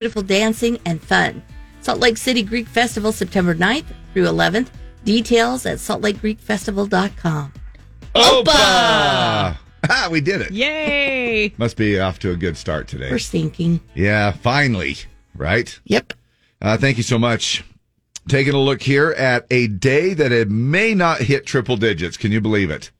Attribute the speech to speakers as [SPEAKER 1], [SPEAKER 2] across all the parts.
[SPEAKER 1] beautiful dancing and fun. Salt Lake City Greek Festival, September 9th through 11th. Details at saltlakegreekfestival.com.
[SPEAKER 2] Opa! Ah, we did it.
[SPEAKER 3] Yay!
[SPEAKER 2] Must be off to a good start today.
[SPEAKER 1] We're sinking.
[SPEAKER 2] Yeah, finally, right?
[SPEAKER 1] Yep.
[SPEAKER 2] Uh, thank you so much. Taking a look here at a day that it may not hit triple digits. Can you believe it?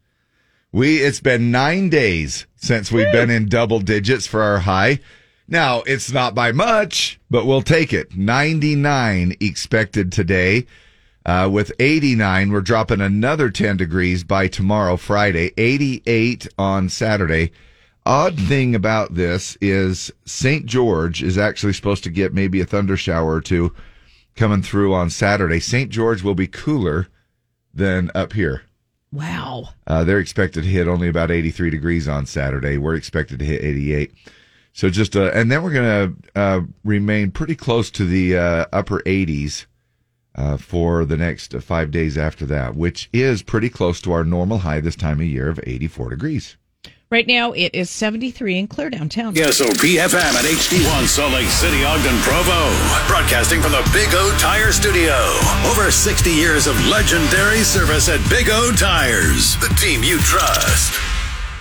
[SPEAKER 2] We it's been nine days since we've been in double digits for our high. Now it's not by much, but we'll take it. Ninety nine expected today. Uh, with 89, we're dropping another 10 degrees by tomorrow, Friday, 88 on Saturday. Odd thing about this is St. George is actually supposed to get maybe a thunder shower or two coming through on Saturday. St. George will be cooler than up here.
[SPEAKER 3] Wow.
[SPEAKER 2] Uh, they're expected to hit only about 83 degrees on Saturday. We're expected to hit 88. So just, uh, and then we're going to uh, remain pretty close to the uh, upper 80s uh, for the next uh, five days after that, which is pretty close to our normal high this time of year of 84 degrees.
[SPEAKER 3] Right now it is 73 and clear downtown.
[SPEAKER 4] KSOPFM at HD1 Salt Lake City, Ogden, Provo. Broadcasting from the Big O Tire Studio. Over 60 years of legendary service at Big O Tires, the team you trust.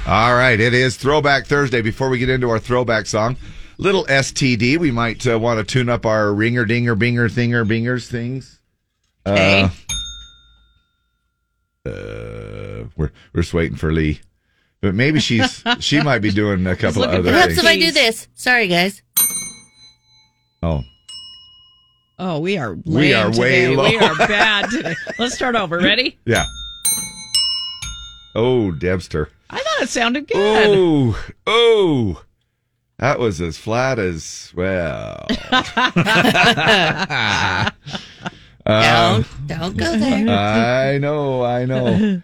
[SPEAKER 2] All right, it is Throwback Thursday. Before we get into our throwback song, little STD, we might uh, want to tune up our ringer, dinger, binger, thinger, bingers, things.
[SPEAKER 3] Okay.
[SPEAKER 2] Uh, we're we're just waiting for Lee, but maybe she's she might be doing a couple of
[SPEAKER 3] looking
[SPEAKER 2] other
[SPEAKER 3] for her
[SPEAKER 2] things.
[SPEAKER 1] Perhaps if I do
[SPEAKER 3] Jeez.
[SPEAKER 1] this. Sorry, guys.
[SPEAKER 2] Oh,
[SPEAKER 3] oh, we are lame
[SPEAKER 2] We are way
[SPEAKER 3] today. We
[SPEAKER 2] low.
[SPEAKER 3] are bad today. Let's start over. Ready?
[SPEAKER 2] yeah. Oh, Debster.
[SPEAKER 3] I thought it sounded good.
[SPEAKER 2] Oh, oh, that was as flat as well. Uh,
[SPEAKER 1] Don't, don't go there.
[SPEAKER 2] I know, I know.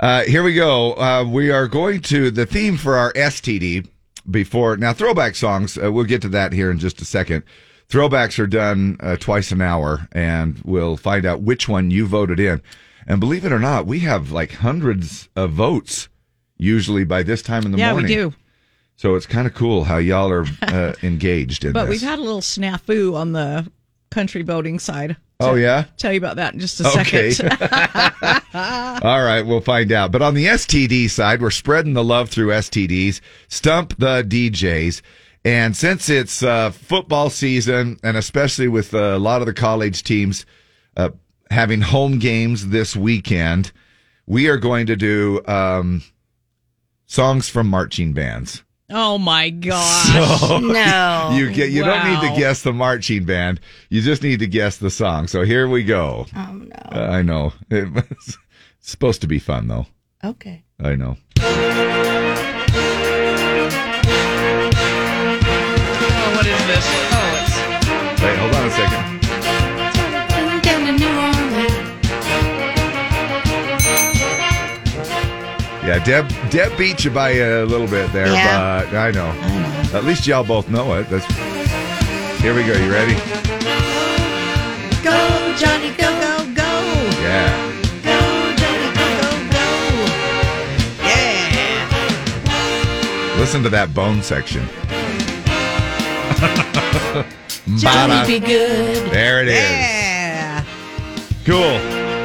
[SPEAKER 2] Uh, here we go. Uh, we are going to the theme for our STD before now. Throwback songs. Uh, we'll get to that here in just a second. Throwbacks are done uh, twice an hour, and we'll find out which one you voted in. And believe it or not, we have like hundreds of votes usually by this time in the
[SPEAKER 3] yeah,
[SPEAKER 2] morning.
[SPEAKER 3] we do.
[SPEAKER 2] So it's kind of cool how y'all are uh, engaged in
[SPEAKER 3] But
[SPEAKER 2] this.
[SPEAKER 3] we've had a little snafu on the country voting side.
[SPEAKER 2] oh yeah.
[SPEAKER 3] Tell you about that in just a
[SPEAKER 2] Okay.
[SPEAKER 3] second.
[SPEAKER 2] All right, we'll find out. But on the STD side, we're spreading the love through STDs. Stump the DJs. And since it's uh, football season, and especially with uh, a lot of the college teams uh, having home games this weekend, we are going to do um, songs from marching bands.
[SPEAKER 3] oh my gosh.
[SPEAKER 1] No.
[SPEAKER 2] Oh, You get you don't need
[SPEAKER 3] Wow.
[SPEAKER 2] to guess the marching band. You just need to guess the song. So here we go. Uh,
[SPEAKER 1] oh, no.
[SPEAKER 2] I know it was it's supposed to be fun though.
[SPEAKER 1] Okay.
[SPEAKER 2] I know.
[SPEAKER 3] oh, what is this? Oh, it's
[SPEAKER 2] Wait, hold on a second. Yeah, Deb Deb beat you by a little bit there,
[SPEAKER 1] Yeah.
[SPEAKER 2] but I know. At least y'all both know it. That's here we go. You ready?
[SPEAKER 1] Go, Johnny, go, go, go.
[SPEAKER 2] Yeah.
[SPEAKER 1] Go, Johnny, go, go, go.
[SPEAKER 2] Listen to that bone section. Ba-da.
[SPEAKER 1] Johnny, be good.
[SPEAKER 2] There it is.
[SPEAKER 3] yeah.
[SPEAKER 2] Cool.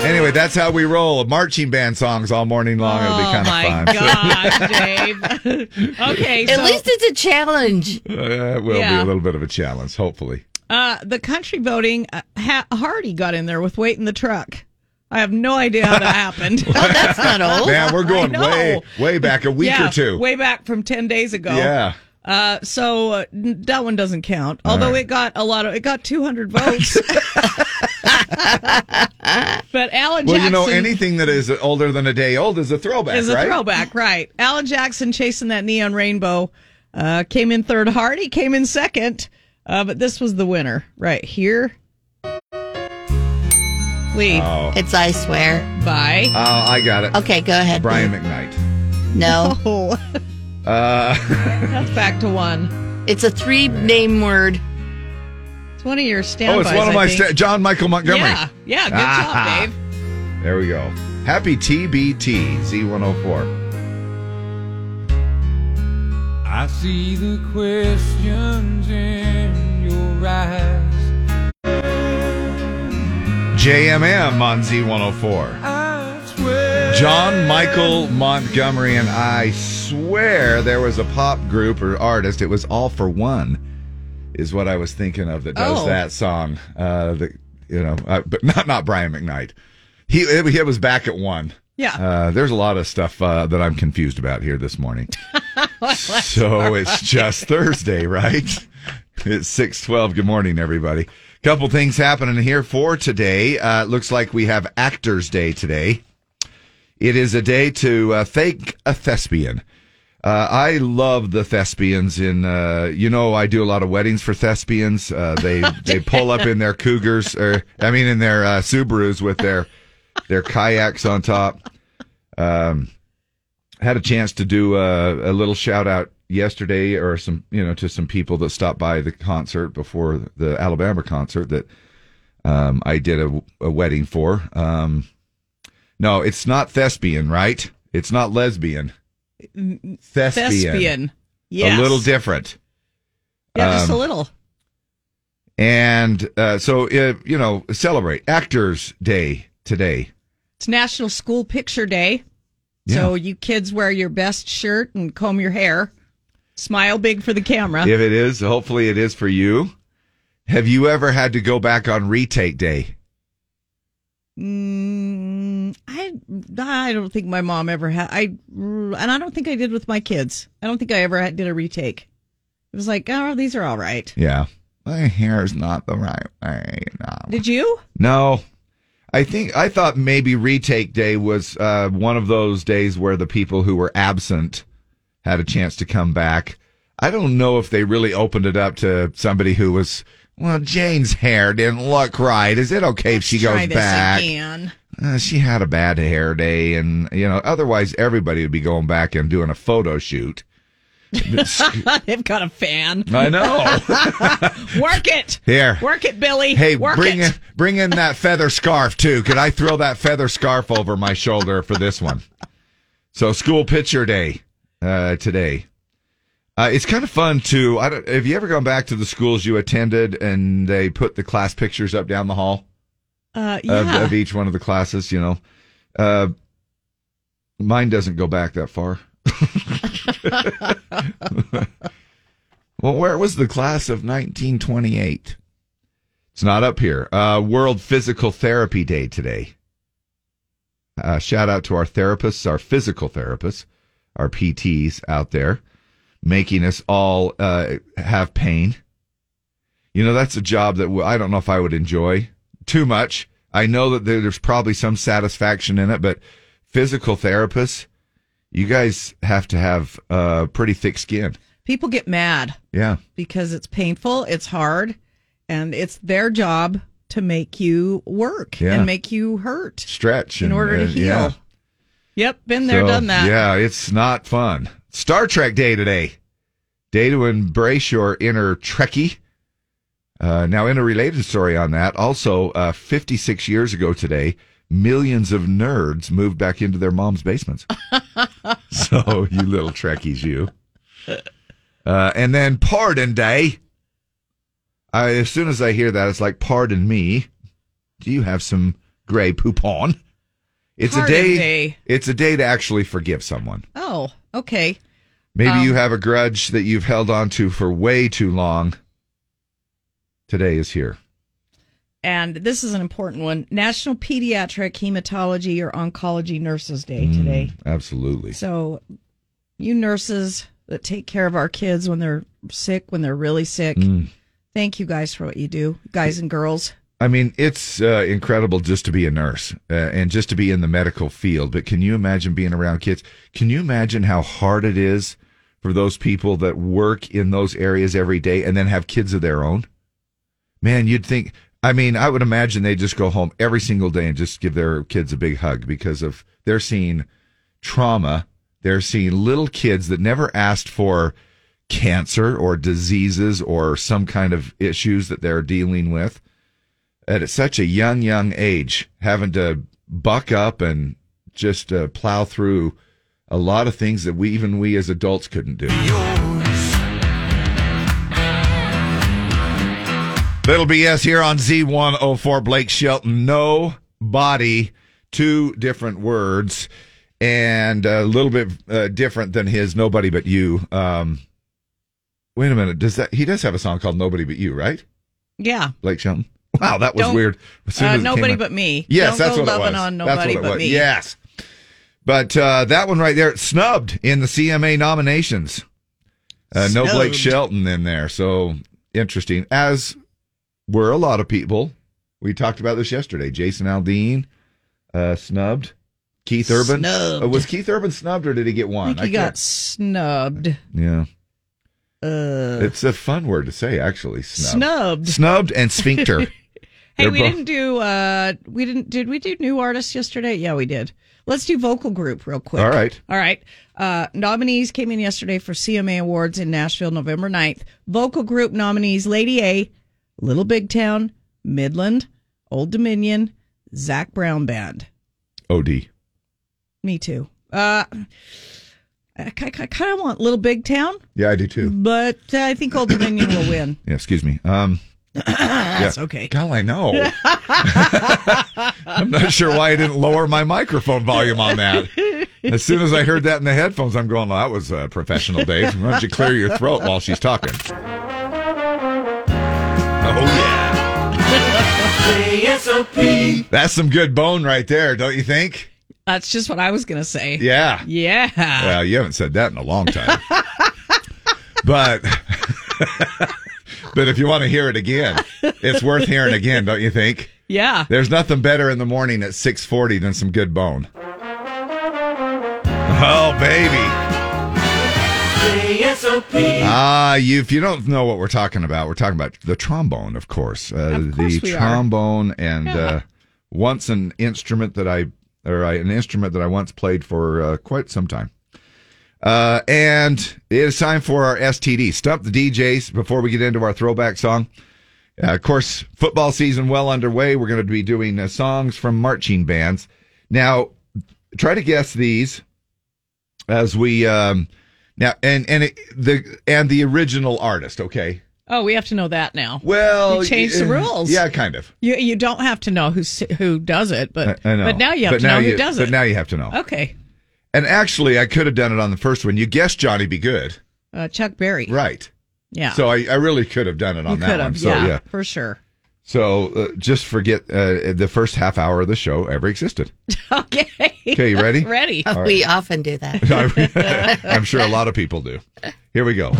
[SPEAKER 2] Anyway, that's how we roll. Marching band songs all morning long. It'll be
[SPEAKER 3] Oh
[SPEAKER 2] kind of
[SPEAKER 3] my
[SPEAKER 2] fun.
[SPEAKER 3] Oh, gosh, Dave. okay,
[SPEAKER 1] At
[SPEAKER 3] so
[SPEAKER 1] least it's a challenge.
[SPEAKER 2] Uh, it will be
[SPEAKER 3] Yeah.
[SPEAKER 2] a little bit of a challenge, hopefully.
[SPEAKER 3] Uh, the country voting, uh, ha- Hardy got in there with weight in the truck. I have no idea how that happened.
[SPEAKER 1] Oh, that's not old.
[SPEAKER 2] Man, we're going
[SPEAKER 3] know.
[SPEAKER 2] way, way back a week
[SPEAKER 3] yeah,
[SPEAKER 2] or two.
[SPEAKER 3] way back from ten days ago.
[SPEAKER 2] yeah.
[SPEAKER 3] Uh, so uh, n- that one doesn't count. Although
[SPEAKER 2] right.
[SPEAKER 3] it got a lot of, it got two hundred votes. but Alan
[SPEAKER 2] Well,
[SPEAKER 3] Jackson
[SPEAKER 2] you know, anything that is older than a day old is a throwback,
[SPEAKER 3] is a
[SPEAKER 2] right?
[SPEAKER 3] throwback, right? Alan Jackson chasing that neon rainbow uh, came in third. Hardy came in second, uh, but this was the winner right here. Lead
[SPEAKER 1] It's I swear.
[SPEAKER 3] by.
[SPEAKER 2] Oh, I got it.
[SPEAKER 1] Okay, go ahead.
[SPEAKER 2] Brian McKnight.
[SPEAKER 1] No,
[SPEAKER 3] Oh,
[SPEAKER 2] Uh,
[SPEAKER 3] that's back to one.
[SPEAKER 1] it's a three name word.
[SPEAKER 3] It's one of your standbys.
[SPEAKER 2] oh, it's one of my
[SPEAKER 3] I think.
[SPEAKER 2] sta- John Michael Montgomery.
[SPEAKER 3] Yeah, yeah. Good
[SPEAKER 2] Ah-ha.
[SPEAKER 3] job, Dave.
[SPEAKER 2] There we go. Happy TBT Z104.
[SPEAKER 5] I see the questions in your eyes.
[SPEAKER 2] JMM on Z104.
[SPEAKER 5] I swear.
[SPEAKER 2] John Michael Montgomery and I swear there was a pop group or artist. It was All for One, is what I was thinking of that does
[SPEAKER 3] Oh.
[SPEAKER 2] that song. Uh, the, you know, uh, but not not Brian McKnight. He it, it was back at one.
[SPEAKER 3] Yeah.
[SPEAKER 2] Uh, there's a lot of stuff uh, that I'm confused about here this morning. so it's just Thursday, right? It's six twelve. Good morning, everybody. Couple things happening here for today. Uh, looks like we have Actors Day today. It is a day to uh, thank a thespian. Uh, I love the thespians in, uh, you know, I do a lot of weddings for thespians. Uh, they they pull up in their cougars, or I mean, in their uh, Subarus with their their kayaks on top. Um, had a chance to do uh, a, a little shout out yesterday, or some, you know, to some people that stopped by the concert before the Alabama concert that um, I did a, a wedding for. Um, no, it's not thespian, right? It's not lesbian. Thespian.
[SPEAKER 3] thespian. Yes.
[SPEAKER 2] A little different.
[SPEAKER 3] Yeah, just a
[SPEAKER 2] um,
[SPEAKER 3] little.
[SPEAKER 2] And uh, so, uh, you know, celebrate Actors Day today.
[SPEAKER 3] It's National School Picture Day. So you kids wear your best shirt and comb your hair. Smile big for the camera.
[SPEAKER 2] If it is, hopefully it is for you. Have you ever had to go back on retake day?
[SPEAKER 3] Mm, I I don't think my mom ever had I and I don't think I did with my kids. I don't think I ever had, did a retake. It was like, oh, these are all right.
[SPEAKER 2] Yeah. My hair's not the right way. No.
[SPEAKER 3] Did you?
[SPEAKER 2] No. I think I thought maybe retake day was uh, one of those days where the people who were absent had a chance to come back. I don't know if they really opened it up to somebody who was well, Jane's hair didn't look right. Is it okay if she
[SPEAKER 3] Try
[SPEAKER 2] goes
[SPEAKER 3] this
[SPEAKER 2] back?
[SPEAKER 3] again.
[SPEAKER 2] Uh, she had a bad hair day, and you know, otherwise everybody would be going back and doing a photo shoot.
[SPEAKER 3] They've got a fan.
[SPEAKER 2] I know.
[SPEAKER 3] Work it.
[SPEAKER 2] Here,
[SPEAKER 3] Work it, Billy.
[SPEAKER 2] Hey,
[SPEAKER 3] Work
[SPEAKER 2] bring
[SPEAKER 3] it.
[SPEAKER 2] in bring in that feather scarf too. Could I throw that feather scarf over my shoulder for this one? So school picture day uh, today. Uh, it's kind of fun to. I don't. Have you ever gone back to the schools you attended and they put the class pictures up down the hall
[SPEAKER 3] Uh, yeah.
[SPEAKER 2] of, of each one of the classes? You know, uh, mine doesn't go back that far. well, where was the class of 1928? It's not up here. Uh, World Physical Therapy Day today. Uh, shout out to our therapists, our physical therapists, our PTs out there, making us all uh, have pain. You know, that's a job that w- I don't know if I would enjoy too much. I know that there- there's probably some satisfaction in it, but physical therapists, you guys have to have uh, pretty thick skin.
[SPEAKER 3] People get mad
[SPEAKER 2] Yeah.
[SPEAKER 3] because it's painful, it's hard, and it's their job to make you work
[SPEAKER 2] Yeah.
[SPEAKER 3] and make you hurt
[SPEAKER 2] Stretch.
[SPEAKER 3] in
[SPEAKER 2] and,
[SPEAKER 3] order to
[SPEAKER 2] uh,
[SPEAKER 3] heal.
[SPEAKER 2] yeah.
[SPEAKER 3] Yep, been there,
[SPEAKER 2] So,
[SPEAKER 3] done that.
[SPEAKER 2] Yeah, it's not fun. Star Trek Day today. Day to embrace your inner Trekkie. Uh, now, in a related story on that, also uh, 56 years ago today, millions of nerds moved back into their mom's basements. so, you little Trekkies, you. Uh, and then Pardon Day. I, as soon as I hear that, it's like, pardon me. Do you have some gray poop on? It's
[SPEAKER 3] Pardon
[SPEAKER 2] a day,
[SPEAKER 3] day.
[SPEAKER 2] It's a day to actually forgive someone.
[SPEAKER 3] Oh, okay.
[SPEAKER 2] Maybe
[SPEAKER 3] Um,
[SPEAKER 2] you have a grudge that you've held on to for way too long. Today is here.
[SPEAKER 3] And this is an important one National Pediatric Hematology or Oncology Nurses Day
[SPEAKER 2] Mm.
[SPEAKER 3] today.
[SPEAKER 2] Absolutely.
[SPEAKER 3] So, you nurses that take care of our kids when they're sick, when they're really sick,
[SPEAKER 2] Mm.
[SPEAKER 3] thank you guys for what you do, guys and girls.
[SPEAKER 2] I mean, it's uh, incredible just to be a nurse uh, and just to be in the medical field. But can you imagine being around kids? Can you imagine how hard it is for those people that work in those areas every day and then have kids of their own? Man, you'd think. I mean, I would imagine they just go home every single day and just give their kids a big hug because of they're seeing trauma. They're seeing little kids that never asked for cancer or diseases or some kind of issues that they're dealing with at such a young, young age, having to buck up and just uh, plow through a lot of things that we even we as adults couldn't do. Little BS here on Z104 Blake Shelton. No body, two different words, and a little bit uh, different than his Nobody But You. Um, wait a minute. Does that he does have a song called Nobody But You, right?
[SPEAKER 3] Yeah.
[SPEAKER 2] Blake Shelton. Wow, that was
[SPEAKER 3] Don't-
[SPEAKER 2] weird. As soon
[SPEAKER 3] uh,
[SPEAKER 2] as it came
[SPEAKER 3] nobody
[SPEAKER 2] out-
[SPEAKER 3] but me.
[SPEAKER 2] Yes,
[SPEAKER 3] Don't
[SPEAKER 2] that's
[SPEAKER 3] go
[SPEAKER 2] what it
[SPEAKER 3] loving
[SPEAKER 2] was.
[SPEAKER 3] on
[SPEAKER 2] That's what
[SPEAKER 3] nobody
[SPEAKER 2] it
[SPEAKER 3] but
[SPEAKER 2] was.
[SPEAKER 3] me.
[SPEAKER 2] Yes. But uh, that one right there snubbed in the CMA nominations. Uh, no Blake
[SPEAKER 3] Snubbed.
[SPEAKER 2] Shelton in there. So interesting. As were a lot of people. We talked about this yesterday. Jason Aldean uh, snubbed. Keith Urban.
[SPEAKER 3] Snubbed.
[SPEAKER 2] Uh, was Keith Urban snubbed or did he get
[SPEAKER 3] I
[SPEAKER 2] one?
[SPEAKER 3] think he got
[SPEAKER 2] can't-
[SPEAKER 3] snubbed.
[SPEAKER 2] Yeah.
[SPEAKER 3] Uh,
[SPEAKER 2] It's a fun word to say, actually. Snubbed.
[SPEAKER 3] snubbed.
[SPEAKER 2] Snubbed and sphincter.
[SPEAKER 3] Hey,
[SPEAKER 2] They're
[SPEAKER 3] we
[SPEAKER 2] both-
[SPEAKER 3] didn't do. uh We didn't. Did we do new artists yesterday? Yeah, we did. Let's do vocal group real quick.
[SPEAKER 2] All right.
[SPEAKER 3] All right. Uh, nominees came in yesterday for CMA Awards in Nashville, November 9th. Vocal group nominees Lady A, Little Big Town, Midland, Old Dominion, Zach Brown Band.
[SPEAKER 2] OD.
[SPEAKER 3] Me too. Uh, I, kind of want Little Big Town,
[SPEAKER 2] Yeah, I do too.
[SPEAKER 3] but uh, I think Old Dominion will win.
[SPEAKER 2] Yeah, excuse me. Um,
[SPEAKER 3] That's okay.
[SPEAKER 2] Gal, I know. I'm not sure why I didn't lower my microphone volume on that. As soon as I heard that in the headphones, I'm going, well, that was uh, professional, Dave. Why don't you clear your throat while she's talking? Oh, yeah. That's some good bone right there, don't you think?
[SPEAKER 3] That's just what I was going to say.
[SPEAKER 2] Yeah.
[SPEAKER 3] Yeah.
[SPEAKER 2] Well, you haven't said that in a long time. but but if you want to hear it again, it's worth hearing again, don't you think?
[SPEAKER 3] Yeah.
[SPEAKER 2] There's nothing better in the morning at 6:40 than some good bone. Oh baby. Ah, you, if you don't know what we're talking about, we're talking about the trombone, of course. Uh,
[SPEAKER 3] Of course
[SPEAKER 2] the
[SPEAKER 3] we are.
[SPEAKER 2] trombone and
[SPEAKER 3] Yeah.
[SPEAKER 2] uh, once an instrument that I or I, an instrument that I once played for uh, quite some time. Uh, and it is time for our STD. Stump the DJs before we get into our throwback song. Uh, of course, football season well underway. We're going to be doing uh, songs from marching bands. Now, try to guess these as we um, now and and it, the and the original artist. Okay.
[SPEAKER 3] Oh, we have to know that now.
[SPEAKER 2] Well,
[SPEAKER 3] You changed the
[SPEAKER 2] uh,
[SPEAKER 3] rules.
[SPEAKER 2] Yeah, kind of.
[SPEAKER 3] You you don't have to know who who does it, but
[SPEAKER 2] I know.
[SPEAKER 3] but now you have
[SPEAKER 2] But
[SPEAKER 3] to know
[SPEAKER 2] you,
[SPEAKER 3] who does
[SPEAKER 2] But
[SPEAKER 3] it.
[SPEAKER 2] now you have to know.
[SPEAKER 3] okay,
[SPEAKER 2] And actually, I could have done it on the first one. You guessed Johnny Be Good,
[SPEAKER 3] uh, Chuck Berry.
[SPEAKER 2] right?
[SPEAKER 3] Yeah,
[SPEAKER 2] So I, I really could have done it on
[SPEAKER 3] you
[SPEAKER 2] that one.
[SPEAKER 3] could have.
[SPEAKER 2] So
[SPEAKER 3] yeah, for sure.
[SPEAKER 2] So uh, just forget uh, the first half hour of the show ever existed.
[SPEAKER 3] Okay.
[SPEAKER 2] Okay, you ready?
[SPEAKER 3] Ready.
[SPEAKER 1] We often do that.
[SPEAKER 2] I'm sure a lot of people do. Here we go.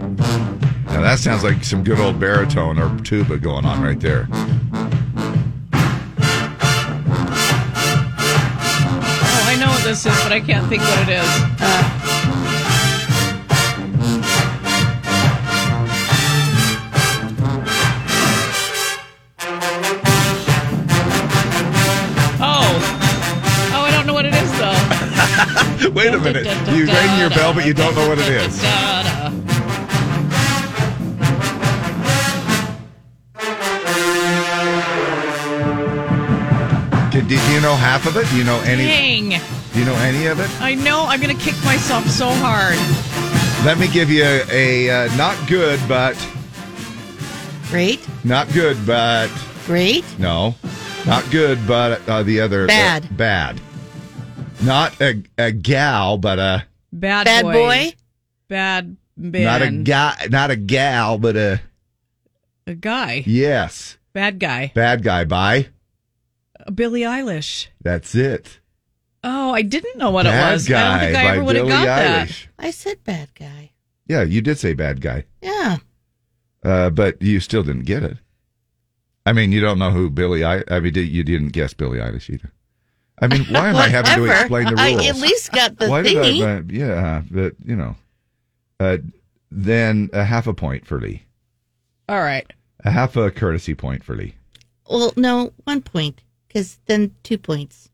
[SPEAKER 2] Now that sounds like some good old baritone or tuba going on right there.
[SPEAKER 3] Oh, I know what this is, but I can't think what it is. Uh. Oh. Oh, I don't know what it is though.
[SPEAKER 2] Wait a minute. You ring your bell, but you don't know what it is.
[SPEAKER 3] Da-da.
[SPEAKER 2] Did, did you know half of it? Do you know any?
[SPEAKER 3] Dang.
[SPEAKER 2] Do you know any of it?
[SPEAKER 3] I know I'm gonna kick myself so hard.
[SPEAKER 2] Let me give you a, a uh, not good, but
[SPEAKER 1] Great,
[SPEAKER 2] not good, but
[SPEAKER 1] great.
[SPEAKER 2] No, not good, but uh, the other
[SPEAKER 1] Bad.
[SPEAKER 2] uh, bad. Not a, a gal, but a
[SPEAKER 3] Bad,
[SPEAKER 1] Bad
[SPEAKER 3] boys.
[SPEAKER 1] boy.
[SPEAKER 3] Bad man.
[SPEAKER 2] not a guy, not a gal, but a
[SPEAKER 3] A guy.
[SPEAKER 2] yes,
[SPEAKER 3] Bad guy.
[SPEAKER 2] bad guy. By
[SPEAKER 3] Billie Eilish.
[SPEAKER 2] that's it.
[SPEAKER 3] Oh, I didn't know what
[SPEAKER 2] bad
[SPEAKER 3] it was.
[SPEAKER 2] guy
[SPEAKER 3] I don't think I
[SPEAKER 2] by
[SPEAKER 3] ever would have
[SPEAKER 2] Billie
[SPEAKER 3] got that.
[SPEAKER 2] Eilish.
[SPEAKER 1] I said bad guy.
[SPEAKER 2] Yeah, you did say bad guy,
[SPEAKER 1] Yeah.
[SPEAKER 2] uh, but you still didn't get it. I mean, you don't know who Billy. I, I mean, did- you didn't guess Billie Eilish either. I mean, why am I having to
[SPEAKER 1] Whatever.
[SPEAKER 2] explain the
[SPEAKER 1] I
[SPEAKER 2] rules?
[SPEAKER 1] at least got the
[SPEAKER 2] Why did
[SPEAKER 1] thingy.
[SPEAKER 2] I? But, yeah, but you know, uh, then a half a point for Lee,
[SPEAKER 3] All right.
[SPEAKER 2] a half a courtesy point for Lee.
[SPEAKER 1] Well, no, one point, because then two points,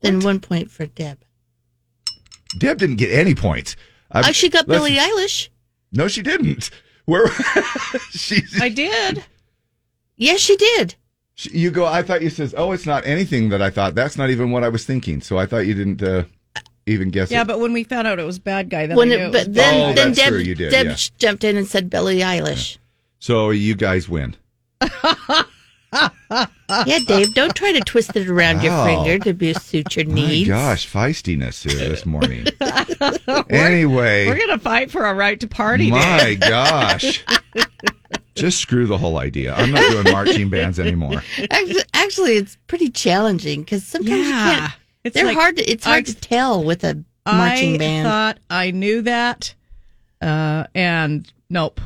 [SPEAKER 1] then one point for Deb.
[SPEAKER 2] Deb didn't get any points. I'm-
[SPEAKER 1] I Oh, she got
[SPEAKER 2] listen-
[SPEAKER 1] Billie Eilish.
[SPEAKER 2] No, she didn't. Where she,
[SPEAKER 3] I did.
[SPEAKER 1] Yes, she did.
[SPEAKER 2] she? You go. I thought you says, oh, it's not anything that I thought. That's not even what I was thinking. So I thought you didn't. Uh, even guess
[SPEAKER 3] Yeah,
[SPEAKER 2] it.
[SPEAKER 3] but when we found out it was bad guy, then
[SPEAKER 1] When
[SPEAKER 3] I knew
[SPEAKER 1] it,
[SPEAKER 3] it was
[SPEAKER 1] but then,
[SPEAKER 2] Oh,
[SPEAKER 1] then
[SPEAKER 2] that's
[SPEAKER 1] Deb,
[SPEAKER 2] true, you did,
[SPEAKER 1] Deb
[SPEAKER 2] yeah.
[SPEAKER 1] jumped in and said Billie Eilish.
[SPEAKER 2] so you guys win.
[SPEAKER 1] Yeah, Dave, don't try to twist it around your
[SPEAKER 2] Wow.
[SPEAKER 1] finger to be, suit your needs.
[SPEAKER 2] My gosh, feistiness here this morning. anyway,
[SPEAKER 3] We're gonna fight for our right to party. Dave.
[SPEAKER 2] my gosh. Just screw the whole idea. I'm not doing marching bands anymore.
[SPEAKER 1] Actually, actually, it's pretty challenging because sometimes you
[SPEAKER 3] Yeah.
[SPEAKER 1] can't.
[SPEAKER 3] It's
[SPEAKER 1] they're
[SPEAKER 3] like-
[SPEAKER 1] hard. To, it's hard
[SPEAKER 3] I-
[SPEAKER 1] to tell with a marching
[SPEAKER 3] I
[SPEAKER 1] band.
[SPEAKER 3] thought I knew that, uh, and nope.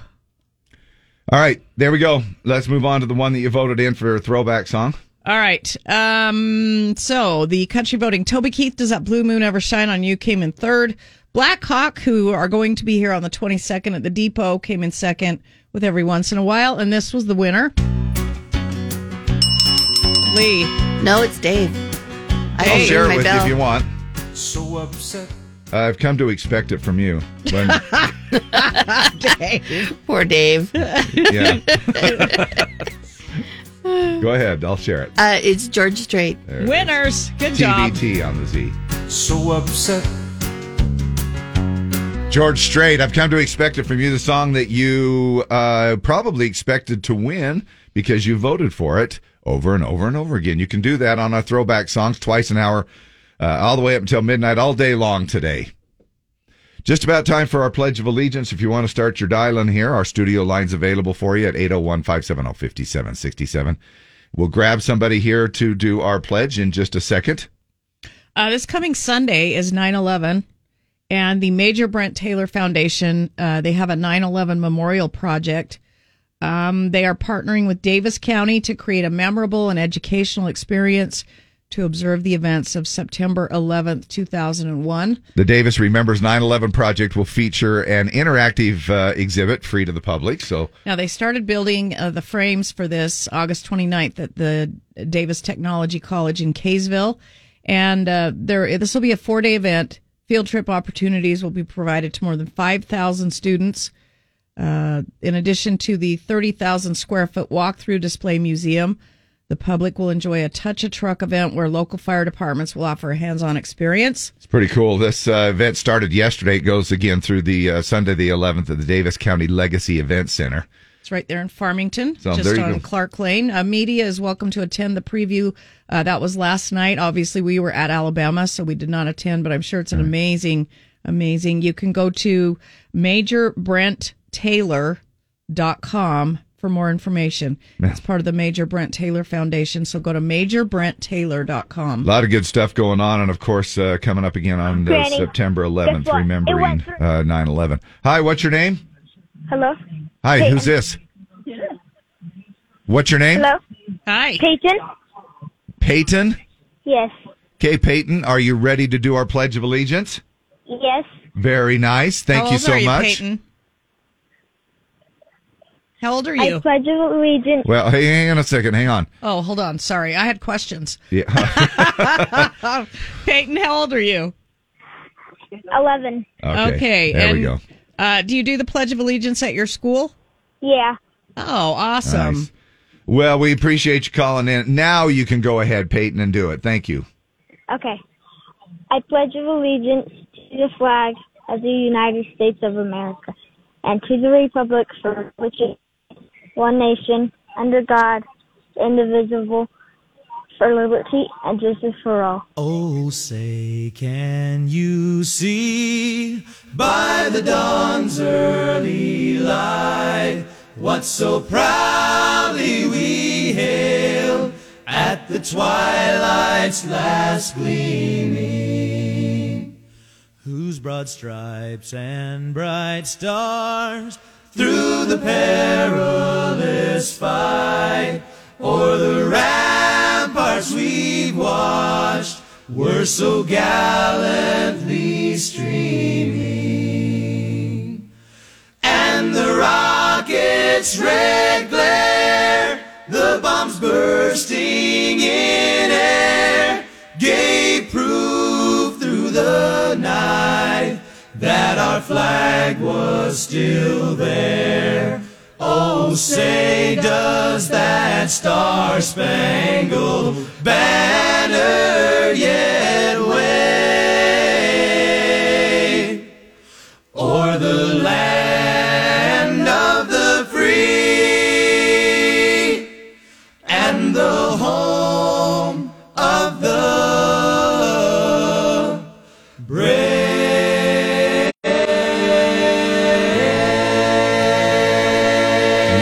[SPEAKER 2] All right, there we go. Let's move on to the one that you voted in for a throwback song.
[SPEAKER 3] All right. Um, so the country voting Toby Keith, Does That Blue Moon Ever Shine on You came in third. Black Hawk, who are going to be here on the 22nd at the Depot, came in second with Every Once in a While. And this was the winner. Lee.
[SPEAKER 1] no, it's Dave. I
[SPEAKER 2] I'll
[SPEAKER 1] rang
[SPEAKER 2] share
[SPEAKER 1] my
[SPEAKER 2] it with you
[SPEAKER 1] bell.
[SPEAKER 2] if you want.
[SPEAKER 5] So upset.
[SPEAKER 2] I've come to expect it from you. When,
[SPEAKER 1] Poor Dave.
[SPEAKER 2] yeah. Go ahead, I'll share it.
[SPEAKER 1] Uh, it's George Strait.
[SPEAKER 2] There it is.
[SPEAKER 3] Winners. Good job.
[SPEAKER 2] TBT on the Z.
[SPEAKER 5] So upset.
[SPEAKER 2] George Strait, I've come to expect it from you, the song that you uh, probably expected to win because you voted for it over and over and over again. You can do that on our throwback songs twice an hour, uh, all the way up until midnight, all day long today. Just about time for our Pledge of Allegiance. If you want to start your dial in here, our studio line's available for you at 801 570 5767. We'll grab somebody here to do our pledge in just a second.
[SPEAKER 3] Uh, this coming Sunday is 9 11, and the Major Brent Taylor Foundation, uh, they have a 9 11 memorial project. Um, they are partnering with Davis County to create a memorable and educational experience to observe the events of September 11th, 2001.
[SPEAKER 2] The Davis Remembers 9 11 project will feature an interactive uh, exhibit free to the public. So,
[SPEAKER 3] Now, they started building uh, the frames for this August 29th at the Davis Technology College in Kaysville. And uh, there, this will be a four day event. Field trip opportunities will be provided to more than 5,000 students, uh, in addition to the 30,000 square foot walkthrough display museum. The public will enjoy a touch a truck event where local fire departments will offer a hands on experience.
[SPEAKER 2] it's pretty cool. This uh, event started yesterday. It goes again through the uh, Sunday, the 11th, at the Davis County Legacy Event Center.
[SPEAKER 3] It's right there in Farmington,
[SPEAKER 2] So, there
[SPEAKER 3] just
[SPEAKER 2] you
[SPEAKER 3] on
[SPEAKER 2] go.
[SPEAKER 3] Clark Lane. Uh, media is welcome to attend the preview. Uh, that was last night. Obviously, we were at Alabama, so we did not attend, but I'm sure it's an amazing, amazing. You can go to majorbrenttaylor.com for more information. It's part of the Major Brent Taylor Foundation, so go to majorbrenttaylor.com.
[SPEAKER 2] A lot of good stuff going on. And, of course, uh, coming up again on uh,
[SPEAKER 6] Granny,
[SPEAKER 2] September 11th,
[SPEAKER 6] guess what? It
[SPEAKER 2] remembering
[SPEAKER 6] went through-
[SPEAKER 2] 9 11. Hi, what's your name?
[SPEAKER 6] Hello?
[SPEAKER 2] Hi, who's this? What's your name?
[SPEAKER 6] Hello?
[SPEAKER 3] Hi.
[SPEAKER 6] Peyton?
[SPEAKER 2] Peyton.
[SPEAKER 6] Yes.
[SPEAKER 2] Okay, Peyton, are you ready to do our Pledge of Allegiance?
[SPEAKER 6] Yes.
[SPEAKER 2] Very nice. Thank
[SPEAKER 3] How
[SPEAKER 2] you
[SPEAKER 3] old
[SPEAKER 2] so
[SPEAKER 3] are you,
[SPEAKER 2] much.
[SPEAKER 3] Peyton? How old are
[SPEAKER 6] I
[SPEAKER 3] you?
[SPEAKER 6] pledge allegiance.
[SPEAKER 2] Well, hey, hang on a second. Hang on.
[SPEAKER 3] Oh, hold on. Sorry. I had questions.
[SPEAKER 2] Yeah.
[SPEAKER 3] Peyton, how old are you?
[SPEAKER 6] 11.
[SPEAKER 2] Okay. There
[SPEAKER 3] and,
[SPEAKER 2] we go.
[SPEAKER 3] Uh, do you do the Pledge of Allegiance at your school?
[SPEAKER 6] Yeah.
[SPEAKER 3] Oh, awesome.
[SPEAKER 2] Nice. Well, we appreciate you calling in. Now you can go ahead, Peyton, and do it. Thank you.
[SPEAKER 6] Okay. I pledge of allegiance to the flag of the United States of America and to the republic for which it one nation under God, indivisible, for liberty and justice for all.
[SPEAKER 5] Oh, say, can you see by the dawn's early light what so proudly we hailed at the twilight's last gleaming? Whose broad stripes and bright stars through the perilous fight o'er the ramparts we've watched were so gallantly streaming. And the rocket's red glare, the bombs bursting in air, gave proof through the night that our flag was still there. Oh, say does that star spangled banner yet wave?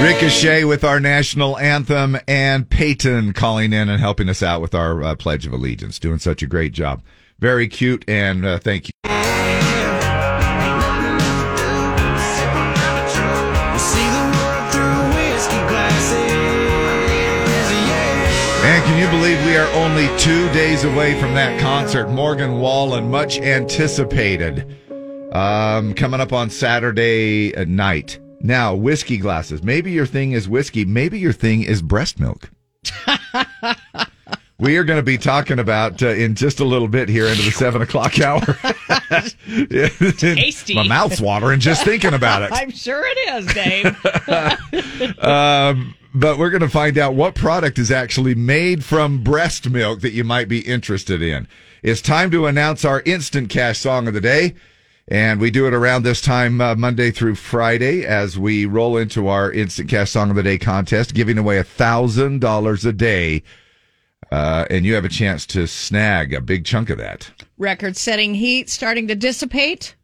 [SPEAKER 2] Ricochet with our national anthem and Peyton calling in and helping us out with our uh, Pledge of Allegiance. Doing such a great job. Very cute, and uh, thank you.
[SPEAKER 5] See the world through whiskey glasses. Yeah.
[SPEAKER 2] And can you believe we are only two days away from that concert? Morgan Wallen, much anticipated, um, coming up on Saturday uh, night. Now, whiskey glasses. Maybe your thing is whiskey. Maybe your thing is breast milk. we are going to be talking about uh, in just a little bit here into the seven o'clock hour. Tasty. My mouth's watering just thinking about it.
[SPEAKER 3] I'm sure it is, Dave.
[SPEAKER 2] Um, but we're going to find out what product is actually made from breast milk that you might be interested in. It's time to announce our instant cash song of the day. And we do it around this time, uh, Monday through Friday, as we roll into our instant cash song of the day contest, giving away a thousand dollars a day. Uh, and you have a chance to snag a big chunk of that.
[SPEAKER 3] Record setting heat starting to dissipate.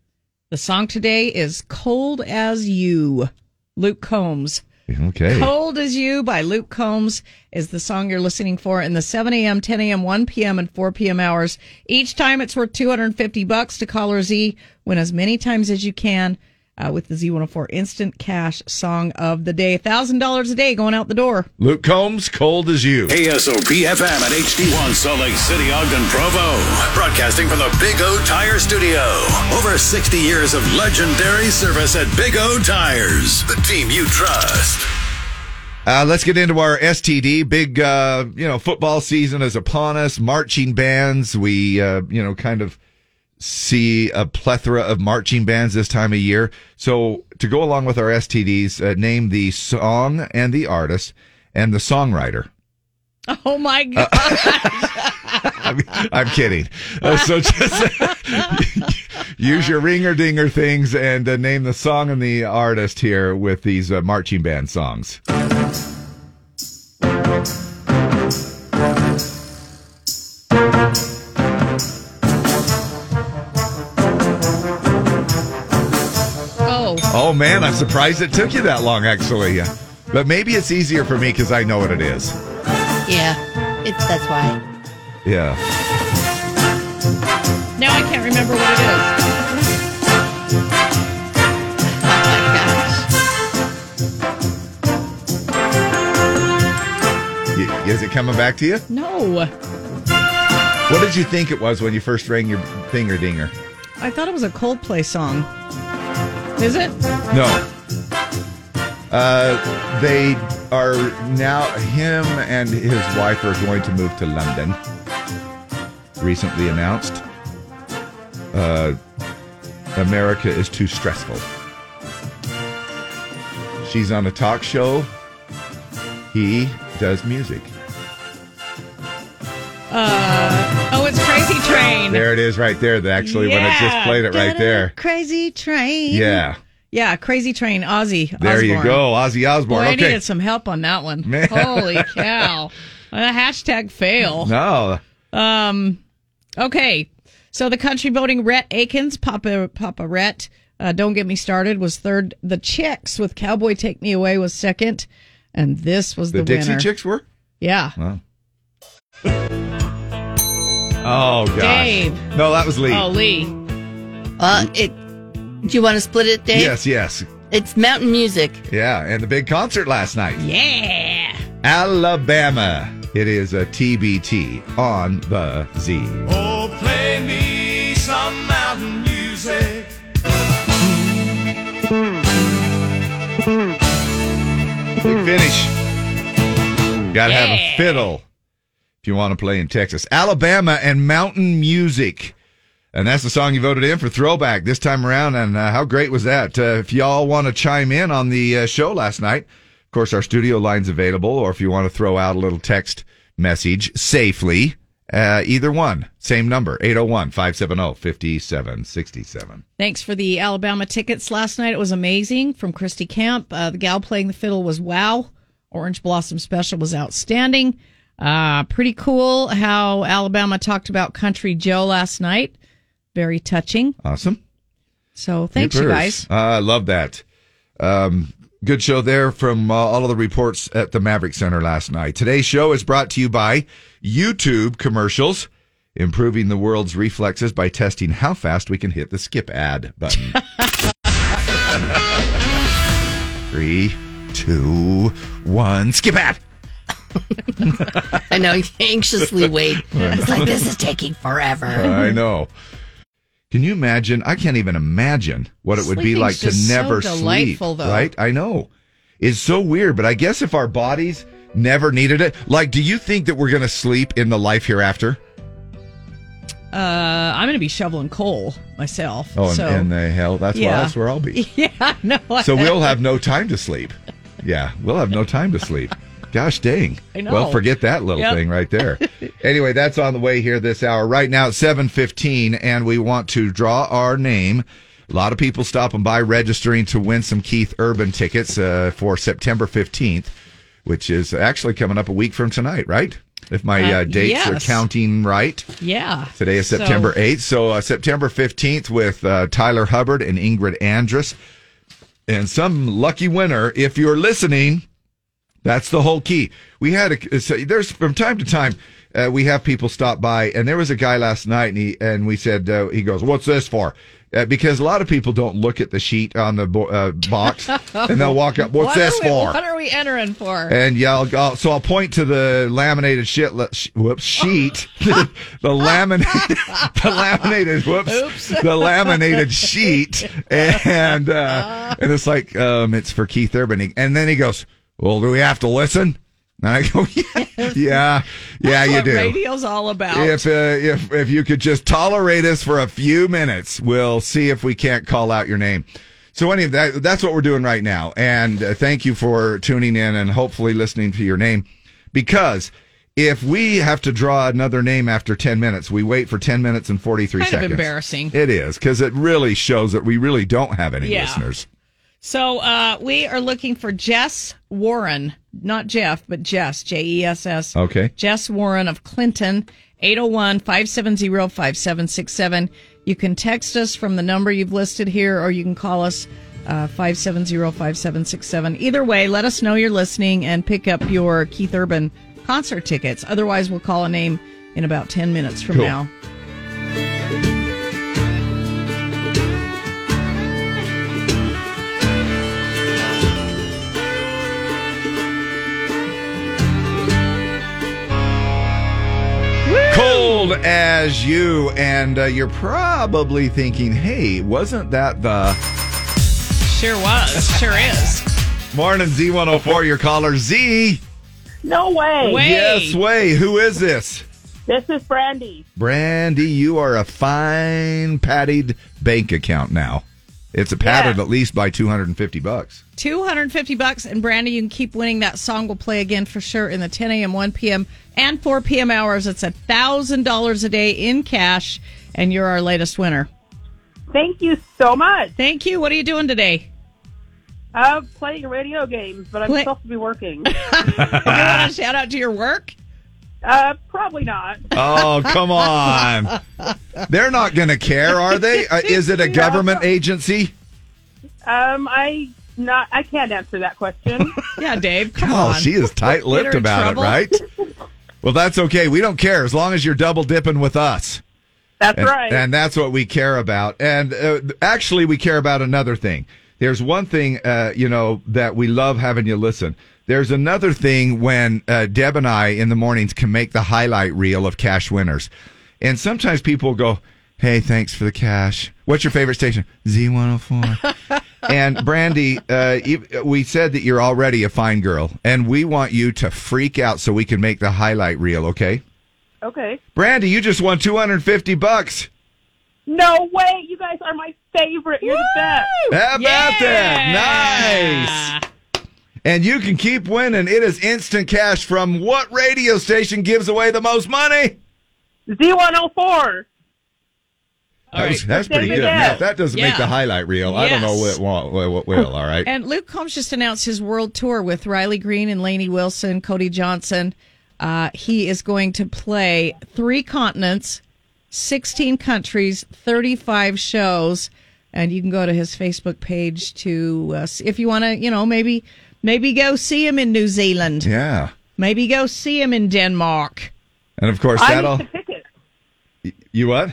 [SPEAKER 3] The song today is Cold as You, Luke Combs.
[SPEAKER 2] Okay.
[SPEAKER 3] Cold as You by Luke Combs is the song you're listening for in the 7 a.m., 10 a.m., 1 p.m., and 4 p.m. hours. Each time it's worth 250 bucks to caller Z. Win as many times as you can uh, with the Z104 Instant Cash Song of the Day. $1,000 a day going out the door.
[SPEAKER 2] Luke Combs, cold as you.
[SPEAKER 4] KSOP FM at HD1 Salt Lake City, Ogden, Provo. Broadcasting from the Big O Tire Studio. Over 60 years of legendary service at Big O Tires, the team you trust.
[SPEAKER 2] Uh, let's get into our STD. Big, uh, you know, football season is upon us. Marching bands. We, uh, you know, kind of see a plethora of marching bands this time of year. So to go along with our STDs, uh, name the song and the artist and the songwriter.
[SPEAKER 3] Oh my God.
[SPEAKER 2] I'm, I'm kidding. Uh, so just use your ringer dinger things and uh, name the song and the artist here with these uh, marching band songs.
[SPEAKER 3] oh,
[SPEAKER 2] Oh man, I'm surprised it took you that long actually. But maybe it's easier for me because I know what it is.
[SPEAKER 1] Yeah, it's that's why.
[SPEAKER 2] Yeah.
[SPEAKER 3] now I can't remember what it is.
[SPEAKER 1] Oh my gosh.
[SPEAKER 2] Y- Is it coming back to you?
[SPEAKER 3] No.
[SPEAKER 2] What did you think it was when you first rang your finger dinger?
[SPEAKER 3] I thought it was a Coldplay song. Is it?
[SPEAKER 2] No. Uh, they are now, him and his wife are going to move to London. Recently announced. Uh, America is too stressful. She's on a talk show. He does music.
[SPEAKER 3] Oh, it's Crazy Train.
[SPEAKER 2] There it is right there. That actually, when I
[SPEAKER 3] Yeah.
[SPEAKER 2] just played it right there.
[SPEAKER 3] Crazy Train.
[SPEAKER 2] Yeah.
[SPEAKER 3] Yeah, Crazy Train, Ozzy.
[SPEAKER 2] There you
[SPEAKER 3] Osbourne.
[SPEAKER 2] go. Ozzy
[SPEAKER 3] Boy,
[SPEAKER 2] Osbourne.
[SPEAKER 3] I
[SPEAKER 2] okay.
[SPEAKER 3] needed some help on that one.
[SPEAKER 2] Man.
[SPEAKER 3] Holy cow. Uh, hashtag fail.
[SPEAKER 2] No.
[SPEAKER 3] Um, okay. So the country voting Rhett Akins, Papa Papa Rhett, uh, don't get me started, was third. The Chicks with Cowboy Take Me Away was second, and this was the,
[SPEAKER 2] The, Dixie
[SPEAKER 3] winner.
[SPEAKER 2] Chicks were?
[SPEAKER 3] Yeah.
[SPEAKER 2] Wow. Oh gosh.
[SPEAKER 3] Dave.
[SPEAKER 2] No, that was Lee.
[SPEAKER 3] Oh, Lee.
[SPEAKER 1] Uh, it. Do you want to split it, Dave?
[SPEAKER 2] yes, yes.
[SPEAKER 1] It's mountain music.
[SPEAKER 2] Yeah, and the big concert last night.
[SPEAKER 3] Yeah.
[SPEAKER 2] Alabama. It is a TBT on the Z.
[SPEAKER 5] Oh, play me some mountain music.
[SPEAKER 2] Big finish. Gotta have a fiddle if you want to play in Texas. Alabama and mountain music. And that's the song you voted in for throwback this time around. And uh, how great was that? Uh, if y'all want to chime in on the uh, show last night, of course, our studio line's available. Or if you want to throw out a little text message safely, uh, either one, same number, 801 570 5767.
[SPEAKER 3] Thanks for the Alabama tickets last night. It was amazing from Christy Camp. Uh, the gal playing the fiddle was wow. Orange Blossom Special was outstanding. Uh, pretty cool how Alabama talked about Country Joe last night. Very touching.
[SPEAKER 2] Awesome.
[SPEAKER 3] So thanks, you
[SPEAKER 2] Nippers.
[SPEAKER 3] guys.
[SPEAKER 2] Uh, I love that. Um, Good show there from uh, all of the reports at the Maverick Center last night. Today's show is brought to you by YouTube commercials, improving the world's reflexes by testing how fast we can hit the skip ad button. Three, two, one, skip ad.
[SPEAKER 1] I know you anxiously wait. It's like this is taking forever.
[SPEAKER 2] I know. Can you imagine? I can't even imagine what it would be
[SPEAKER 3] Sleeping's
[SPEAKER 2] like to
[SPEAKER 3] just so
[SPEAKER 2] never
[SPEAKER 3] delightful,
[SPEAKER 2] sleep.
[SPEAKER 3] though.
[SPEAKER 2] Right? I know. It's so weird, but I guess if our bodies never needed it, like, do you think that we're going to sleep in the life hereafter?
[SPEAKER 3] Uh, I'm going to be shoveling coal myself.
[SPEAKER 2] Oh, and,
[SPEAKER 3] so,
[SPEAKER 2] and the hell, that's where
[SPEAKER 3] Yeah.
[SPEAKER 2] that's where I'll be.
[SPEAKER 3] yeah, no,
[SPEAKER 2] So we'll have no time to sleep. Yeah, we'll have no time to sleep. Gosh dang.
[SPEAKER 3] I know.
[SPEAKER 2] Well, forget that little
[SPEAKER 3] Yep.
[SPEAKER 2] thing right there. anyway, that's on the way here this hour. Right now it's 7:15 and we want to draw our name. A lot of people stopping by registering to win some Keith Urban tickets uh, for September 15th, which is actually coming up a week from tonight, right? If my uh,
[SPEAKER 3] Uh,
[SPEAKER 2] dates are
[SPEAKER 3] yes.
[SPEAKER 2] counting right.
[SPEAKER 3] yeah.
[SPEAKER 2] Today is
[SPEAKER 3] So-
[SPEAKER 2] September 8th. So uh, September 15th with uh, Tyler Hubbard and Ingrid Andress. And some lucky winner, if you're listening, that's the whole key. We had a, so there's from time to time, uh, we have people stop by and there was a guy last night and he, and we said, uh, he goes, what's this for? Uh, because a lot of people don't look at the sheet on the bo- uh, box and they'll walk up, what's
[SPEAKER 3] What
[SPEAKER 2] this
[SPEAKER 3] are we,
[SPEAKER 2] for?
[SPEAKER 3] What are we entering for?
[SPEAKER 2] And yeah, I'll, I'll, so I'll point to the laminated shit, le- sh- whoops, sheet, the, laminated, the laminated, whoops, the laminated sheet, and uh, and it's like um, it's for Keith Urban, and then he goes, "Well, do we have to listen?" And I go, "Yeah, yeah, yeah you
[SPEAKER 3] what
[SPEAKER 2] do."
[SPEAKER 3] radio's all about.
[SPEAKER 2] If uh, if if you could just tolerate us for a few minutes, we'll see if we can't call out your name. So anyway, that, that's what we're doing right now, and uh, thank you for tuning in and hopefully listening to your name, because if we have to draw another name after ten minutes, we wait for ten minutes and forty three
[SPEAKER 3] Kind of
[SPEAKER 2] seconds.
[SPEAKER 3] embarrassing.
[SPEAKER 2] It is because it really shows that we really don't have any
[SPEAKER 3] Yeah.
[SPEAKER 2] listeners.
[SPEAKER 3] So uh, we are looking for Jess Warren, not Jeff, but Jess, J E S S.
[SPEAKER 2] Okay.
[SPEAKER 3] Jess Warren of Clinton, 801 570 5767. You can text us from the number you've listed here, or you can call us uh, 570 5767. Either way, let us know you're listening and pick up your Keith Urban concert tickets. Otherwise, we'll call a name in about 10 minutes from
[SPEAKER 2] Cool.
[SPEAKER 3] now.
[SPEAKER 2] Cold as you, and uh, you're probably thinking, "Hey, wasn't that the?"
[SPEAKER 3] Sure was. Sure is.
[SPEAKER 2] Morning, Z104, your caller Z.
[SPEAKER 7] No way.
[SPEAKER 3] Way.
[SPEAKER 2] Yes, way. Who is this?
[SPEAKER 7] This is Brandy.
[SPEAKER 2] Brandy, you are a fine padded bank account now. It's a padded
[SPEAKER 7] Yeah.
[SPEAKER 2] at least by 250 bucks.
[SPEAKER 3] 250 bucks and brandy you can keep winning that song will play again for sure in the 10 a.m 1 p.m and 4 p.m hours it's a thousand dollars a day in cash and you're our latest winner
[SPEAKER 7] Thank you so much.
[SPEAKER 3] thank you what are you doing today
[SPEAKER 7] I'm playing radio games, but I'm
[SPEAKER 3] Play-
[SPEAKER 7] supposed to be working.
[SPEAKER 3] do you
[SPEAKER 2] Ah.
[SPEAKER 3] want to shout out to your work
[SPEAKER 7] uh, probably not.
[SPEAKER 2] Oh, come on. They're not going to care, are they? Uh, is it a government agency?
[SPEAKER 7] Um, I not. I can't answer that question.
[SPEAKER 3] yeah dave come
[SPEAKER 2] Oh,
[SPEAKER 3] on
[SPEAKER 2] she is tight
[SPEAKER 3] Get
[SPEAKER 2] lipped
[SPEAKER 3] her in
[SPEAKER 2] about
[SPEAKER 3] trouble.
[SPEAKER 2] it, right? Well, that's okay. We don't care as long as you're double dipping with us.
[SPEAKER 7] That's
[SPEAKER 2] And,
[SPEAKER 7] right.
[SPEAKER 2] and that's what we care about. And uh, actually, we care about another thing. There's one thing, uh, you know, that we love having you listen. There's another thing when uh, Deb and I in the mornings can make the highlight reel of cash winners. And sometimes people go, Hey, thanks for the cash. What's your favorite station? Z104. and Brandy, uh, you- we said that you're already a fine girl, and we want you to freak out so we can make the highlight reel, okay?
[SPEAKER 7] okay.
[SPEAKER 2] Brandy, you just won 250 bucks.
[SPEAKER 7] No way. You guys are my favorite. You're the best.
[SPEAKER 2] How about
[SPEAKER 3] Yeah.
[SPEAKER 2] that? Nice. And you can keep winning. It is instant cash from what radio station gives away the most money?
[SPEAKER 7] Z104.
[SPEAKER 2] That was- That's
[SPEAKER 7] Send
[SPEAKER 2] pretty
[SPEAKER 7] it
[SPEAKER 2] good.
[SPEAKER 7] out.
[SPEAKER 2] Matt, that doesn't make
[SPEAKER 3] Yeah.
[SPEAKER 2] the highlight reel. I don't know
[SPEAKER 3] Yes.
[SPEAKER 2] what won't- what, what will. All right.
[SPEAKER 3] And Luke Combs just announced his world tour with Riley Green and Lainey Wilson, Cody Johnson. Uh, he is going to play three continents, 16 countries, 35 shows. and you can go to his Facebook page to uh, see- if you want to, you know, maybe maybe go see him in New Zealand,
[SPEAKER 2] Yeah.
[SPEAKER 3] maybe go see him in Denmark.
[SPEAKER 2] And of course,
[SPEAKER 7] I need
[SPEAKER 2] that'll.
[SPEAKER 7] some tickets.
[SPEAKER 2] You what?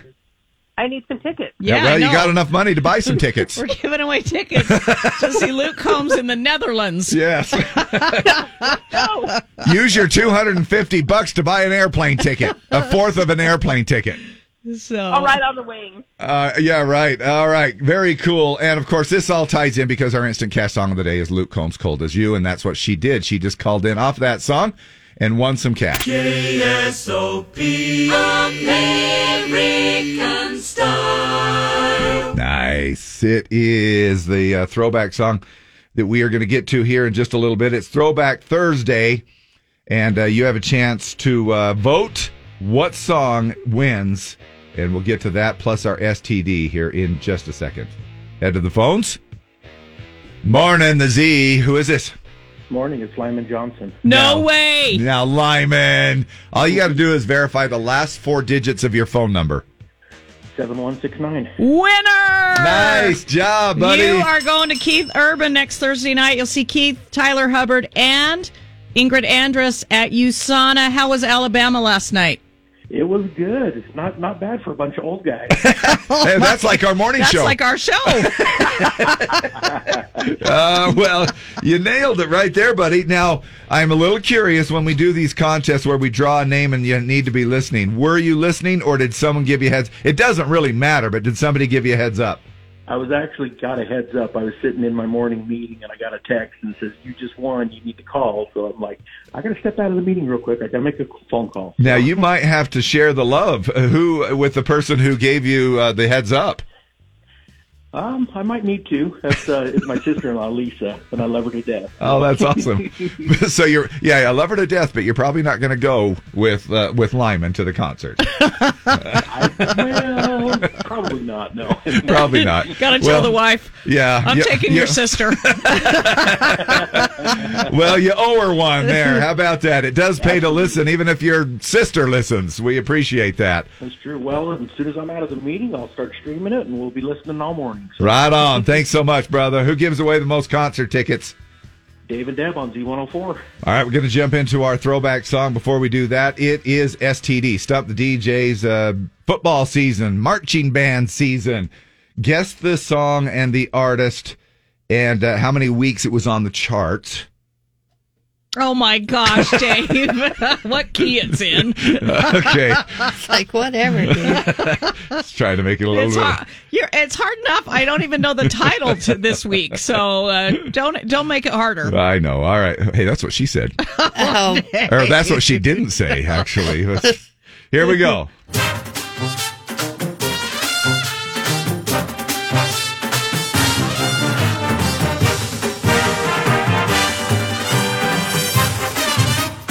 [SPEAKER 7] I need some tickets.
[SPEAKER 3] Yeah,
[SPEAKER 2] well,
[SPEAKER 3] I
[SPEAKER 2] you
[SPEAKER 3] know.
[SPEAKER 2] got enough money to buy some tickets.
[SPEAKER 3] We're giving away tickets to see Luke Combs in the Netherlands.
[SPEAKER 2] yes.
[SPEAKER 7] No,
[SPEAKER 2] Use your 250 bucks to buy an airplane ticket, a fourth of an airplane ticket.
[SPEAKER 3] So,
[SPEAKER 7] all right on the wing.
[SPEAKER 2] Uh, yeah, right. All right. Very cool. And of course, this all ties in because our instant cast song of the day is Luke Combs Cold as You. And that's what she did. She just called in off that song and won some cash. Nice. It is the uh, throwback song that we are going to get to here in just a little bit. It's Throwback Thursday, and uh, you have a chance to uh, vote what song wins, and we'll get to that plus our STD here in just a second. Head to the phones. Morning, the Z. Who is this?
[SPEAKER 8] Morning, it's Lyman Johnson.
[SPEAKER 3] no, way.
[SPEAKER 2] Now, Lyman. All you got to do is verify the last four digits of your phone number.
[SPEAKER 8] 7169.
[SPEAKER 3] Winner!
[SPEAKER 2] Nice job, buddy.
[SPEAKER 3] You are going to Keith Urban next Thursday night. You'll see Keith, Tyler Hubbard, and Ingrid Andress at USANA. How was Alabama last night?
[SPEAKER 8] It was good. It's not not bad for a bunch of old guys.
[SPEAKER 2] Hey, that's like our morning
[SPEAKER 3] That's
[SPEAKER 2] show.
[SPEAKER 3] like our show.
[SPEAKER 2] Uh, well, you nailed it right there, buddy. Now, I'm a little curious when we do these contests where we draw a name and you need to be listening. Were you listening or did someone give you heads? It doesn't really matter, but did somebody give you a heads up?
[SPEAKER 8] I was actually got a heads up. I was sitting in my morning meeting and I got a text and it says, You just won, you need to call. So I'm like, I gotta step out of the meeting real quick. I gotta make a phone call.
[SPEAKER 2] Now, you might have to share the love uh, who with the person who gave you uh, the heads up.
[SPEAKER 8] Um, I might need to. That's uh it's my sister in law, Lisa, and I love her to death.
[SPEAKER 2] Oh, that's awesome. so you're yeah, I love her to death, but you're probably not going to go with uh, with Lyman to the concert.
[SPEAKER 8] I, well probably not, no.
[SPEAKER 2] Probably not.
[SPEAKER 3] Gotta tell
[SPEAKER 2] Well,
[SPEAKER 3] the wife.
[SPEAKER 2] Yeah,
[SPEAKER 3] I'm
[SPEAKER 2] yeah,
[SPEAKER 3] taking your
[SPEAKER 2] yeah.
[SPEAKER 3] sister.
[SPEAKER 2] Well, you owe her one there. How about that? It does pay to listen, even if your sister listens. We appreciate that.
[SPEAKER 8] That's true. Well, as soon as I'm out of the meeting I'll start streaming it and we'll be listening all morning. So
[SPEAKER 2] Right on. Thanks so much, brother. Who gives away the most concert tickets?
[SPEAKER 8] Dave and Deb on Z one oh four.
[SPEAKER 2] All right, we're going to jump into our throwback song. Before we do that, it is STD, Stump the DJ's uh, football season, marching band season. Guess the song and the artist and uh, how many weeks it was on the charts.
[SPEAKER 3] oh my gosh, Dave. what key it's in.
[SPEAKER 2] okay,
[SPEAKER 1] It's like, whatever, dude.
[SPEAKER 2] let's try to make it a little
[SPEAKER 3] It's
[SPEAKER 2] bit.
[SPEAKER 3] hard, you're, it's hard enough. I don't even know the title to this week, so uh, don't don't make it harder.
[SPEAKER 2] I know. All right. Hey, that's what she said.
[SPEAKER 1] Oh,
[SPEAKER 2] Or that's what she didn't say, actually. Let's- Here we go.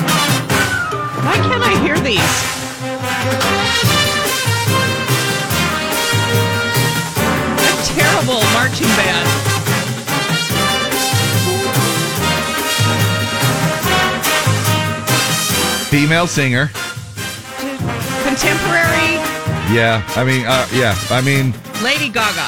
[SPEAKER 3] Why can't I hear these? A terrible marching band.
[SPEAKER 2] Female singer.
[SPEAKER 3] Contemporary
[SPEAKER 2] Yeah. I mean, uh, yeah. I mean,
[SPEAKER 3] Lady Gaga,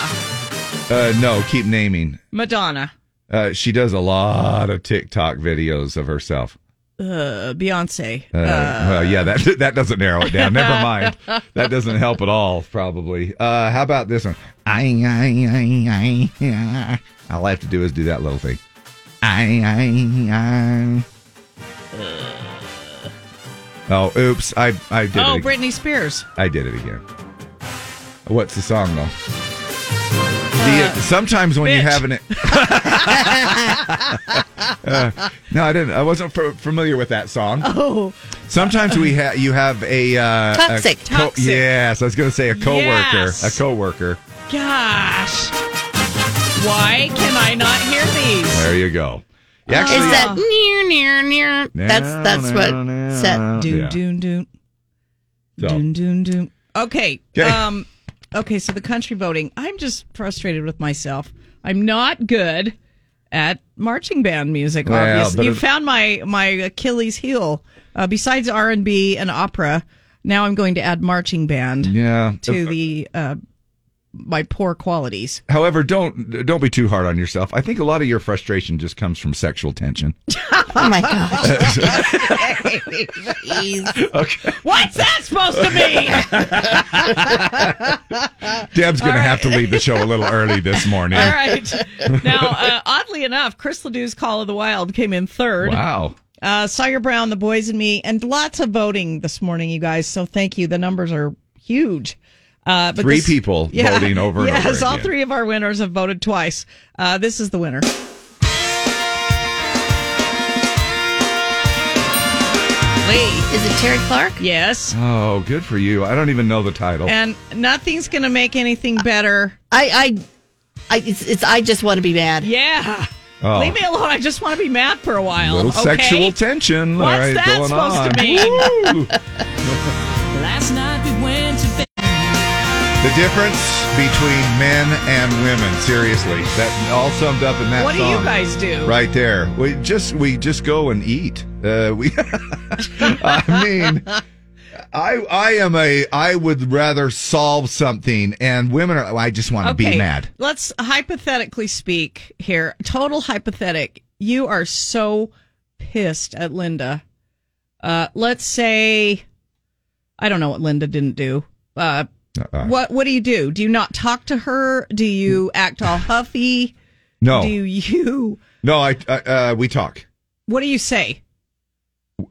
[SPEAKER 2] uh, no, keep naming.
[SPEAKER 3] Madonna,
[SPEAKER 2] Uh, she does a lot of TikTok videos of herself.
[SPEAKER 3] uh, Beyonce.
[SPEAKER 2] Uh, well, yeah, that that doesn't narrow it down. Never mind. That doesn't help at all, probably. Uh, how about this one? I, I, I, I, I. All I have to do is do that little thing. I, I,
[SPEAKER 3] Uh.
[SPEAKER 2] I. Oh, oops. I, I did
[SPEAKER 3] oh,
[SPEAKER 2] it. ag-
[SPEAKER 3] Britney Spears.
[SPEAKER 2] I did it again. What's the song, though? The- uh, sometimes when you
[SPEAKER 3] Uh, bitch.
[SPEAKER 2] have an. Uh, no, I didn't. I wasn't f- familiar with that song.
[SPEAKER 3] Oh,
[SPEAKER 2] Sometimes we have you have a uh,
[SPEAKER 1] Toxic.
[SPEAKER 2] A co-
[SPEAKER 3] Toxic.
[SPEAKER 2] Yes, I was going to say a coworker,
[SPEAKER 3] Yes.
[SPEAKER 2] a coworker.
[SPEAKER 3] gosh. Why can I not hear these?
[SPEAKER 2] There you go. You Actually,
[SPEAKER 1] Oh. is that near, near, near? That's that's what set.
[SPEAKER 3] Doom,
[SPEAKER 2] Yeah.
[SPEAKER 3] doom, doom,
[SPEAKER 2] So,
[SPEAKER 3] doom, doom, doom. Okay.
[SPEAKER 2] 'Kay.
[SPEAKER 3] Um. Okay. So the country voting. I'm just frustrated with myself. I'm not good at marching band music.
[SPEAKER 2] Well, but
[SPEAKER 3] obviously, you
[SPEAKER 2] it-
[SPEAKER 3] found my my Achilles heel. Uh, besides R and B and opera, now I'm going to add marching band
[SPEAKER 2] yeah.
[SPEAKER 3] to the uh, my poor qualities.
[SPEAKER 2] However, don't don't be too hard on yourself. I think a lot of your frustration just comes from sexual tension.
[SPEAKER 1] Oh my gosh.
[SPEAKER 2] Okay,
[SPEAKER 3] What's that supposed to mean?
[SPEAKER 2] Deb's going to have to leave the show a little early this morning.
[SPEAKER 3] All right. Now, uh, oddly enough, Chris Ledoux's Call of the Wild came in third.
[SPEAKER 2] Wow.
[SPEAKER 3] Uh, Sawyer Brown, The Boys and Me, and lots of voting this morning, you guys. So thank you. The numbers are huge. Uh, but
[SPEAKER 2] Three people voting over and
[SPEAKER 3] Yes,
[SPEAKER 2] over
[SPEAKER 3] all
[SPEAKER 2] again.
[SPEAKER 3] three of our winners have voted twice. Uh, this is the winner.
[SPEAKER 1] Wait, is it Terry Clark?
[SPEAKER 3] Yes.
[SPEAKER 2] Oh, good for you. I don't even know the title.
[SPEAKER 3] And nothing's going to make anything better.
[SPEAKER 1] I, I, I it's, it's I just want to be mad.
[SPEAKER 3] Yeah.
[SPEAKER 2] Oh.
[SPEAKER 3] Leave me alone. I just want to be mad for a while.
[SPEAKER 2] little
[SPEAKER 3] okay?
[SPEAKER 2] sexual tension.
[SPEAKER 3] What's
[SPEAKER 2] all right,
[SPEAKER 3] that
[SPEAKER 2] going
[SPEAKER 3] supposed
[SPEAKER 2] on.
[SPEAKER 3] to mean?
[SPEAKER 2] Woo!
[SPEAKER 9] Last night we went to bed.
[SPEAKER 2] the difference between men and women. Seriously, that all summed up in that
[SPEAKER 3] What do
[SPEAKER 2] song.
[SPEAKER 3] you guys do?
[SPEAKER 2] Right there. We just we just go and eat. Uh, we. I mean, I I am a I would rather solve something, and women are. I just want to be mad.
[SPEAKER 3] Let's hypothetically speak here. Total hypothetic. You are so pissed at Linda. Uh, let's say, I don't know what Linda didn't do. Uh,
[SPEAKER 2] Uh-uh.
[SPEAKER 3] what What do you do? Do you not talk to her? Do you act all huffy?
[SPEAKER 2] No,
[SPEAKER 3] Do you?
[SPEAKER 2] no. I, I uh, we talk.
[SPEAKER 3] What do you say?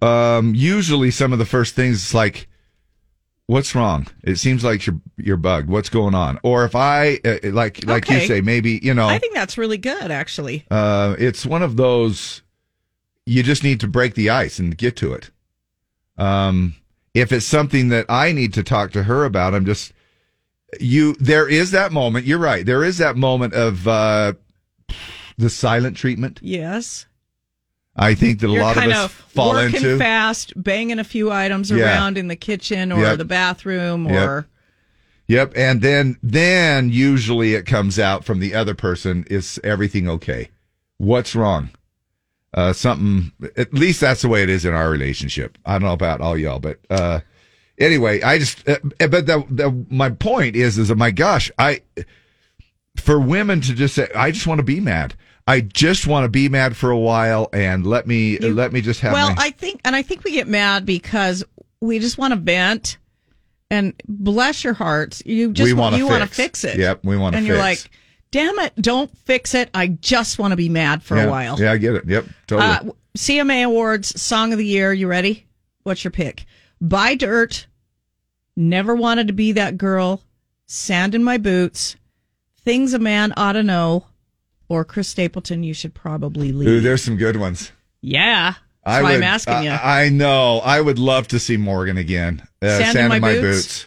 [SPEAKER 2] Um, usually some of the first things is like, what's wrong? It seems like you're you're bugged. What's going on? Or if I uh, like like
[SPEAKER 3] Okay.
[SPEAKER 2] you say, maybe you know.
[SPEAKER 3] I think that's really good, actually.
[SPEAKER 2] Uh, it's one of those you just need to break the ice and get to it. Um, if it's something that I need to talk to her about, I'm just you. There is that moment. You're right. There is that moment of uh, the silent treatment.
[SPEAKER 3] Yes.
[SPEAKER 2] I think that a lot of us fall
[SPEAKER 3] working
[SPEAKER 2] into.
[SPEAKER 3] fast, banging a few items
[SPEAKER 2] Yeah.
[SPEAKER 3] around in the kitchen or
[SPEAKER 2] Yep.
[SPEAKER 3] the bathroom or.
[SPEAKER 2] Yep. Yep, and then then usually it comes out from the other person is everything okay? What's wrong? Uh something at least that's the way it is in our relationship. I don't know about all y'all, but uh anyway, I just uh, but the, the my point is is that my gosh, I for women to just say I just want to be mad. I just want to be mad for a while and let me let me just have
[SPEAKER 3] well
[SPEAKER 2] my
[SPEAKER 3] i think and i think we get mad because we just want to vent and bless your hearts you just
[SPEAKER 2] we want
[SPEAKER 3] you
[SPEAKER 2] to
[SPEAKER 3] want to fix it
[SPEAKER 2] Yep, we want to
[SPEAKER 3] and
[SPEAKER 2] fix.
[SPEAKER 3] you're like damn it don't fix it i just want to be mad for
[SPEAKER 2] yeah,
[SPEAKER 3] a while
[SPEAKER 2] Yeah, I get it. Yep, totally.
[SPEAKER 3] uh, cma awards song of the year you ready what's your pick by dirt never wanted to be that girl sand in my boots things a man ought to know or chris stapleton you should probably leave
[SPEAKER 2] Ooh, there's some good ones.
[SPEAKER 3] yeah that's why i'm asking
[SPEAKER 2] I,
[SPEAKER 3] you
[SPEAKER 2] I know. I would love to see Morgan again. Uh,
[SPEAKER 3] Sand in My Boots?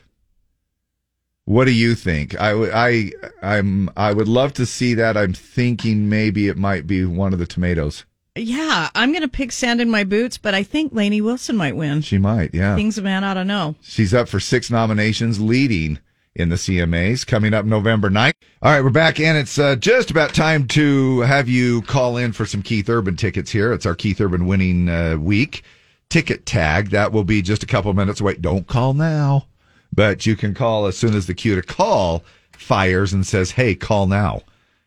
[SPEAKER 2] What do you think? I would. I. I'm. I would love to see that. I'm thinking maybe it might be one of the tomatoes.
[SPEAKER 3] Yeah, I'm going to pick sand in my boots, but I think Lainey Wilson might win.
[SPEAKER 2] She might. Yeah.
[SPEAKER 3] Things a man ought to know.
[SPEAKER 2] She's up for six nominations, leading in the CMAs coming up November 9th. All right, we're back, and it's uh, just about time to have you call in for some Keith Urban tickets here. It's our Keith Urban winning uh, week ticket tag. That will be just a couple minutes away. Don't call now, but you can call as soon as the cue to call fires and says, hey, call now.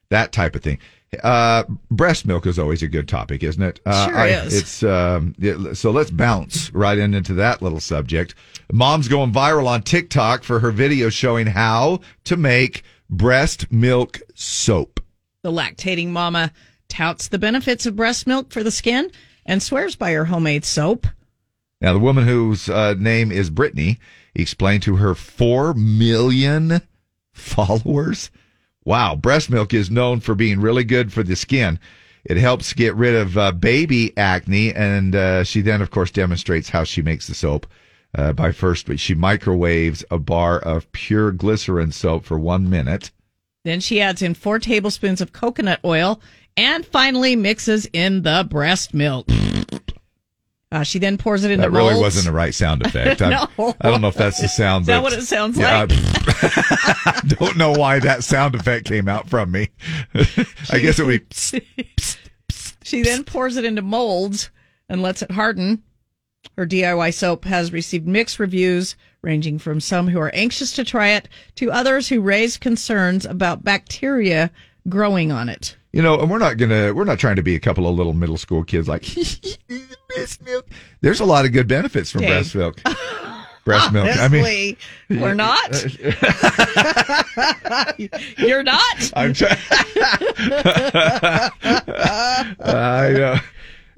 [SPEAKER 2] That type of thing. Uh, breast milk is always a good topic, isn't it? Uh,
[SPEAKER 3] Sure
[SPEAKER 2] I-
[SPEAKER 3] is.
[SPEAKER 2] It's um, yeah, so let's bounce right in into that little subject. Mom's going viral on TikTok for her video showing how to make breast milk soap.
[SPEAKER 3] The lactating mama touts the benefits of breast milk for the skin and swears by her homemade soap.
[SPEAKER 2] Now, the woman whose uh, name is Brittany explained to her 4 million followers. Wow, breast milk is known for being really good for the skin. It helps get rid of uh, baby acne. And uh, she then, of course, demonstrates how she makes the soap uh, by first, she microwaves a bar of pure glycerin soap for one minute.
[SPEAKER 3] Then she adds in four tablespoons of coconut oil and finally mixes in the breast milk. Uh, she then pours it into
[SPEAKER 2] That really
[SPEAKER 3] molds.
[SPEAKER 2] wasn't the right sound effect. I-
[SPEAKER 3] No.
[SPEAKER 2] I don't know if that's the sound.
[SPEAKER 3] Is that
[SPEAKER 2] but-
[SPEAKER 3] what it sounds like?
[SPEAKER 2] I- don't know why that sound effect came out from me. I guess it would be.
[SPEAKER 3] she then pours it into molds and lets it harden. Her DIY soap has received mixed reviews, ranging from some who are anxious to try it to others who raise concerns about bacteria growing on it.
[SPEAKER 2] You know, and we're not gonna we're not trying to be a couple of little middle school kids like breast milk. There's a lot of good benefits from
[SPEAKER 3] Dave.
[SPEAKER 2] breast milk. breast milk. I mean,
[SPEAKER 3] Honestly, we're not. You're not.
[SPEAKER 2] I'm trying. I know.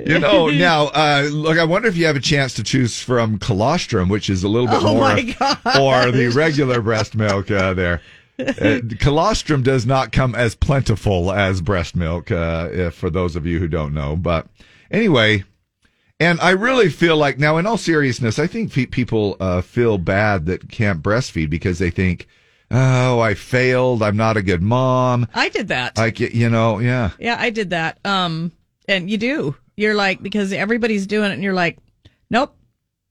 [SPEAKER 2] You know now. Uh, look, I wonder if you have a chance to choose from colostrum, which is a little bit
[SPEAKER 3] Oh,
[SPEAKER 2] more,
[SPEAKER 3] my gosh.
[SPEAKER 2] or the regular breast milk. Uh, there, uh, colostrum does not come as plentiful as breast milk. Uh, if, for those of you who don't know, but anyway, and I really feel like now, in all seriousness, I think pe- people uh, feel bad that can't breastfeed because they think, "Oh, I failed. I'm not a good mom."
[SPEAKER 3] I did that.
[SPEAKER 2] Like y- you know, yeah.
[SPEAKER 3] Yeah, I did that. Um, and you do. You're like because everybody's doing it, and you're like, nope.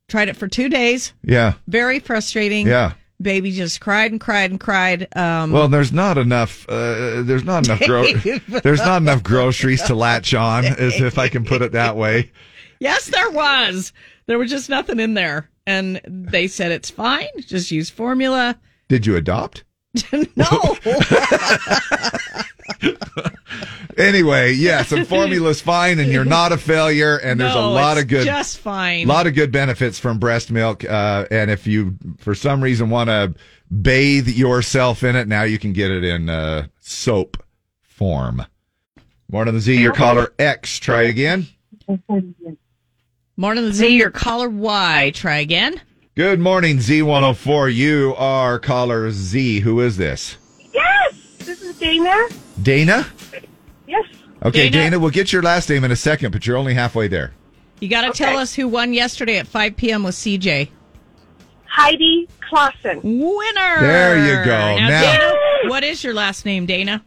[SPEAKER 3] Tried it for two days.
[SPEAKER 2] Yeah.
[SPEAKER 3] Very frustrating.
[SPEAKER 2] Yeah.
[SPEAKER 3] Baby just cried and cried and cried. Um,
[SPEAKER 2] Well, there's not enough. Uh, there's not enough. Gro-
[SPEAKER 3] Dave.
[SPEAKER 2] there's not enough groceries to latch on, as if I can put it that way.
[SPEAKER 3] yes, there was. There was just nothing in there, and they said it's fine. Just use formula.
[SPEAKER 2] Did you adopt?
[SPEAKER 3] No,
[SPEAKER 2] Anyway, yes, and formula's fine, and you're not a failure, and there's a
[SPEAKER 3] no,
[SPEAKER 2] lot
[SPEAKER 3] it's
[SPEAKER 2] of good,
[SPEAKER 3] Just fine.
[SPEAKER 2] lot of good benefits from breast milk. Uh, and if you, for some reason, want to bathe yourself in it, now you can get it in uh, soap form. Morning on the Z, your caller X. Try again.
[SPEAKER 3] Morning, Z. Your caller Y. Try again.
[SPEAKER 2] Good morning, Z104. You are caller Z. Who is this?
[SPEAKER 7] Yes, this is Dana.
[SPEAKER 2] Dana?
[SPEAKER 7] Yes.
[SPEAKER 2] Okay, Dana.
[SPEAKER 3] Dana.
[SPEAKER 2] we'll get your last name in a second, but you're only halfway there.
[SPEAKER 3] You got to tell us who won yesterday at 5 p.m. with CJ.
[SPEAKER 7] Heidi Clausen.
[SPEAKER 3] Winner.
[SPEAKER 2] There you go.
[SPEAKER 3] Now,
[SPEAKER 2] Now-
[SPEAKER 3] Dana, what is your last name, Dana?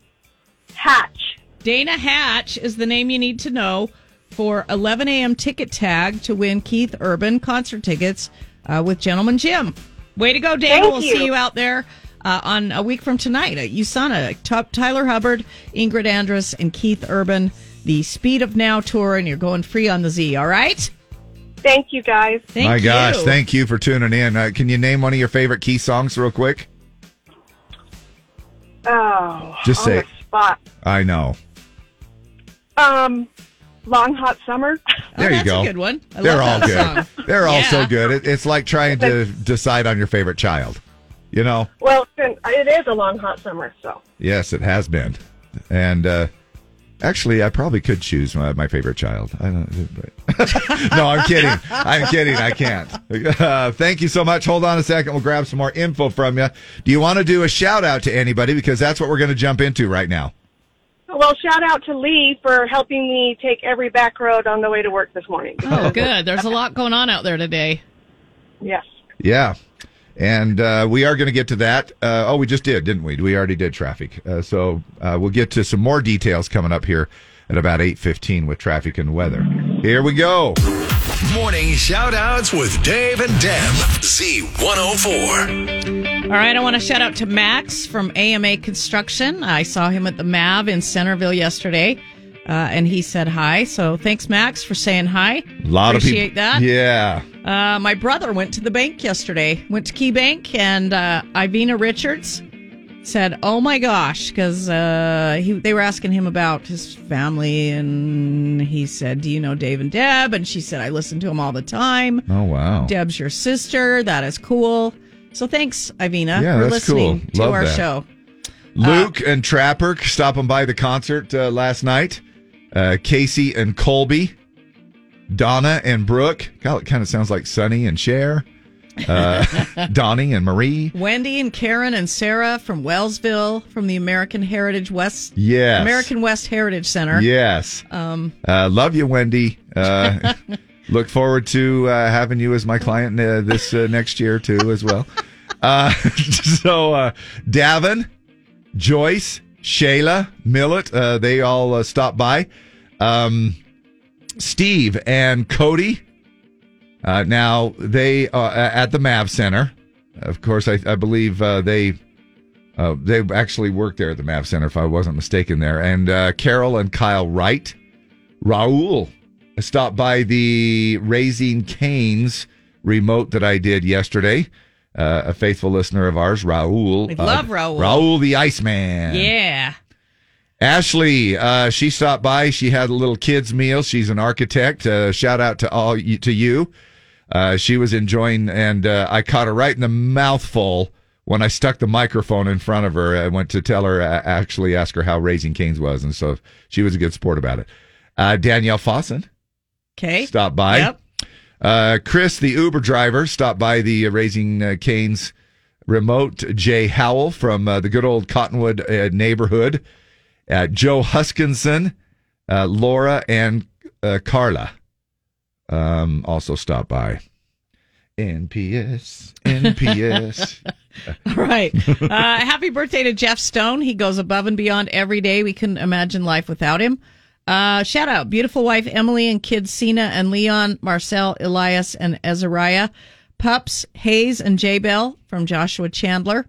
[SPEAKER 7] Hatch.
[SPEAKER 3] Dana Hatch is the name you need to know for 11 a.m. ticket tag to win Keith Urban concert tickets uh, with Gentleman Jim. Way to go, Dana.
[SPEAKER 7] Thank
[SPEAKER 3] we'll
[SPEAKER 7] you.
[SPEAKER 3] see you out there uh, on a week from tonight at USANA. Top Tyler Hubbard, Ingrid Andress, and Keith Urban, the Speed of Now tour, and you're going free on the Z, all right?
[SPEAKER 7] Thank you guys.
[SPEAKER 3] Thank
[SPEAKER 2] My
[SPEAKER 3] you.
[SPEAKER 2] gosh, thank you for tuning in. Uh, can you name one of your favorite key songs real quick?
[SPEAKER 7] Oh,
[SPEAKER 2] Just
[SPEAKER 7] on
[SPEAKER 2] say
[SPEAKER 7] the
[SPEAKER 2] it.
[SPEAKER 7] spot.
[SPEAKER 2] I know.
[SPEAKER 7] Um, long hot summer.
[SPEAKER 2] There you
[SPEAKER 3] Oh, that's
[SPEAKER 2] go.
[SPEAKER 3] a good one. I
[SPEAKER 2] They're all
[SPEAKER 3] love that
[SPEAKER 2] good.
[SPEAKER 3] song.
[SPEAKER 2] They're all so
[SPEAKER 3] Yeah.
[SPEAKER 2] good. It, it's like trying to decide on your favorite child. You know?
[SPEAKER 7] Well, it's been- it is a long hot summer, so
[SPEAKER 2] Yes, it has been. And uh, actually, I probably could choose my, my favorite child. I don't, no, I'm kidding. I'm kidding. I can't. Uh, thank you so much. Hold on a second. We'll grab some more info from you. Do you want to do a shout out to anybody? Because that's what we're going to jump into right now.
[SPEAKER 7] Well, shout out to Lee for helping me take every back road on the way to work this morning.
[SPEAKER 3] Oh, good. There's a lot going on out there today.
[SPEAKER 7] Yes.
[SPEAKER 2] Yeah. And uh, we are going to get to that. Uh, oh, we just did, didn't we? We already did traffic. Uh, so uh, we'll get to some more details coming up here at about 8.15 with traffic and weather. Here we go.
[SPEAKER 4] Morning shout outs with Dave and Deb. Z104.
[SPEAKER 3] All right, I want to shout out to Max from AMA Construction. I saw him at the MAV in Centerville yesterday, uh, and he said hi. So thanks, Max, for saying hi.
[SPEAKER 2] A lot
[SPEAKER 3] Appreciate
[SPEAKER 2] of people.
[SPEAKER 3] that.
[SPEAKER 2] Yeah.
[SPEAKER 3] Uh, my brother went to the bank yesterday, went to Key Bank, and uh, Ivina Richards said, "Oh my gosh," because uh, he they were asking him about his family, and he said, "Do you know Dave and Deb?" And she said, "I listen to him all the time."
[SPEAKER 2] Oh, wow.
[SPEAKER 3] Deb's your sister. That is cool. So thanks, Ivina,
[SPEAKER 2] Yeah,
[SPEAKER 3] for
[SPEAKER 2] that's
[SPEAKER 3] listening
[SPEAKER 2] cool.
[SPEAKER 3] to
[SPEAKER 2] Love
[SPEAKER 3] our
[SPEAKER 2] that.
[SPEAKER 3] show.
[SPEAKER 2] Luke and Trapper stopping by the concert uh, last night. Uh, Casey and Colby, Donna and Brooke. God, it kind of sounds like Sonny and Cher. Uh, Donnie and Marie.
[SPEAKER 3] Wendy and Karen and Sarah from Wellsville from the American Heritage West
[SPEAKER 2] Yes.
[SPEAKER 3] American West Heritage Center.
[SPEAKER 2] Yes.
[SPEAKER 3] Um,
[SPEAKER 2] Uh, love you, Wendy. Uh, look forward to uh, having you as my client uh, this uh, next year too, as well. Uh, so, uh, Davin, Joyce, Shayla, Millet, uh, they all uh, stopped by. Um, Steve and Cody. Uh, now they are uh, at the Mav Center. Of course, I, I believe uh, they uh, they actually worked there at the Mav Center, if I wasn't mistaken. There and uh, Carol and Kyle Wright, Raul I stopped by the Raising Canes remote that I did yesterday. Uh, a faithful listener of ours, Raul. Uh,
[SPEAKER 3] We love Raul.
[SPEAKER 2] Raul the Iceman.
[SPEAKER 3] Yeah.
[SPEAKER 2] Ashley, uh, she stopped by. She had a little kids' meal. She's an architect. Uh, shout out to all you, to you. Uh, she was enjoying, and uh, I caught her right in the mouthful when I stuck the microphone in front of her. I went to tell her, uh, actually, ask her how Raising Canes was, and so she was a good sport about it. Uh, Danielle Fossen
[SPEAKER 3] Okay.
[SPEAKER 2] stopped by.
[SPEAKER 3] Yep.
[SPEAKER 2] Uh, Chris, the Uber driver, stopped by the uh, Raising uh, Canes remote. Jay Howell from uh, the good old Cottonwood uh, neighborhood. Uh, Joe Huskinson, uh, Laura, and uh, Carla um, also stopped by. NPS, NPS.
[SPEAKER 3] All right. Uh, happy birthday to Jeff Stone. He goes above and beyond every day. We couldn't imagine life without him. Uh, shout out, beautiful wife Emily and kids Cena and Leon, Marcel, Elias, and Ezariah. Pups, Hayes, and J Bell from Joshua Chandler.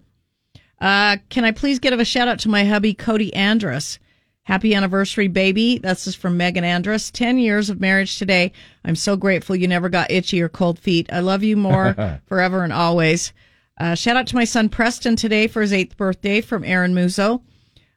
[SPEAKER 3] Uh, can I please give a shout out to my hubby, Cody Andrus? Happy anniversary, baby. This is from Megan Andrus. 10 years of marriage today. I'm so grateful you never got itchy or cold feet. I love you more forever and always. Uh, shout out to my son Preston today for his eighth birthday from Aaron Muzo.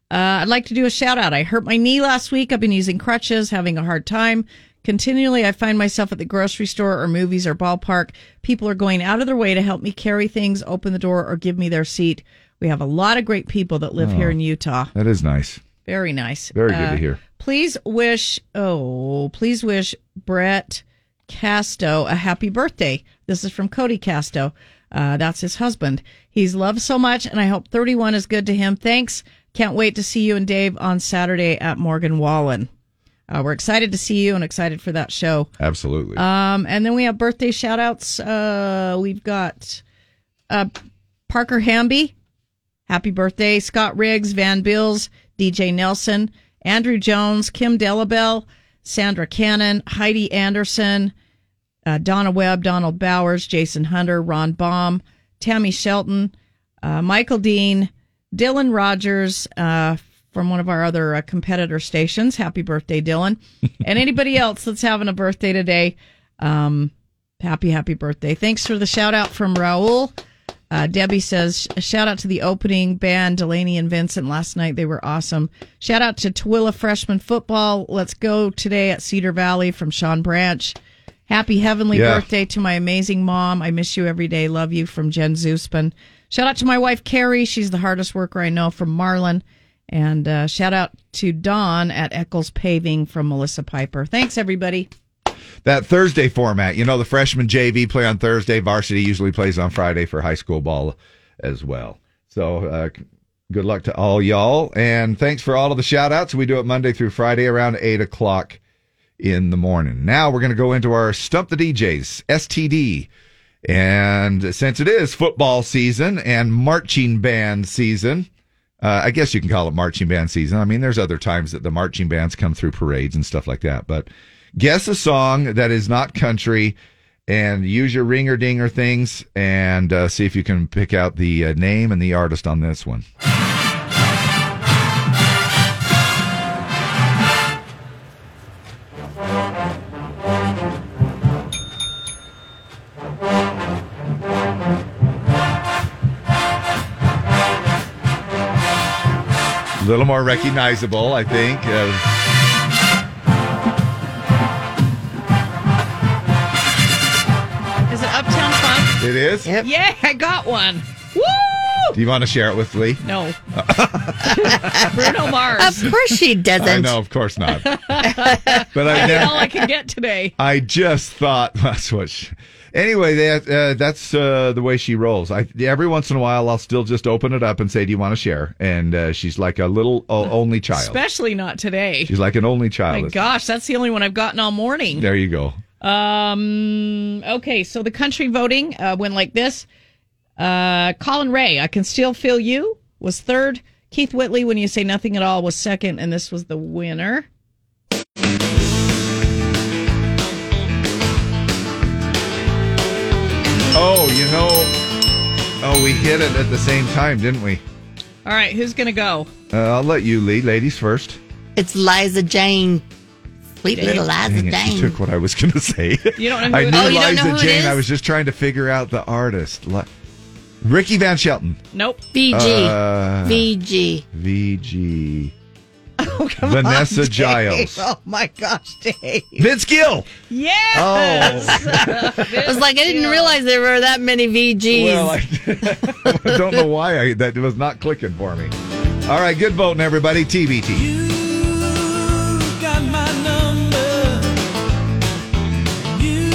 [SPEAKER 3] Uh, I'd like to do a shout out. I hurt my knee last week. I've been using crutches, having a hard time. Continually, I find myself at the grocery store or movies or ballpark. People are going out of their way to help me carry things, open the door, or give me their seat. We have a lot of great people that live here in Utah.
[SPEAKER 2] that is nice.
[SPEAKER 3] Very nice.
[SPEAKER 2] Oh. Very good to
[SPEAKER 3] Uh,
[SPEAKER 2] hear.
[SPEAKER 3] Please wish, oh, please wish Brett Casto a happy birthday. This is from Cody Casto. Uh, that's his husband. He's loved so much, and I hope 31 is good to him. Thanks. Can't wait to see you and Dave on Saturday at Morgan Wallen. Uh, we're excited to see you and excited for that show.
[SPEAKER 2] Absolutely.
[SPEAKER 3] Um, and then we have birthday shout outs. Uh, we've got uh, Parker Hamby. Happy birthday. Scott Riggs, Van Bills, DJ Nelson, Andrew Jones, Kim Delabelle, Sandra Cannon, Heidi Anderson, uh, Donna Webb, Donald Bowers, Jason Hunter, Ron Baum, Tammy Shelton, uh, Michael Dean, Dylan Rogers uh, from one of our other uh, competitor stations. Happy birthday, Dylan. and anybody else that's having a birthday today, um, happy, happy birthday. Thanks for the shout out from Raul. Uh, Debbie says, shout out to the opening band, Delaney and Vincent last night. They were awesome. Shout out to Twilla Freshman Football. Let's go today at Cedar Valley from Sean Branch. Happy heavenly
[SPEAKER 2] Yeah.
[SPEAKER 3] birthday to my amazing mom. I miss you every day. Love you from Jen Zuspan. Shout out to my wife, Carrie. She's the hardest worker I know from Marlin. And uh, shout out to Dawn at Eccles Paving from Melissa Piper. Thanks, everybody.
[SPEAKER 2] that Thursday format. You know, the freshman JV play on Thursday. Varsity usually plays on Friday for high school ball as well. So, uh, c- good luck to all y'all. And thanks for all of the shout outs. We do it Monday through Friday around 8 o'clock in the morning. Now we're going to go into our Stump the DJs, STD. And since it is football season and marching band season, uh, I guess you can call it marching band season. I mean, there's other times that the marching bands come through parades and stuff like that. But guess a song that is not country and use your ringer dinger things and uh, see if you can pick out the uh, name and the artist on this one. A little more recognizable, I think. Uh,
[SPEAKER 3] Is it Uptown Funk?
[SPEAKER 2] it is.
[SPEAKER 1] Yep.
[SPEAKER 3] Yeah, I got one. Woo!
[SPEAKER 2] Do you want to share it with Lee?
[SPEAKER 3] No. Bruno Mars.
[SPEAKER 1] Of course she doesn't.
[SPEAKER 2] I know, of course not. but I,
[SPEAKER 3] That's
[SPEAKER 2] never,
[SPEAKER 3] all I can get today.
[SPEAKER 2] I just thought that's what. She, anyway, that uh, that's uh, the way she rolls. I every once in a while, I'll still just open it up and say, "Do you want to share?" And uh, she's like a little o- only child.
[SPEAKER 3] Especially not today.
[SPEAKER 2] she's like an only child.
[SPEAKER 3] My gosh, that's the only one I've gotten all morning.
[SPEAKER 2] There you go.
[SPEAKER 3] Um. Okay, so the country voting uh, went like this: uh, Colin Ray, "I Can Still Feel You" was third. Keith Whitley, "When You Say Nothing at All" was second, and this was the winner.
[SPEAKER 2] Oh, you know. Oh, we hit it at the same time, didn't we?
[SPEAKER 3] All right, who's gonna go?
[SPEAKER 2] Uh, I'll let you lead, ladies first.
[SPEAKER 1] It's Liza Jane. complete little eyes of
[SPEAKER 2] Dang it,
[SPEAKER 1] Dame.
[SPEAKER 2] you took what I was going to say.
[SPEAKER 3] You don't know who
[SPEAKER 2] I
[SPEAKER 3] it
[SPEAKER 2] knew
[SPEAKER 3] is? Oh,
[SPEAKER 1] you don't
[SPEAKER 2] Liza
[SPEAKER 1] know who it
[SPEAKER 2] Jane. I
[SPEAKER 1] is?
[SPEAKER 2] was just trying to figure out the artist. Li- Ricky Van Shelton.
[SPEAKER 3] Nope.
[SPEAKER 1] VG.
[SPEAKER 2] Uh,
[SPEAKER 1] VG.
[SPEAKER 2] VG.
[SPEAKER 3] Oh, come
[SPEAKER 2] Vanessa
[SPEAKER 3] on, Dave.
[SPEAKER 2] Giles.
[SPEAKER 3] Oh my gosh, Dave.
[SPEAKER 2] Vince Gill.
[SPEAKER 3] Yes.
[SPEAKER 2] Oh.
[SPEAKER 1] I was like, I didn't realize there were that many VGs.
[SPEAKER 2] Well, I, I don't know why I, that was not clicking for me. All right, good voting, everybody. TBT.
[SPEAKER 9] You got my number. You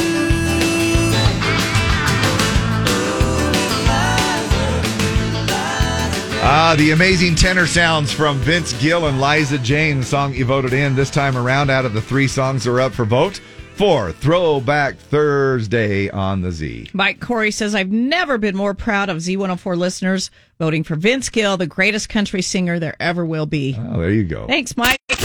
[SPEAKER 2] Ah, the amazing tenor sounds from Vince Gill and Liza Jane, the song you voted in this time around out of the three songs that are up for vote for Throwback Thursday on the Z.
[SPEAKER 3] Mike Corey says, I've never been more proud of Z104 listeners voting for Vince Gill, the greatest country singer there ever will be.
[SPEAKER 2] Oh, there you go.
[SPEAKER 3] Thanks, Mike.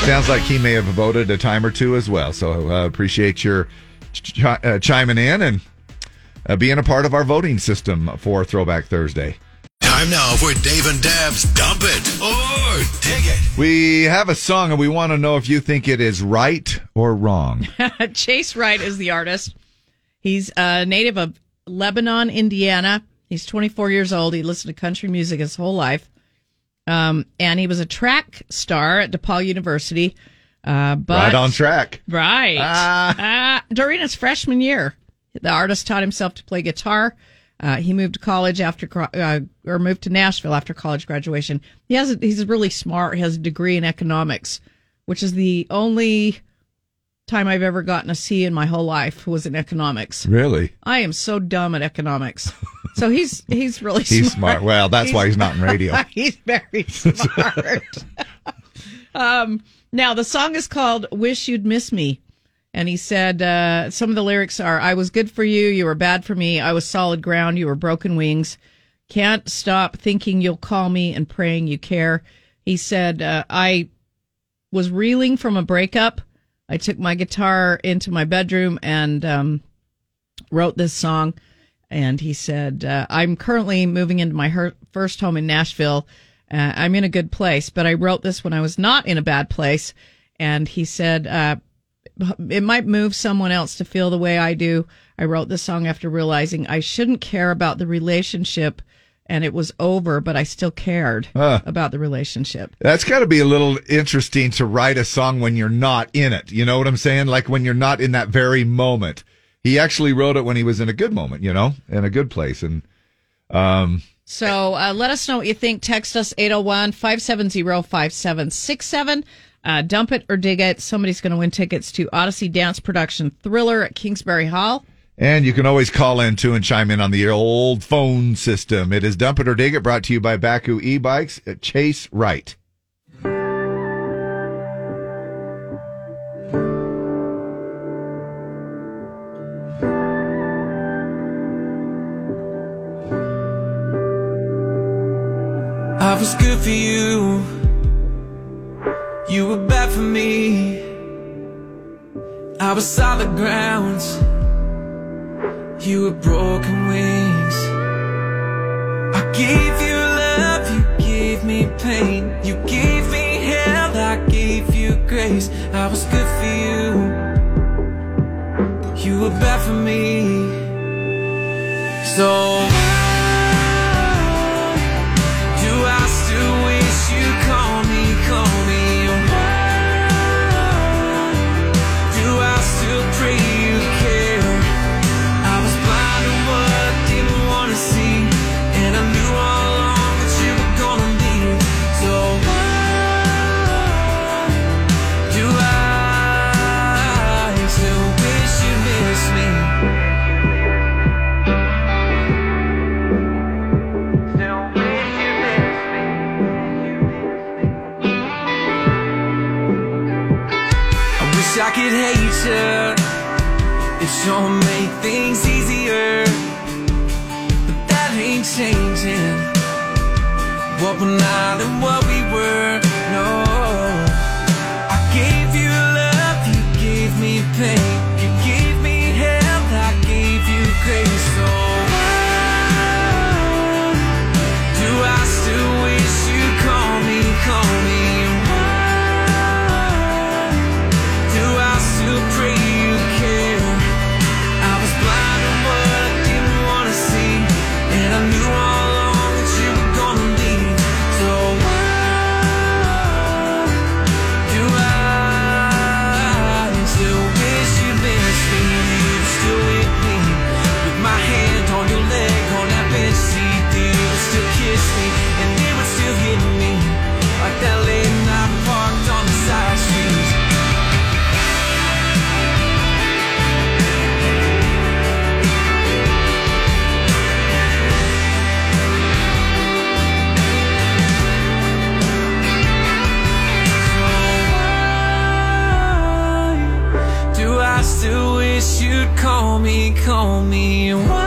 [SPEAKER 2] It sounds like he may have voted a time or two as well. So uh, appreciate your ch- ch- uh, chiming in and uh, being a part of our voting system for Throwback Thursday.
[SPEAKER 4] Time now for Dave and Dab's Dump It or Dig It.
[SPEAKER 2] We have a song and we want to know if you think it is right or wrong.
[SPEAKER 3] Chase Wright is the artist. He's a native of Lebanon, Indiana. He's 24 years old. He listened to country music his whole life. Um, and he was a track star at DePaul University. Uh, but
[SPEAKER 2] right on track.
[SPEAKER 3] Right.
[SPEAKER 2] Ah.
[SPEAKER 3] Uh, during his freshman year, the artist taught himself to play guitar. Uh, he moved to college after, gra- uh, or moved to Nashville after college graduation. He has, a, he's really smart. He has a degree in economics, which is the only time I've ever gotten a C in my whole life was in economics.
[SPEAKER 2] Really?
[SPEAKER 3] I am so dumb at economics. So he's, he's really
[SPEAKER 2] He's smart. Well, that's why he's not in radio.
[SPEAKER 3] he's very smart. um, now the song is called "Wish You'd Miss Me," and he said uh, some of the lyrics are: "I was good for you, you were bad for me. I was solid ground, you were broken wings. Can't stop thinking you'll call me and praying you care." He said, uh, "I was reeling from a breakup. I took my guitar into my bedroom and um, wrote this song. And he said, uh, I'm currently moving into my her- first home in Nashville. Uh, I'm in a good place, but I wrote this when I was not in a bad place. And he said, uh, it might move someone else to feel the way I do. I wrote this song after realizing I shouldn't care about the relationship and it was over, but I still cared about the relationship.
[SPEAKER 2] That's got to be a little interesting to write a song when you're not in it. You know what I'm saying? Like when you're not in that very moment. He actually wrote it when he was in a good moment, you know, in a good place. And um,
[SPEAKER 3] So uh, let us know what you think. Text us 801 570 5767. Uh, Dump it or dig it. Somebody's going to win tickets to Odyssey Dance Production Thriller at Kingsbury Hall.
[SPEAKER 2] and you can always call in too and chime in on the old phone system. It is Dump It or Dig It, brought to you by Baku E-Bikes at Chase Wright.
[SPEAKER 9] I was good for you. You were bad for me. I was solid ground. You were broken wings. I gave you love, you gave me pain. You gave me hell, I gave you grace. I was good for you. You were bad for me. So. Do I still wish you call me, call me? Do I still pray you care? I was blind to what didn't wanna see, and I knew all along that you were gonna leave. So do I still wish you miss me? Still wish you miss me. I wish I could hate you. It sure make things easier. But that ain't changing. What we're not and what we were. No. I gave you love, you gave me pain. You gave me hell, I gave you grace. So why do I still wish you call me, call me? Why? me, call me. Why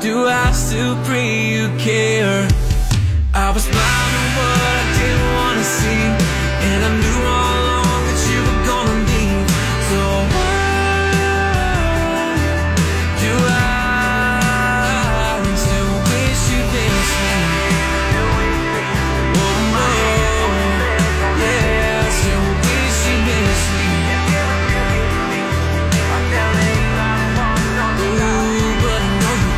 [SPEAKER 9] do I still pray you care? I was blind to what I didn't wanna see, and I knew all along that you were gonna leave. So why do I still wish you this? Oh no, yeah, I still wish you this. Ooh, but no, you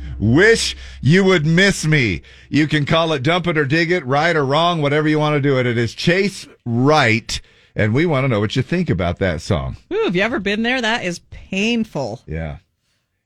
[SPEAKER 9] don't.
[SPEAKER 2] Wish you would miss me. You can call it dump it or dig it, right or wrong, whatever you want to do it. It is Chase Wright, and we want to know what you think about that song.
[SPEAKER 3] Ooh, have you ever been there? That is painful.
[SPEAKER 2] Yeah.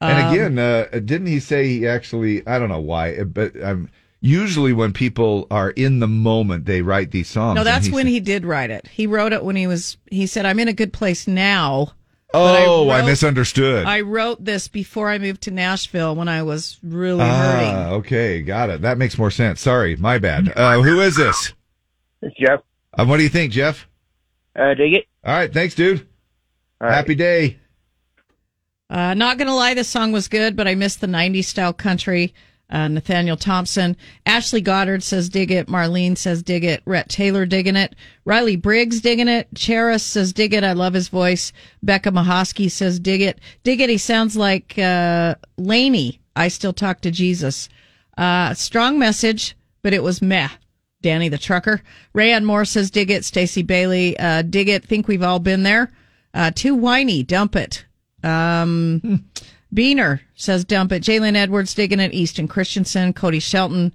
[SPEAKER 3] Um,
[SPEAKER 2] And again, uh, didn't he say he actually? I don't know why, but um, usually when people are in the moment, they write these songs.
[SPEAKER 3] No,
[SPEAKER 2] and
[SPEAKER 3] that's when
[SPEAKER 2] Oh, said-
[SPEAKER 3] he did write it. He wrote it when he was. He said, "I'm in a good place now." but I
[SPEAKER 2] Oh, I,
[SPEAKER 3] wrote-
[SPEAKER 2] misunderstood.
[SPEAKER 3] I wrote this before I moved to Nashville when I was really hurting.
[SPEAKER 2] ah, okay, got it. That makes more sense. Sorry, my bad. Uh, who is this?
[SPEAKER 10] Jeff.
[SPEAKER 2] Um, what do you think, Jeff?
[SPEAKER 10] Uh, dig it.
[SPEAKER 2] All right, thanks, dude. Happy day.
[SPEAKER 3] Uh, not gonna lie, this song was good, but I missed the '90s style country. Uh, Nathaniel Thompson, Ashley Goddard says dig it. Marlene says dig it. Rhett Taylor digging it. Riley Briggs digging it. Charis says dig it. I love his voice. Becca Mahosky says dig it. Dig it. He sounds like uh, Laney. I still talk to Jesus. Uh, strong message, but it was meh. Danny the trucker. Rayanne Moore says, dig it. Stacy Bailey, uh, dig it. Think we've all been there. Uh, too whiny. Dump it. Um, Beener says, dump it. Jalen Edwards digging it. Easton Christensen, Cody Shelton,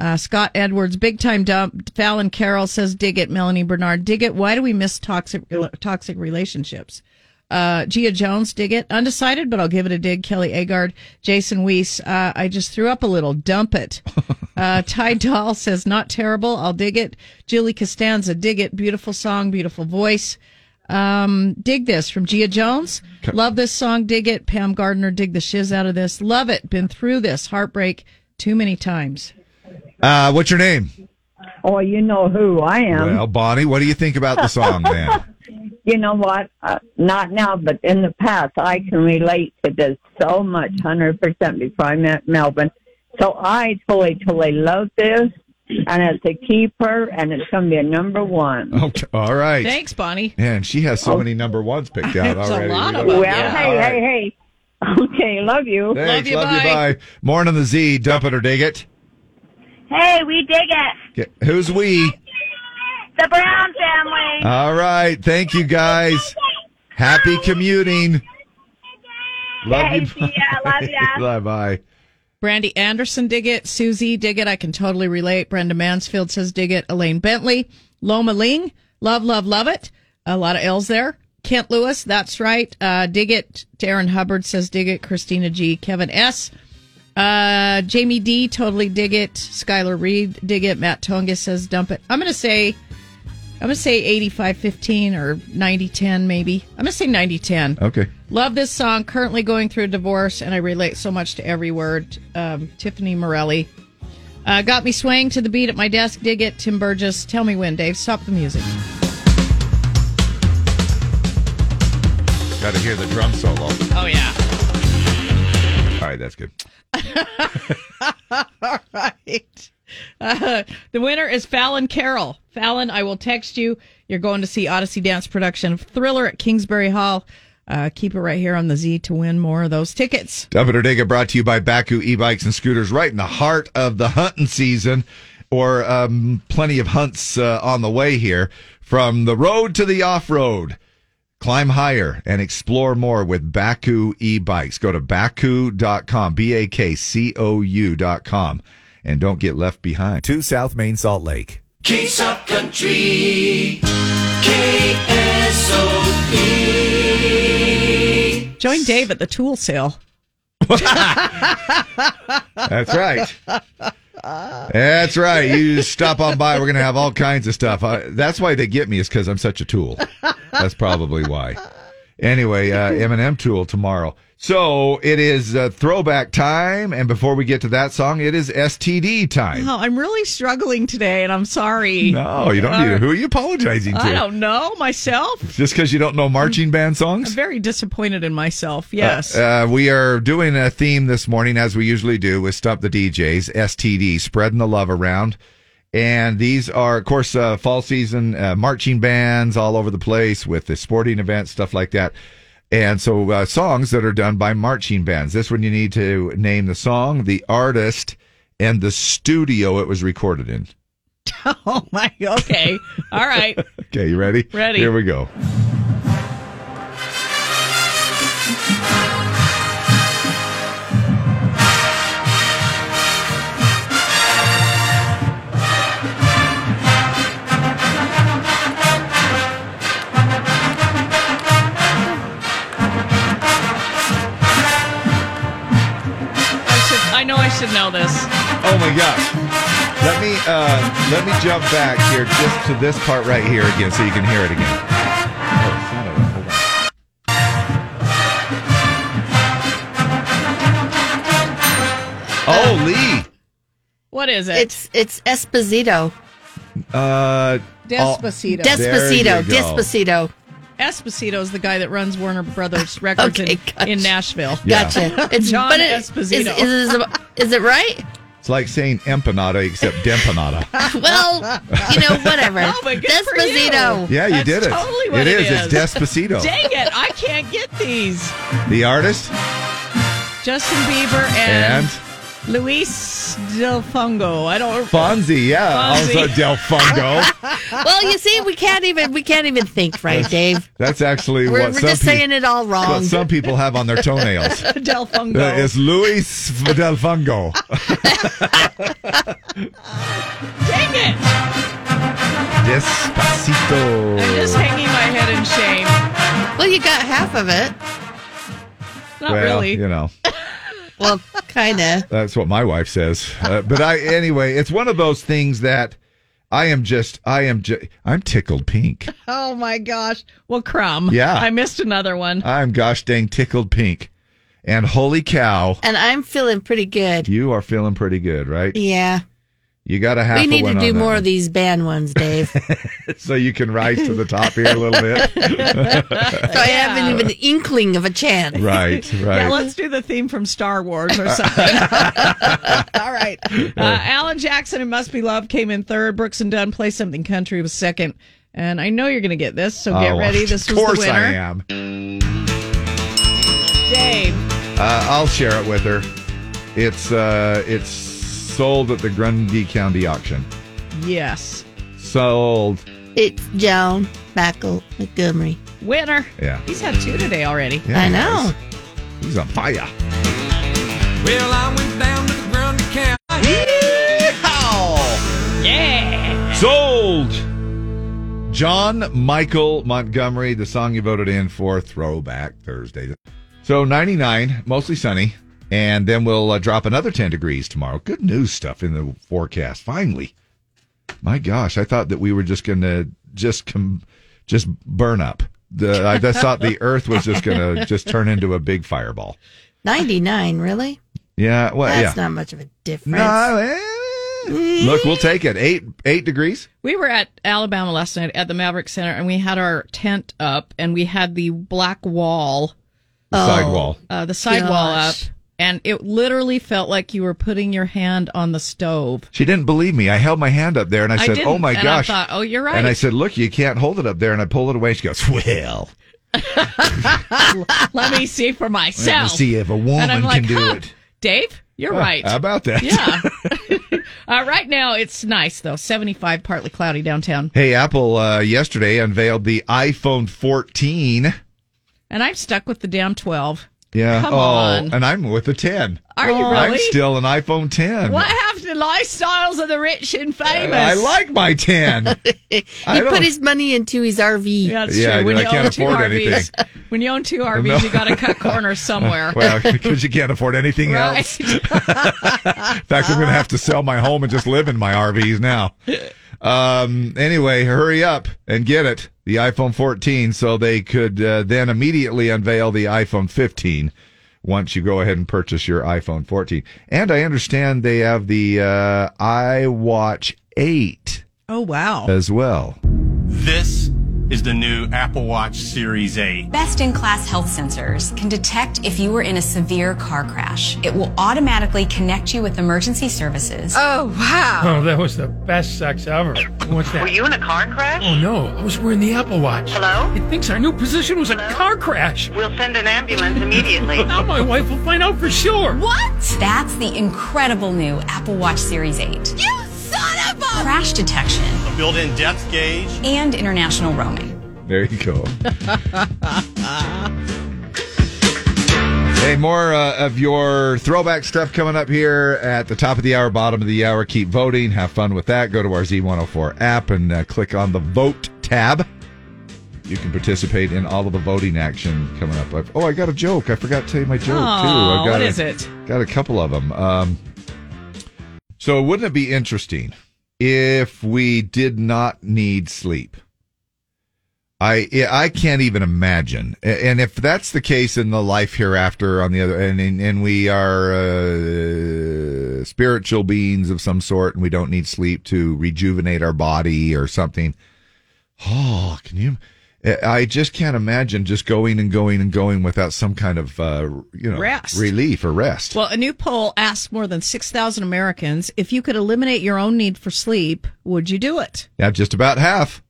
[SPEAKER 3] uh, Scott Edwards, big time dump. Fallon Carroll says, dig it. Melanie Bernard, dig it. Why do we miss toxic, toxic relationships? Uh, Gia Jones, dig it. Undecided, but I'll give it a dig. Kelly Agard, Jason Weiss, uh, I just threw up a little. Dump it. Uh, Ty Doll says, not terrible. I'll dig it. Julie Costanza, dig it. Beautiful song, beautiful voice. Um, dig this from Gia Jones. Love this song. Dig it. Pam Gardner, dig the shiz out of this. Love it. Been through this heartbreak too many times.
[SPEAKER 2] Uh, what's your name?
[SPEAKER 11] Oh, you know who I am.
[SPEAKER 2] Well, Bonnie, what do you think about the song, man?
[SPEAKER 11] you know what? Uh, not now, but in the past, I can relate to this so much, 100% before I met Melvin. So I totally, totally love this, and it's a keeper, and it's going to be a number one.
[SPEAKER 2] Okay, all right.
[SPEAKER 3] Thanks, Bonnie.
[SPEAKER 2] Man, she has so many number ones picked out
[SPEAKER 11] There's a
[SPEAKER 2] already.
[SPEAKER 11] lot
[SPEAKER 2] We
[SPEAKER 11] of them,
[SPEAKER 2] don't- Yeah,
[SPEAKER 11] Oh. Well, hey,
[SPEAKER 2] all right.
[SPEAKER 11] hey, hey. Okay, love you.
[SPEAKER 2] Thanks, love you, bye. Morning on the Z, dump it or dig it.
[SPEAKER 12] Hey, we dig it.
[SPEAKER 2] Okay, Who's we?
[SPEAKER 12] The Brown family.
[SPEAKER 2] All right. Thank you, guys. Happy commuting. Love you.
[SPEAKER 3] Thanks, yeah, love ya.
[SPEAKER 2] Bye bye.
[SPEAKER 3] Brandy Anderson, dig it. Susie, dig it. I can totally relate. Brenda Mansfield says, dig it. Elaine Bentley, Loma Ling, love, love, love it. A lot of L's there. Kent Lewis, that's right. Uh, dig it. Darren Hubbard says, dig it. Christina G. Kevin S. Uh, Jamie D. Totally dig it. Skylar Reed, dig it. Matt Tonga says, dump it. I'm going to say, I'm going to say 85 15 or 90 10, maybe. I'm going to say 90 10.
[SPEAKER 2] Okay.
[SPEAKER 3] Love this song. Currently going through a divorce, and I relate so much to every word. Um, Tiffany Morelli. Uh, got me swaying to the beat at my desk. Dig it, Tim Burgess. Tell me when, Dave. Stop the music.
[SPEAKER 2] Got to hear the drum solo.
[SPEAKER 3] Oh, yeah.
[SPEAKER 2] All right, that's good.
[SPEAKER 3] All right. Uh, the winner is Fallon Carroll. Fallon, I will text you. You're going to see Odyssey Dance Production of Thriller at Kingsbury Hall. Uh, keep it right here on the Z to win more of those tickets.
[SPEAKER 2] Dump it or dig it brought to you by Baku e-bikes and scooters right in the heart of the hunting season or um, plenty of hunts uh, on the way here from the road to the off-road. Climb higher and explore more with Baku e-bikes. Go to baku.com, B A K C O U.com and don't get left behind. To South Main Salt Lake.
[SPEAKER 5] Kings of Country, KSOP.
[SPEAKER 3] Join Dave at the tool sale.
[SPEAKER 2] That's right. That's right. You stop on by. We're going to have all kinds of stuff. Uh, that's why they get me is because I'm such a tool. That's probably why. Anyway, uh, Eminem tool tomorrow. So it is uh, throwback time, and before we get to that song, it is STD time.
[SPEAKER 3] Oh, I'm really struggling today, and I'm sorry.
[SPEAKER 2] No, you don't need it. Who are you apologizing to?
[SPEAKER 3] I don't know myself.
[SPEAKER 2] Just because you don't know marching band
[SPEAKER 3] I'm
[SPEAKER 2] songs?
[SPEAKER 3] very disappointed in myself. Yes.
[SPEAKER 2] Uh, uh, we are doing a theme this morning, as we usually do, with Stop the DJs, STD, spreading the love around. And these are, of course, uh, fall season uh, marching bands all over the place with the sporting events, stuff like that. And so uh, songs that are done by marching bands. This one you need to name the song, the artist, and the studio it was recorded in.
[SPEAKER 3] oh my. Okay. All right.
[SPEAKER 2] Okay, you ready?
[SPEAKER 3] Ready.
[SPEAKER 2] Here we go.
[SPEAKER 3] I should. I know I should know this.
[SPEAKER 2] Oh my gosh. Let me uh, let me jump back here just to this part right here again, so you can hear it again. Oh, it's not a- hold on. Oh, Lee.
[SPEAKER 3] What is it?
[SPEAKER 1] It's it's Esposito.
[SPEAKER 2] Uh,
[SPEAKER 3] Despacito.
[SPEAKER 2] oh, there you
[SPEAKER 1] Despacito.
[SPEAKER 2] go.
[SPEAKER 1] Despacito.
[SPEAKER 3] Esposito is the guy that runs Warner Brothers Records in, in Nashville.
[SPEAKER 2] Yeah.
[SPEAKER 1] Gotcha. It's
[SPEAKER 3] John
[SPEAKER 1] but it,
[SPEAKER 3] Esposito.
[SPEAKER 1] Is, is, is, is it right?
[SPEAKER 2] It's like saying empanada except dempanada.
[SPEAKER 1] well, you know, whatever.
[SPEAKER 3] Oh, but good for
[SPEAKER 1] Despacito.
[SPEAKER 2] Yeah, you did it.
[SPEAKER 3] Totally what
[SPEAKER 2] it is. It's Despacito.
[SPEAKER 3] Dang it! I can't get these.
[SPEAKER 2] the artist
[SPEAKER 3] Justin Bieber and,
[SPEAKER 2] and
[SPEAKER 3] Luis Del Fungo. I don't.
[SPEAKER 2] Fonzie. Yeah,
[SPEAKER 3] Fonzie.
[SPEAKER 2] also Del Fungo.
[SPEAKER 1] Well, you see, we can't even we can't even think right, Dave.
[SPEAKER 2] That's actually
[SPEAKER 1] We're,
[SPEAKER 2] what
[SPEAKER 1] we're
[SPEAKER 2] some
[SPEAKER 1] just
[SPEAKER 2] peo-
[SPEAKER 1] saying it all
[SPEAKER 2] what
[SPEAKER 1] wrong.
[SPEAKER 2] some people have on their toenails.
[SPEAKER 3] Del Fungo.
[SPEAKER 2] Uh, it's Luis Del Fungo.
[SPEAKER 3] Dang it! I'm just
[SPEAKER 2] Despacito.
[SPEAKER 3] hanging my head in shame.
[SPEAKER 1] Well, you got half of it.
[SPEAKER 3] Not
[SPEAKER 2] well,
[SPEAKER 3] really.
[SPEAKER 2] you know,
[SPEAKER 1] Well, kind of.
[SPEAKER 2] that's what my wife says. Uh, but I, anyway, it's one of those things that I am just, I am just, I'm tickled pink.
[SPEAKER 3] Oh my gosh. Well, crumb.
[SPEAKER 2] Yeah.
[SPEAKER 3] I missed another one.
[SPEAKER 2] I'm gosh dang tickled pink. And holy cow,
[SPEAKER 1] And I'm feeling pretty good.
[SPEAKER 2] you are feeling pretty good, right?
[SPEAKER 1] Yeah.
[SPEAKER 2] You got a half.
[SPEAKER 1] we
[SPEAKER 2] a
[SPEAKER 1] need to
[SPEAKER 2] win
[SPEAKER 1] do
[SPEAKER 2] on that
[SPEAKER 1] more
[SPEAKER 2] one.
[SPEAKER 1] of these band ones, Dave. so
[SPEAKER 2] so you can rise to the top here a little bit.
[SPEAKER 1] I haven't even an inkling of a chance.
[SPEAKER 2] right,
[SPEAKER 3] Yeah,
[SPEAKER 2] right.
[SPEAKER 3] let's do the theme from Star Wars or something. All right. Uh, Alan Jackson and Must Be Love came in third. Brooks and Dunn play something country was second. And I know you're going to get this, so get
[SPEAKER 2] Oh,
[SPEAKER 3] ready. This
[SPEAKER 2] of
[SPEAKER 3] was
[SPEAKER 2] course
[SPEAKER 3] the winner.
[SPEAKER 2] I am.
[SPEAKER 3] Dave.
[SPEAKER 2] Uh, I'll share it with her. It's uh, it's sold at the Grundy County auction.
[SPEAKER 3] Yes.
[SPEAKER 2] Sold.
[SPEAKER 1] It's Joan Backel Montgomery.
[SPEAKER 3] Winner.
[SPEAKER 2] Yeah.
[SPEAKER 3] He's had two today already.
[SPEAKER 2] Yeah,
[SPEAKER 1] I
[SPEAKER 2] he
[SPEAKER 1] know.
[SPEAKER 2] is. He's on fire.
[SPEAKER 9] Well, I went down to the ground to count.
[SPEAKER 3] Yeah.
[SPEAKER 2] Sold. John Michael Montgomery, the song you voted in for Throwback Thursday. So 99, mostly sunny, and then we'll uh, drop another 10 degrees tomorrow. Good news stuff in the forecast. Finally, my gosh, I thought that we were just gonna just com- just burn up. The, I just thought the Earth was just gonna just turn into a big fireball.
[SPEAKER 1] 99, really?
[SPEAKER 2] Yeah, well,
[SPEAKER 1] That's
[SPEAKER 2] Uh, yeah.
[SPEAKER 1] not much of a difference.
[SPEAKER 2] No, eh, look, we'll take it. Eight eight degrees.
[SPEAKER 3] We were at Alabama last night at the Maverick Center, and we had our tent up, and we had the black wall
[SPEAKER 2] The
[SPEAKER 1] Oh.
[SPEAKER 2] sidewall.
[SPEAKER 3] uh, the sidewall
[SPEAKER 1] Gosh.
[SPEAKER 3] up, and it literally felt like you were putting your hand on the stove.
[SPEAKER 2] She didn't believe me. I held my hand up there and I,
[SPEAKER 3] I
[SPEAKER 2] said,
[SPEAKER 3] didn't,
[SPEAKER 2] "Oh my
[SPEAKER 3] and I
[SPEAKER 2] gosh!"
[SPEAKER 3] thought, "Oh, you're right."
[SPEAKER 2] And I said, "Look, you can't hold it up there." And I pulled it away. She goes, "Well,
[SPEAKER 3] Let me see for
[SPEAKER 2] let me
[SPEAKER 3] myself.
[SPEAKER 2] see Oh, if a woman
[SPEAKER 3] And I'm like,
[SPEAKER 2] can do
[SPEAKER 3] huh,
[SPEAKER 2] it."
[SPEAKER 3] Dave, you're
[SPEAKER 2] Huh,
[SPEAKER 3] right.
[SPEAKER 2] How about that?
[SPEAKER 3] yeah. uh, right now, it's nice though. 75, partly cloudy downtown,
[SPEAKER 2] hey, Apple uh, yesterday unveiled the iPhone 14.
[SPEAKER 3] and I'm stuck with the damn 12.
[SPEAKER 2] Yeah.
[SPEAKER 3] Come
[SPEAKER 2] oh,
[SPEAKER 3] on.
[SPEAKER 2] and I'm with a 10.
[SPEAKER 3] Are you
[SPEAKER 2] I'm
[SPEAKER 3] really?
[SPEAKER 2] still an iPhone 10.
[SPEAKER 3] What have the lifestyles of the rich and famous?
[SPEAKER 2] I like my 10.
[SPEAKER 1] He
[SPEAKER 2] don't-
[SPEAKER 1] put his money into his RV.
[SPEAKER 3] Yeah, that's
[SPEAKER 2] Yeah, I
[SPEAKER 3] true. When
[SPEAKER 2] did.
[SPEAKER 3] you
[SPEAKER 2] I can't
[SPEAKER 3] own two
[SPEAKER 2] afford
[SPEAKER 3] RVs,
[SPEAKER 2] anything.
[SPEAKER 3] when you own two RVs,
[SPEAKER 2] No.
[SPEAKER 3] you got to cut corners somewhere.
[SPEAKER 2] well, because you can't afford anything else.
[SPEAKER 3] right?
[SPEAKER 2] In fact, I'm going to have to sell my home and just live in my RVs now. Um, anyway, hurry up and get it, the iPhone 14, so they could uh, then immediately unveil the iPhone 15, once you go ahead and purchase your iPhone 14. And I understand they have the uh, iWatch 8
[SPEAKER 3] Oh, wow.
[SPEAKER 2] as well.
[SPEAKER 5] This is the new Apple Watch Series 8.
[SPEAKER 13] Best in class health sensors can detect if you were in a severe car crash. It will automatically connect you with emergency services.
[SPEAKER 14] Oh, wow. Oh, that was the best sex ever. What's that?
[SPEAKER 13] Were you in a car crash?
[SPEAKER 14] Oh, no. I was wearing the Apple Watch. Hello? It thinks our new position was a car crash.
[SPEAKER 13] We'll send an ambulance immediately.
[SPEAKER 14] now my wife will find out for sure.
[SPEAKER 13] What? That's the incredible new Apple Watch Series 8. You son of a! Crash detection
[SPEAKER 5] A built in depth gauge.
[SPEAKER 13] and international roaming.
[SPEAKER 2] There you go. Hey, more uh, of your throwback stuff coming up here at the top of the hour, bottom of the hour. Keep voting. Have fun with that. Go to our Z104 app and uh, click on the vote tab. You can participate in all of the voting action coming up. I've, oh, I got a joke. I forgot to tell you my joke,
[SPEAKER 3] Aw,
[SPEAKER 2] too. I've got
[SPEAKER 3] what
[SPEAKER 2] a-
[SPEAKER 3] is it?
[SPEAKER 2] Got a couple of them. Um, so, wouldn't it be interesting if we did not need sleep? I I can't even imagine. A- And if that's the case in the life hereafter, on the other, and and, and we are uh, spiritual beings of some sort, and we don't need sleep to rejuvenate our body or something. Oh, can you? I just can't imagine just going and going and going without some kind of uh, you know
[SPEAKER 3] Rest.
[SPEAKER 2] relief or rest.
[SPEAKER 3] Well, a new poll asked more than 6,000 Americans if you could eliminate your own need for sleep, would you do it?
[SPEAKER 2] Yeah, just about half.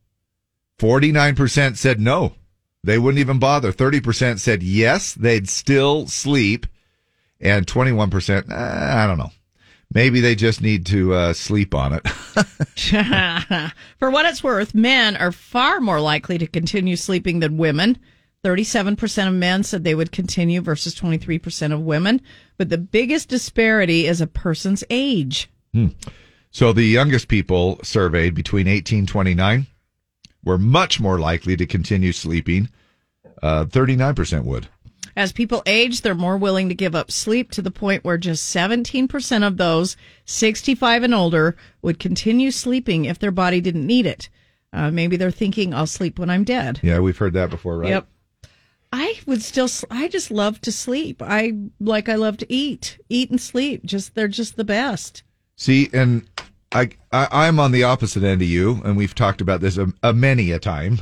[SPEAKER 2] 49% said no. They wouldn't even bother. 30% said yes, they'd still sleep. And 21%, uh, I don't know. Maybe they just need to uh, sleep on it.
[SPEAKER 3] For what it's worth, men are far more likely to continue sleeping than women. 37% of men said they would continue versus 23% of women. But the biggest disparity is a person's age.
[SPEAKER 2] Hmm. So the youngest people surveyed between 18 and 29 were much more likely to continue sleeping. Uh, 39% would.
[SPEAKER 3] As people age, they're more willing to give up sleep to the point where just 17% of those 65 and older would continue sleeping if their body didn't need it. Uh, maybe they're thinking, I'll sleep when I'm dead.
[SPEAKER 2] Yeah, we've heard that before, right?
[SPEAKER 3] Yep. I would still, s- I just love to sleep. I like, I love to eat, eat and sleep. Just, they're just the best.
[SPEAKER 2] See, and I, I I'm on the opposite end of you, and we've talked about this a, a many a time.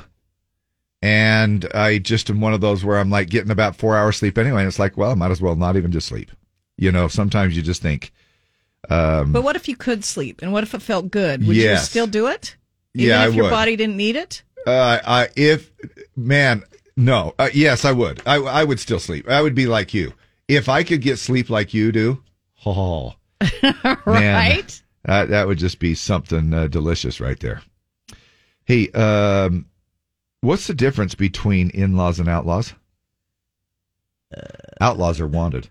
[SPEAKER 2] And I just am one of those where I'm like getting about four hours sleep anyway, and it's like, well, I might as well not even just sleep. You know, sometimes you just think, um,
[SPEAKER 3] But what if you could sleep and what if it felt good? Would you
[SPEAKER 2] Yes.
[SPEAKER 3] still do it? Even
[SPEAKER 2] Yeah,
[SPEAKER 3] if
[SPEAKER 2] I
[SPEAKER 3] your
[SPEAKER 2] would.
[SPEAKER 3] body didn't need it?
[SPEAKER 2] uh, I, if man, no, uh, yes, I would. I I would still sleep. I would be like you if I could get sleep like you do. Oh,
[SPEAKER 3] right?
[SPEAKER 2] That that would just be something uh, delicious right there. Hey, um, what's the difference between in-laws and outlaws? outlaws are wanted.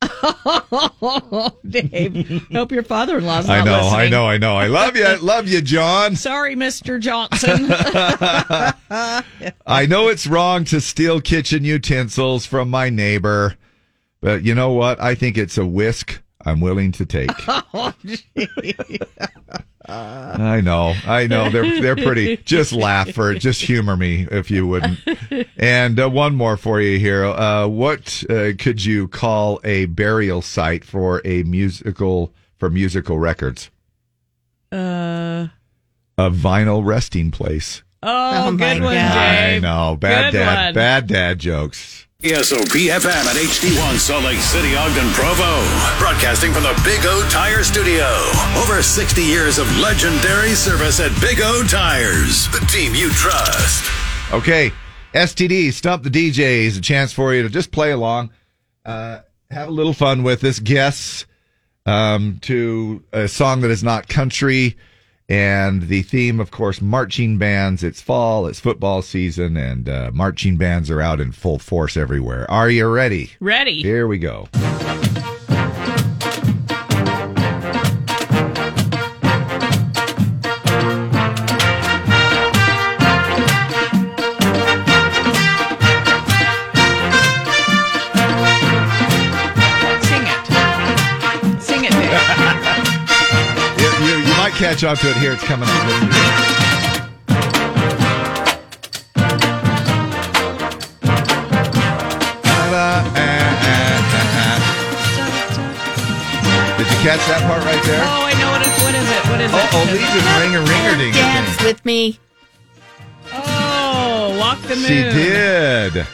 [SPEAKER 3] Oh, Dave, hope your father-in-law's not
[SPEAKER 2] I know,
[SPEAKER 3] listening.
[SPEAKER 2] I know, I know. I love you, love you, John.
[SPEAKER 3] Sorry, Mr. Johnson.
[SPEAKER 2] I know it's wrong to steal kitchen utensils from my neighbor, but you know what? I think it's a whisk I'm willing to take.
[SPEAKER 3] oh, gee.
[SPEAKER 2] I know, I know. They're they're pretty. Just laugh for it. Just humor me if you wouldn't. And uh, one more for you here. Uh, what uh, could you call a burial site for a musical for musical records?
[SPEAKER 3] Uh,
[SPEAKER 2] A vinyl resting place.
[SPEAKER 3] oh, good one,
[SPEAKER 2] I
[SPEAKER 3] Dave.
[SPEAKER 2] know. Bad
[SPEAKER 3] Good
[SPEAKER 2] dad.
[SPEAKER 3] one.
[SPEAKER 2] Bad dad jokes.
[SPEAKER 4] ESOP FM at HD1 Salt Lake City, Ogden, Provo. Broadcasting from the Big O Tire Studio. Over 60 years of legendary service at Big O Tires, the team you trust.
[SPEAKER 2] Okay, STD, Stump the DJ is a chance for you to just play along, uh, have a little fun with this, guess um, to a song that is not country. And the theme, of course, marching bands. It's fall, it's football season, and uh, marching bands are out in full force everywhere. Are you ready?
[SPEAKER 3] Ready.
[SPEAKER 2] Here we go.
[SPEAKER 3] Sing it. Sing it, Dave.
[SPEAKER 2] You, you, you might catch on to it here. It's coming up. eh, eh. catch that part right there?
[SPEAKER 3] Oh, I know what it, what is it? What is
[SPEAKER 2] Uh-oh,
[SPEAKER 3] it?
[SPEAKER 2] Legion ring a ringer ding.
[SPEAKER 1] Dance with me.
[SPEAKER 3] Oh, walk the moon.
[SPEAKER 2] She did.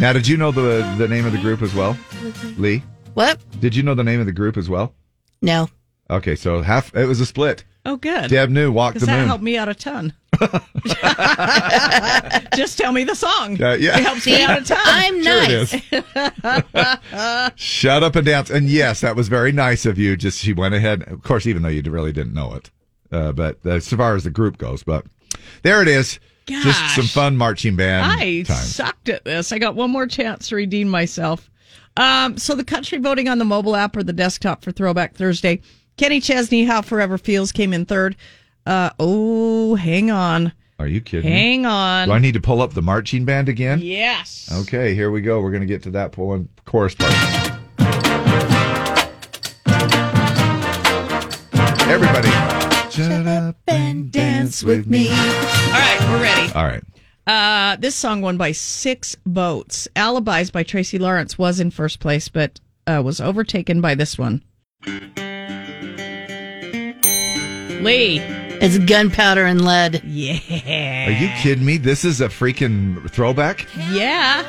[SPEAKER 2] Now, did you know the the name of the group as well,
[SPEAKER 3] Mm-hmm.
[SPEAKER 2] Lee?
[SPEAKER 1] What?
[SPEAKER 2] Did you know the name of the group as well?
[SPEAKER 1] No.
[SPEAKER 2] Okay, so half it was a split.
[SPEAKER 3] Oh, good.
[SPEAKER 2] Deb knew "Walk
[SPEAKER 3] Because
[SPEAKER 2] the
[SPEAKER 3] that
[SPEAKER 2] Moon."
[SPEAKER 3] helped me out a ton. Just tell me the song.
[SPEAKER 2] Uh, yeah.
[SPEAKER 3] It helps me out a ton.
[SPEAKER 1] I'm
[SPEAKER 2] Sure it
[SPEAKER 1] nice.
[SPEAKER 2] Shut up and dance. And yes, that was very nice of you. Just she went ahead, of course, even though you really didn't know it. Uh, but uh, as far as the group goes, but there it is. Just
[SPEAKER 3] Gosh.
[SPEAKER 2] some fun marching band
[SPEAKER 3] I
[SPEAKER 2] time.
[SPEAKER 3] sucked at this. I got one more chance to redeem myself. Um, so the country voting on the mobile app or the desktop for Throwback Thursday. Kenny Chesney, How Forever Feels, came in third. Uh, oh, hang on.
[SPEAKER 2] Are you kidding?
[SPEAKER 3] Hang
[SPEAKER 2] me?
[SPEAKER 3] on.
[SPEAKER 2] Do I need to pull up the marching band again?
[SPEAKER 3] Yes.
[SPEAKER 2] Okay, here we go. We're going to get to that pull and chorus part. Everybody, shut up and dance with me.
[SPEAKER 3] All right, we're ready.
[SPEAKER 2] All right.
[SPEAKER 3] Uh, this song won by six votes. Alibis by Tracy Lawrence was in first place, but uh, was overtaken by this one. Lee.
[SPEAKER 1] It's gunpowder and lead.
[SPEAKER 3] Yeah.
[SPEAKER 2] Are you kidding me? This is a freaking throwback?
[SPEAKER 3] Yeah.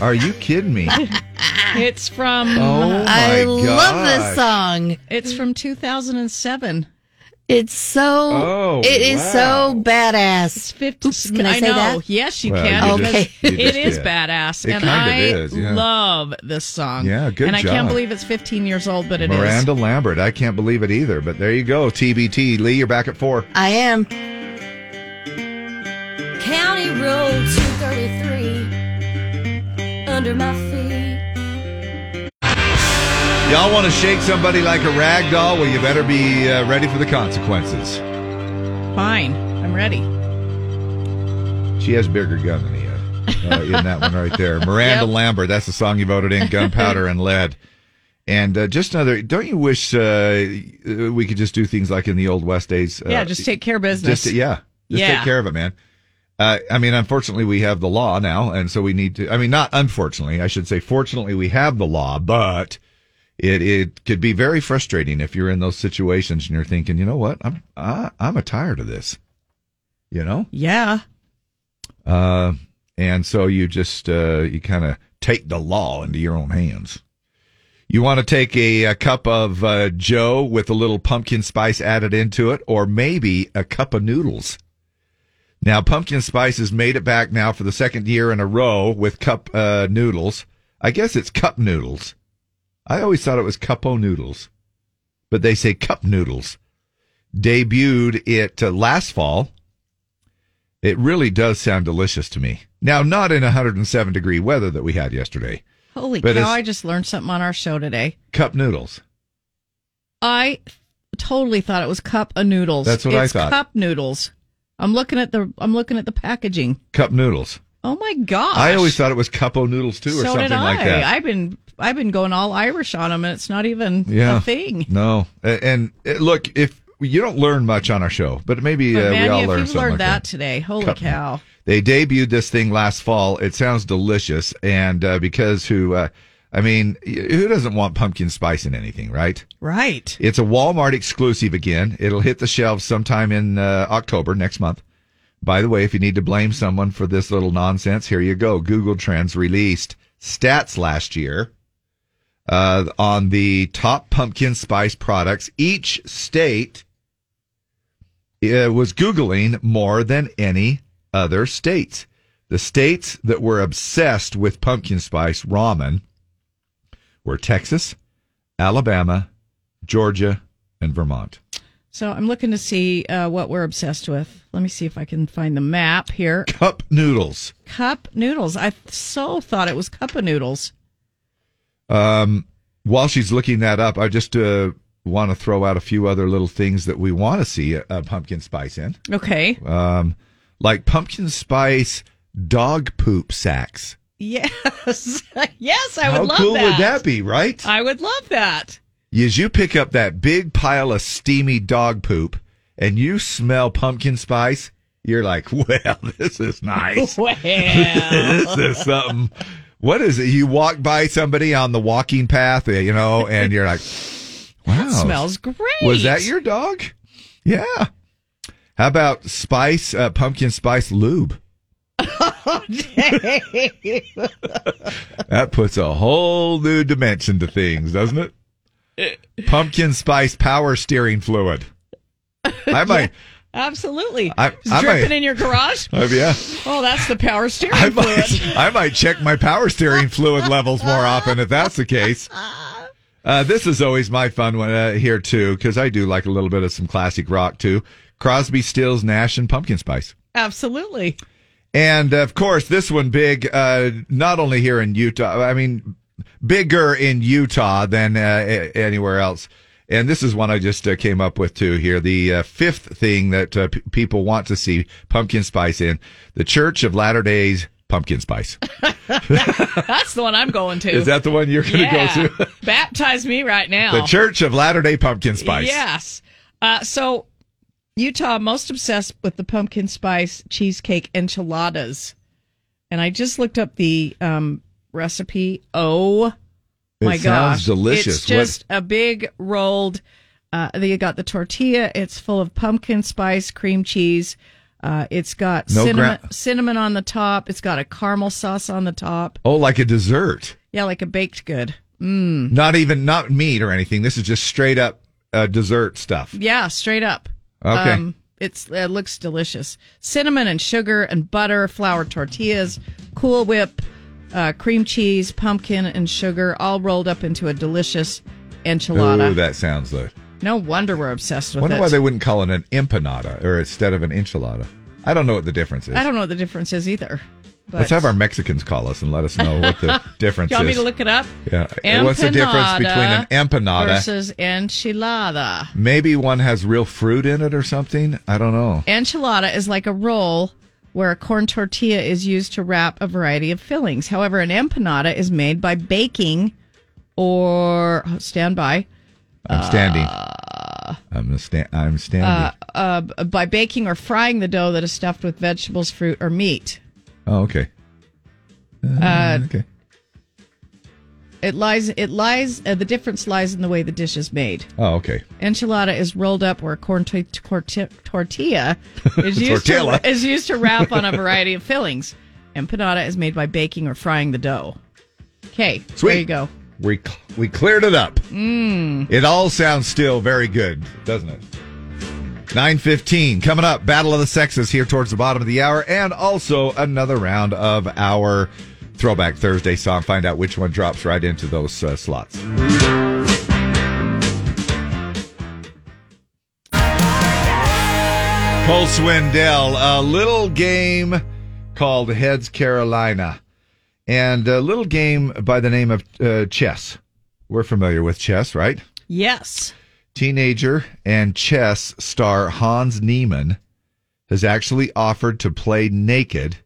[SPEAKER 2] Are you kidding me?
[SPEAKER 3] It's from.
[SPEAKER 2] Oh, my
[SPEAKER 1] I love this
[SPEAKER 2] gosh.
[SPEAKER 1] song.
[SPEAKER 3] It's from 2007.
[SPEAKER 1] It's so.
[SPEAKER 2] Oh,
[SPEAKER 1] it is so badass.
[SPEAKER 3] It's 50.
[SPEAKER 1] Oops, can I, say
[SPEAKER 3] know.
[SPEAKER 1] that?
[SPEAKER 3] Yes, you
[SPEAKER 2] Well,
[SPEAKER 3] can.
[SPEAKER 2] you just- Okay. you
[SPEAKER 3] it
[SPEAKER 2] just
[SPEAKER 3] is
[SPEAKER 2] did.
[SPEAKER 3] badass,
[SPEAKER 2] It
[SPEAKER 3] and
[SPEAKER 2] kind of
[SPEAKER 3] I
[SPEAKER 2] is, yeah.
[SPEAKER 3] love this song.
[SPEAKER 2] Yeah, good
[SPEAKER 3] And I
[SPEAKER 2] job.
[SPEAKER 3] can't believe it's 15 years old, but it is.
[SPEAKER 2] Miranda Lambert. I can't believe it either. But there you go. TBT. Lee, you're back at four.
[SPEAKER 1] I am.
[SPEAKER 15] County Road 233 under my feet.
[SPEAKER 2] Y'all want to shake somebody like a rag doll? Well, you better be uh, ready for the consequences.
[SPEAKER 3] Fine, I'm ready.
[SPEAKER 2] She has bigger gun than he had uh, in that one right there. Miranda Lambert. That's the song you voted in. Gunpowder and lead. And uh, just another. Don't you wish uh, we could just do things like in the old West days? Uh,
[SPEAKER 3] yeah, just take care of business.
[SPEAKER 2] Just yeah, just
[SPEAKER 3] Yeah.
[SPEAKER 2] take care of it, man. Uh, I mean, unfortunately, we have the law now, and so we need to. I mean, not unfortunately, I should say. Fortunately, we have the law, but it it could be very frustrating if you're in those situations and you're thinking, you know what, I'm I, I'm a tired of this, you know.
[SPEAKER 3] Yeah.
[SPEAKER 2] Uh, and so you just uh, you kind of take the law into your own hands. You want to take a, a cup of uh, Joe with a little pumpkin spice added into it, or maybe a cup of noodles. Now, pumpkin spice has made it back now for the second year in a row with cup uh, noodles. I guess it's cup noodles. I always thought it was cupo noodles, but they say cup noodles. Debuted it uh, last fall. It really does sound delicious to me. Now, not in 107 degree weather that we had yesterday.
[SPEAKER 3] Holy
[SPEAKER 2] But
[SPEAKER 3] cow!
[SPEAKER 2] it's-
[SPEAKER 3] I just learned something on our show today.
[SPEAKER 2] Cup noodles.
[SPEAKER 3] I totally thought it was cup of noodles.
[SPEAKER 2] That's what I
[SPEAKER 3] It's
[SPEAKER 2] thought.
[SPEAKER 3] Cup noodles. I'm looking at the. I'm looking at the packaging.
[SPEAKER 2] Cup noodles.
[SPEAKER 3] Oh my gosh!
[SPEAKER 2] I always thought it was cupo noodles too, or
[SPEAKER 3] so
[SPEAKER 2] something
[SPEAKER 3] did I.
[SPEAKER 2] like that.
[SPEAKER 3] I've been I've been going all Irish on them, and it's not even
[SPEAKER 2] yeah.
[SPEAKER 3] a thing.
[SPEAKER 2] No. A- And, uh, look, if you don't learn much on our show, but maybe
[SPEAKER 3] but
[SPEAKER 2] uh,
[SPEAKER 3] man,
[SPEAKER 2] we all
[SPEAKER 3] if
[SPEAKER 2] learn
[SPEAKER 3] you've
[SPEAKER 2] something
[SPEAKER 3] learned
[SPEAKER 2] like
[SPEAKER 3] that,
[SPEAKER 2] that.
[SPEAKER 3] today, holy
[SPEAKER 2] Cup
[SPEAKER 3] cow!
[SPEAKER 2] They debuted this thing last fall. It sounds delicious, and uh, because who, uh, I mean, y- who doesn't want pumpkin spice in anything, right?
[SPEAKER 3] Right.
[SPEAKER 2] It's a Walmart exclusive again. It'll hit the shelves sometime in uh, October next month. By the way, if you need to blame someone for this little nonsense, here you go. Google Trends released stats last year uh, on the top pumpkin spice products. Each state uh, was Googling more than any other states. The states that were obsessed with pumpkin spice ramen were Texas, Alabama, Georgia, and Vermont.
[SPEAKER 3] So I'm looking to see uh, what we're obsessed with. Let me see if I can find the map here.
[SPEAKER 2] Cup noodles.
[SPEAKER 3] Cup noodles. I so thought it was cup of noodles.
[SPEAKER 2] Um, while she's looking that up, I just uh, want to throw out a few other little things that we want to see a, a pumpkin spice in,
[SPEAKER 3] Okay.
[SPEAKER 2] um, like pumpkin spice dog poop sacks.
[SPEAKER 3] Yes. yes, I would
[SPEAKER 2] How
[SPEAKER 3] love
[SPEAKER 2] cool
[SPEAKER 3] that.
[SPEAKER 2] would that be, right?
[SPEAKER 3] I would love that.
[SPEAKER 2] Is you pick up that big pile of steamy dog poop and you smell pumpkin spice, you're like, well, this is nice. this is something. uh, What is it? You walk by somebody on the walking path, you know, and you're like, Wow.
[SPEAKER 3] smells great.
[SPEAKER 2] Was that your dog? Yeah. How about spice, uh, pumpkin spice lube? That puts a whole new dimension to things, doesn't it? Pumpkin spice power steering fluid. I might,
[SPEAKER 3] Absolutely.
[SPEAKER 2] I-
[SPEAKER 3] It's
[SPEAKER 2] I
[SPEAKER 3] dripping
[SPEAKER 2] might-
[SPEAKER 3] in your garage?
[SPEAKER 2] Oh, yeah.
[SPEAKER 3] Oh, that's the power steering
[SPEAKER 2] I
[SPEAKER 3] fluid.
[SPEAKER 2] might, I might check my power steering fluid levels more often if that's the case. Uh, this is always my fun one uh, here too, because I do like a little bit of some classic rock too. Crosby, Stills, Nash, and Pumpkin Spice.
[SPEAKER 3] Absolutely.
[SPEAKER 2] And of course, this one big, uh, not only here in Utah, I mean, bigger in Utah than uh, a- anywhere else. And this is one I just uh, came up with too here. The uh, fifth thing that uh, p- people want to see pumpkin spice in the Church of Latter Day's pumpkin spice.
[SPEAKER 3] That's the one I'm going to.
[SPEAKER 2] Is that the one you're going to
[SPEAKER 3] yeah.
[SPEAKER 2] go to?
[SPEAKER 3] Baptize me right now.
[SPEAKER 2] The Church of Latter Day Pumpkin Spice.
[SPEAKER 3] Yes. Uh, so Utah most obsessed with the pumpkin spice cheesecake enchiladas, and I just looked up the um, recipe. Oh
[SPEAKER 2] It
[SPEAKER 3] my
[SPEAKER 2] sounds
[SPEAKER 3] gosh,
[SPEAKER 2] delicious.
[SPEAKER 3] It's just a big rolled. Uh, you got the tortilla. It's full of pumpkin spice, cream cheese. Uh, it's got
[SPEAKER 2] No
[SPEAKER 3] cinnamon,
[SPEAKER 2] gra-
[SPEAKER 3] cinnamon on the top. It's got a caramel sauce on the top.
[SPEAKER 2] Oh, like a dessert.
[SPEAKER 3] Yeah, like a baked good. Mm.
[SPEAKER 2] Not even, not meat or anything. This is just straight up uh, dessert stuff.
[SPEAKER 3] Yeah, straight up. Um,
[SPEAKER 2] Okay.
[SPEAKER 3] it's it looks delicious. Cinnamon and sugar and butter, flour tortillas, Cool Whip, uh, cream cheese, pumpkin and sugar, all rolled up into a delicious enchilada.
[SPEAKER 2] Ooh, that sounds good.
[SPEAKER 3] no wonder we're obsessed with
[SPEAKER 2] Wonder
[SPEAKER 3] it.
[SPEAKER 2] why they wouldn't call it an empanada or instead of an enchilada. I don't know what the difference is.
[SPEAKER 3] I don't know what the difference is either. But
[SPEAKER 2] Let's have our Mexicans call us and let us know what the difference
[SPEAKER 3] Do you want me
[SPEAKER 2] is.
[SPEAKER 3] to look it up?
[SPEAKER 2] Yeah. What's the difference between an empanada-
[SPEAKER 3] versus enchilada?
[SPEAKER 2] Maybe one has real fruit in it or something. I don't know.
[SPEAKER 3] Enchilada is like a roll where a corn tortilla is used to wrap a variety of fillings. However, an empanada is made by baking or oh, stand by
[SPEAKER 2] I'm standing. I'm a sta- I'm standing.
[SPEAKER 3] uh, uh, by baking or frying the dough that is stuffed with vegetables, fruit, or meat.
[SPEAKER 2] oh, okay.
[SPEAKER 3] Uh,
[SPEAKER 2] okay.
[SPEAKER 3] It lies. It lies. Uh, the difference lies in the way the dish is made.
[SPEAKER 2] Oh, okay.
[SPEAKER 3] Enchilada is rolled up where a corn t- torti- tortilla is used,
[SPEAKER 2] Tortilla.
[SPEAKER 3] to, is used to wrap on a variety of fillings. Empanada is made by baking or frying the dough. Okay, there
[SPEAKER 2] Sweet.
[SPEAKER 3] you go.
[SPEAKER 2] We cl- we cleared it up.
[SPEAKER 3] Mm.
[SPEAKER 2] It all sounds still very good, doesn't it? 915 coming up battle of the sexes here towards the bottom of the hour and also another round of our throwback thursday song find out which one drops right into those uh, slots Cole Swindell, a little game called Heads Carolina, and a little game by the name of uh, chess. We're familiar with chess, right?
[SPEAKER 3] Yes.
[SPEAKER 2] Teenager and chess star Hans Niemann has actually offered to play naked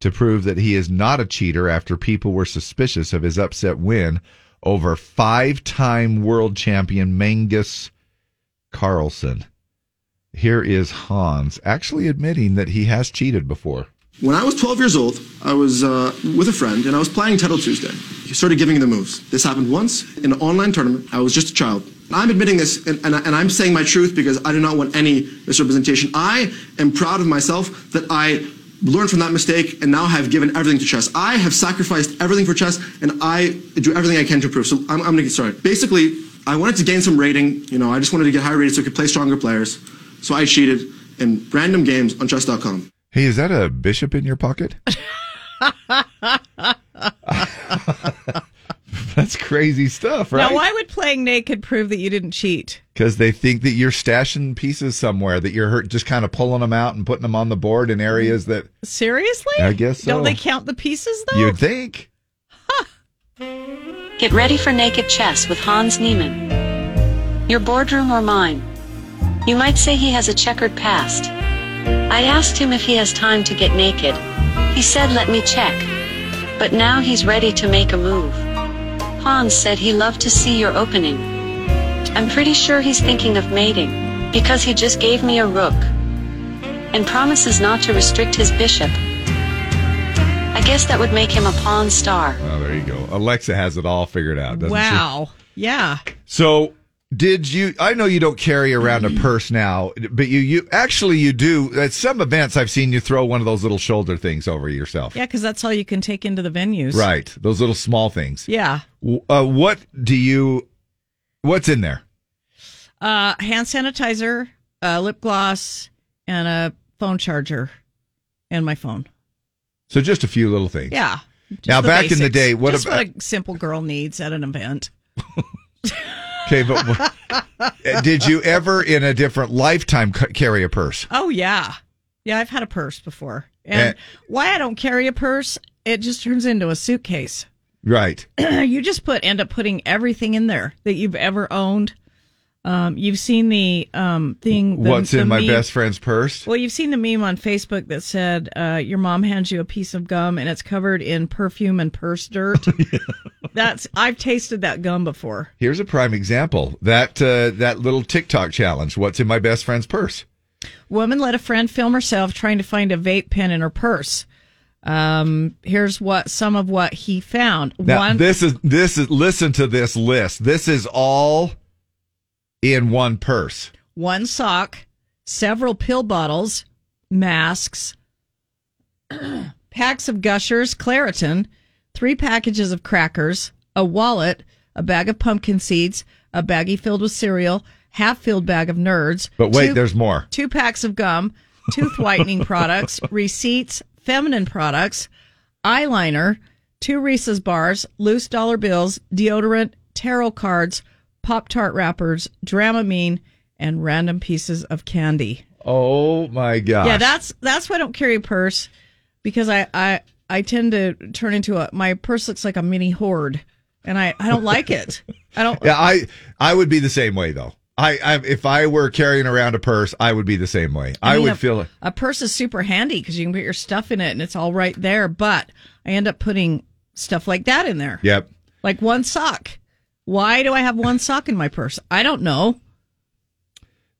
[SPEAKER 2] to prove that he is not a cheater after people were suspicious of his upset win over five time world champion Mangus Carlsen. Here is Hans actually admitting that he has cheated before.
[SPEAKER 16] When I was 12 years old, I was uh, with a friend and I was playing Title Tuesday. He started giving me the moves. This happened once in an online tournament. I was just a child. I'm admitting this and, and, I- and I'm saying my truth because I do not want any misrepresentation. I am proud of myself that I learned from that mistake and now have given everything to chess. I have sacrificed everything for chess and I do everything I can to improve. So I'm, I'm going to get started. Basically, I wanted to gain some rating. You know, I just wanted to get higher rated so I could play stronger players. So I cheated in random games on chess.com.
[SPEAKER 2] Hey, is that a bishop in your pocket? That's crazy stuff, right?
[SPEAKER 3] Now, why would playing naked prove that you didn't cheat?
[SPEAKER 2] Because they think that you're stashing pieces somewhere, that you're hurt, just kind of pulling them out and putting them on the board in areas that
[SPEAKER 3] Seriously?
[SPEAKER 2] I guess so.
[SPEAKER 3] Don't they count the pieces though?
[SPEAKER 2] you'd think.
[SPEAKER 17] Get ready for naked chess with Hans Niemann. Your boardroom or mine? You might say he has a checkered past. I asked him if he has time to get naked. He said, let me check. But now he's ready to make a move. Hans said he loved to see your opening. I'm pretty sure he's thinking of mating, because he just gave me a rook. And promises not to restrict his bishop. I guess that would make him a pawn star.
[SPEAKER 2] Oh, there you go. Alexa has it all figured out, doesn't she?
[SPEAKER 3] Wow. Yeah.
[SPEAKER 2] So Did you? I know you don't carry around a purse now, but you you actually you do. At some events, I've seen you throw one of those little shoulder things over yourself.
[SPEAKER 3] Yeah, because that's all you can take into the venues.
[SPEAKER 2] Right, those little small things.
[SPEAKER 3] Yeah.
[SPEAKER 2] W- Uh, what do you? What's in there?
[SPEAKER 3] Uh, hand sanitizer, uh, lip gloss, and a phone charger, and my phone.
[SPEAKER 2] So just a few little things.
[SPEAKER 3] Yeah. just
[SPEAKER 2] Now, back in the
[SPEAKER 3] basics.
[SPEAKER 2] day, what
[SPEAKER 3] Just
[SPEAKER 2] about-
[SPEAKER 3] what a simple girl needs at an event?
[SPEAKER 2] Okay, but w- did you ever in a different lifetime c- carry a purse?
[SPEAKER 3] Oh yeah, yeah. I've had a purse before, and
[SPEAKER 2] Eh.
[SPEAKER 3] why I don't carry a purse, it just turns into a suitcase.
[SPEAKER 2] Right.
[SPEAKER 3] you just put end up putting everything in there that you've ever owned. Um, you've seen the um, thing. the-
[SPEAKER 2] What's
[SPEAKER 3] the
[SPEAKER 2] in my
[SPEAKER 3] meme-
[SPEAKER 2] best friend's purse?
[SPEAKER 3] Well, you've seen the meme on Facebook that said uh, your mom hands you a piece of gum and it's covered in perfume and purse dirt. That's I've tasted that gum before.
[SPEAKER 2] Here's a prime example. That uh, that little TikTok challenge. What's in my best friend's purse?
[SPEAKER 3] Woman let a friend film herself trying to find a vape pen in her purse. Um, here's what some of what he found.
[SPEAKER 2] Now this is this is listen to this list. This is all in one purse.
[SPEAKER 3] one sock, several pill bottles, masks, packs of gushers, Claritin, three packages of crackers, a wallet, a bag of pumpkin seeds, a baggie filled with cereal, half filled bag of nerds.
[SPEAKER 2] But wait,
[SPEAKER 3] two-
[SPEAKER 2] there's more.
[SPEAKER 3] Two packs of gum, tooth whitening products, receipts, feminine products, eyeliner, two Reese's bars, loose dollar bills, deodorant, tarot cards, Pop Tart wrappers, Dramamine, and random pieces of candy.
[SPEAKER 2] Oh my gosh.
[SPEAKER 3] Yeah, that's that's why I don't carry a purse because I I I tend to turn into a my purse looks like a mini hoard, and I I don't like it. I don't.
[SPEAKER 2] Yeah, I I would be the same way though. I, I if I were carrying around a purse, I would be the same way. I,
[SPEAKER 3] mean,
[SPEAKER 2] would
[SPEAKER 3] a,
[SPEAKER 2] feel it.
[SPEAKER 3] A purse is super handy because you can put your stuff in it and it's all right there. But I end up putting stuff like that in there,
[SPEAKER 2] Yep.
[SPEAKER 3] like one sock. Why do I have one sock in my purse? I don't know.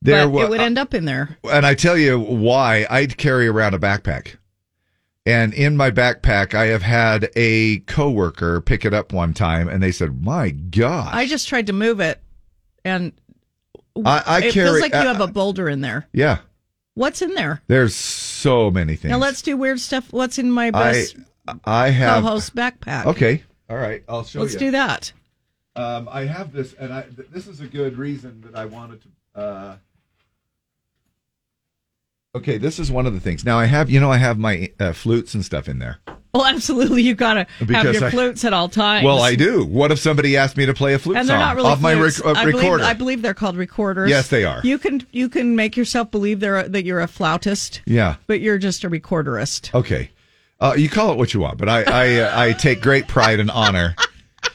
[SPEAKER 2] There uh,
[SPEAKER 3] but
[SPEAKER 2] wa-
[SPEAKER 3] it would end up in there.
[SPEAKER 2] and I tell you why I'd carry around a backpack. And in my backpack, I have had a coworker pick it up one time, and they said, "My God,
[SPEAKER 3] I just tried to move it, and
[SPEAKER 2] I- I
[SPEAKER 3] it
[SPEAKER 2] carry-
[SPEAKER 3] feels like
[SPEAKER 2] I-
[SPEAKER 3] you have a boulder in there.
[SPEAKER 2] yeah."
[SPEAKER 3] What's in there?
[SPEAKER 2] There's so many things.
[SPEAKER 3] Now let's do weird stuff. What's in my
[SPEAKER 2] I
[SPEAKER 3] best
[SPEAKER 2] I have
[SPEAKER 3] co-host backpack?
[SPEAKER 2] Okay, all right, I'll show
[SPEAKER 3] let's
[SPEAKER 2] you.
[SPEAKER 3] do that.
[SPEAKER 2] Um, I have this, and I th- this is a good reason that I wanted to. Uh, okay, this is one of the things. Now I have, you know, I have my uh, flutes and stuff in there.
[SPEAKER 3] Well, absolutely, you gotta have
[SPEAKER 2] Because
[SPEAKER 3] your
[SPEAKER 2] I-
[SPEAKER 3] flutes at all times.
[SPEAKER 2] Well, I do. What if somebody asked me to play a flute
[SPEAKER 3] and
[SPEAKER 2] song
[SPEAKER 3] they're not really
[SPEAKER 2] off my
[SPEAKER 3] flutes.
[SPEAKER 2] rec- uh,
[SPEAKER 3] I believe,
[SPEAKER 2] recorder?
[SPEAKER 3] I believe they're called recorders.
[SPEAKER 2] Yes, they are.
[SPEAKER 3] You can you can make yourself believe they're that you're a flautist,
[SPEAKER 2] yeah.
[SPEAKER 3] but you're just a recorderist.
[SPEAKER 2] Okay. Uh, you call it what you want, but I I, uh, I take great pride and honor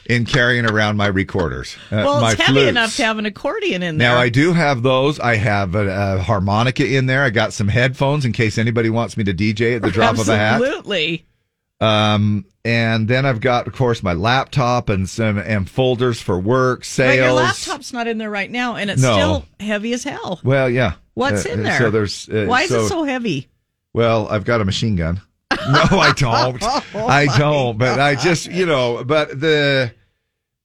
[SPEAKER 2] in carrying around my recorders. Uh,
[SPEAKER 3] well,
[SPEAKER 2] my
[SPEAKER 3] it's heavy
[SPEAKER 2] flutes.
[SPEAKER 3] enough to have an accordion in there.
[SPEAKER 2] Now I do have those. I have a, a harmonica in there. I got some headphones in case anybody wants me to DJ at the drop
[SPEAKER 3] Absolutely.
[SPEAKER 2] of a hat. Um, and then I've got, of course, my laptop and some and folders for work
[SPEAKER 3] But
[SPEAKER 2] sales.
[SPEAKER 3] your laptop's not in there right now, and it's
[SPEAKER 2] No.
[SPEAKER 3] still heavy as hell.
[SPEAKER 2] Well, yeah.
[SPEAKER 3] What's
[SPEAKER 2] Uh,
[SPEAKER 3] in there?
[SPEAKER 2] So there's. Uh,
[SPEAKER 3] Why is it so heavy?
[SPEAKER 2] Well, I've got a machine gun. No, I don't.
[SPEAKER 3] Oh
[SPEAKER 2] I don't. But I just, you know, but the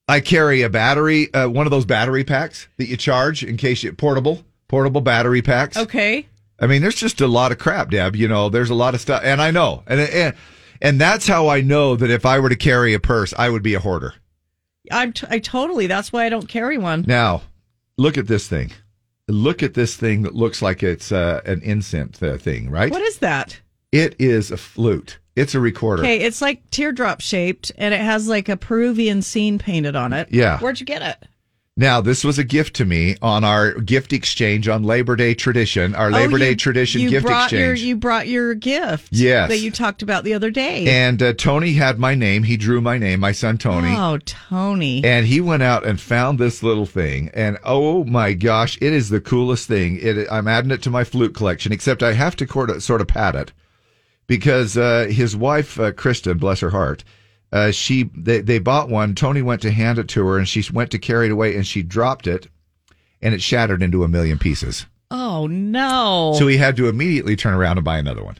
[SPEAKER 2] I carry a battery, uh, one of those battery packs that you charge in case you portable, portable battery packs.
[SPEAKER 3] Okay.
[SPEAKER 2] I mean, there's just a lot of crap, Deb. You know, there's a lot of stuff, and I know, and and and that's how I know that if I were to carry a purse, I would be a hoarder.
[SPEAKER 3] I'm t- I totally. That's why I don't carry one.
[SPEAKER 2] Now, look at this thing. Look at this thing that looks like it's uh, an incense uh, thing, right?
[SPEAKER 3] What is that?
[SPEAKER 2] It is a flute. It's a recorder.
[SPEAKER 3] Okay, it's like teardrop shaped, and it has like a Peruvian scene painted on it.
[SPEAKER 2] Yeah.
[SPEAKER 3] Where'd you get it?
[SPEAKER 2] Now, this was a gift to me on our gift exchange on Labor Day tradition, our Labor
[SPEAKER 3] Oh,
[SPEAKER 2] Day
[SPEAKER 3] you-
[SPEAKER 2] tradition
[SPEAKER 3] you
[SPEAKER 2] gift
[SPEAKER 3] brought Your,
[SPEAKER 2] exchange.
[SPEAKER 3] you brought your gift.
[SPEAKER 2] Yes.
[SPEAKER 3] That you talked about the other day.
[SPEAKER 2] and uh, Tony had my name. He drew my name, my son Tony.
[SPEAKER 3] Oh, Tony.
[SPEAKER 2] And he went out and found this little thing, and oh my gosh, it is the coolest thing. It, I'm adding it to my flute collection, except I have to court, sort of pat it because uh, his wife, uh, Kristen, bless her heart, uh, she they, they bought one. Tony went to hand it to her, and she went to carry it away, and she dropped it, and it shattered into a million pieces.
[SPEAKER 3] Oh no.
[SPEAKER 2] So he had to immediately turn around and buy another one.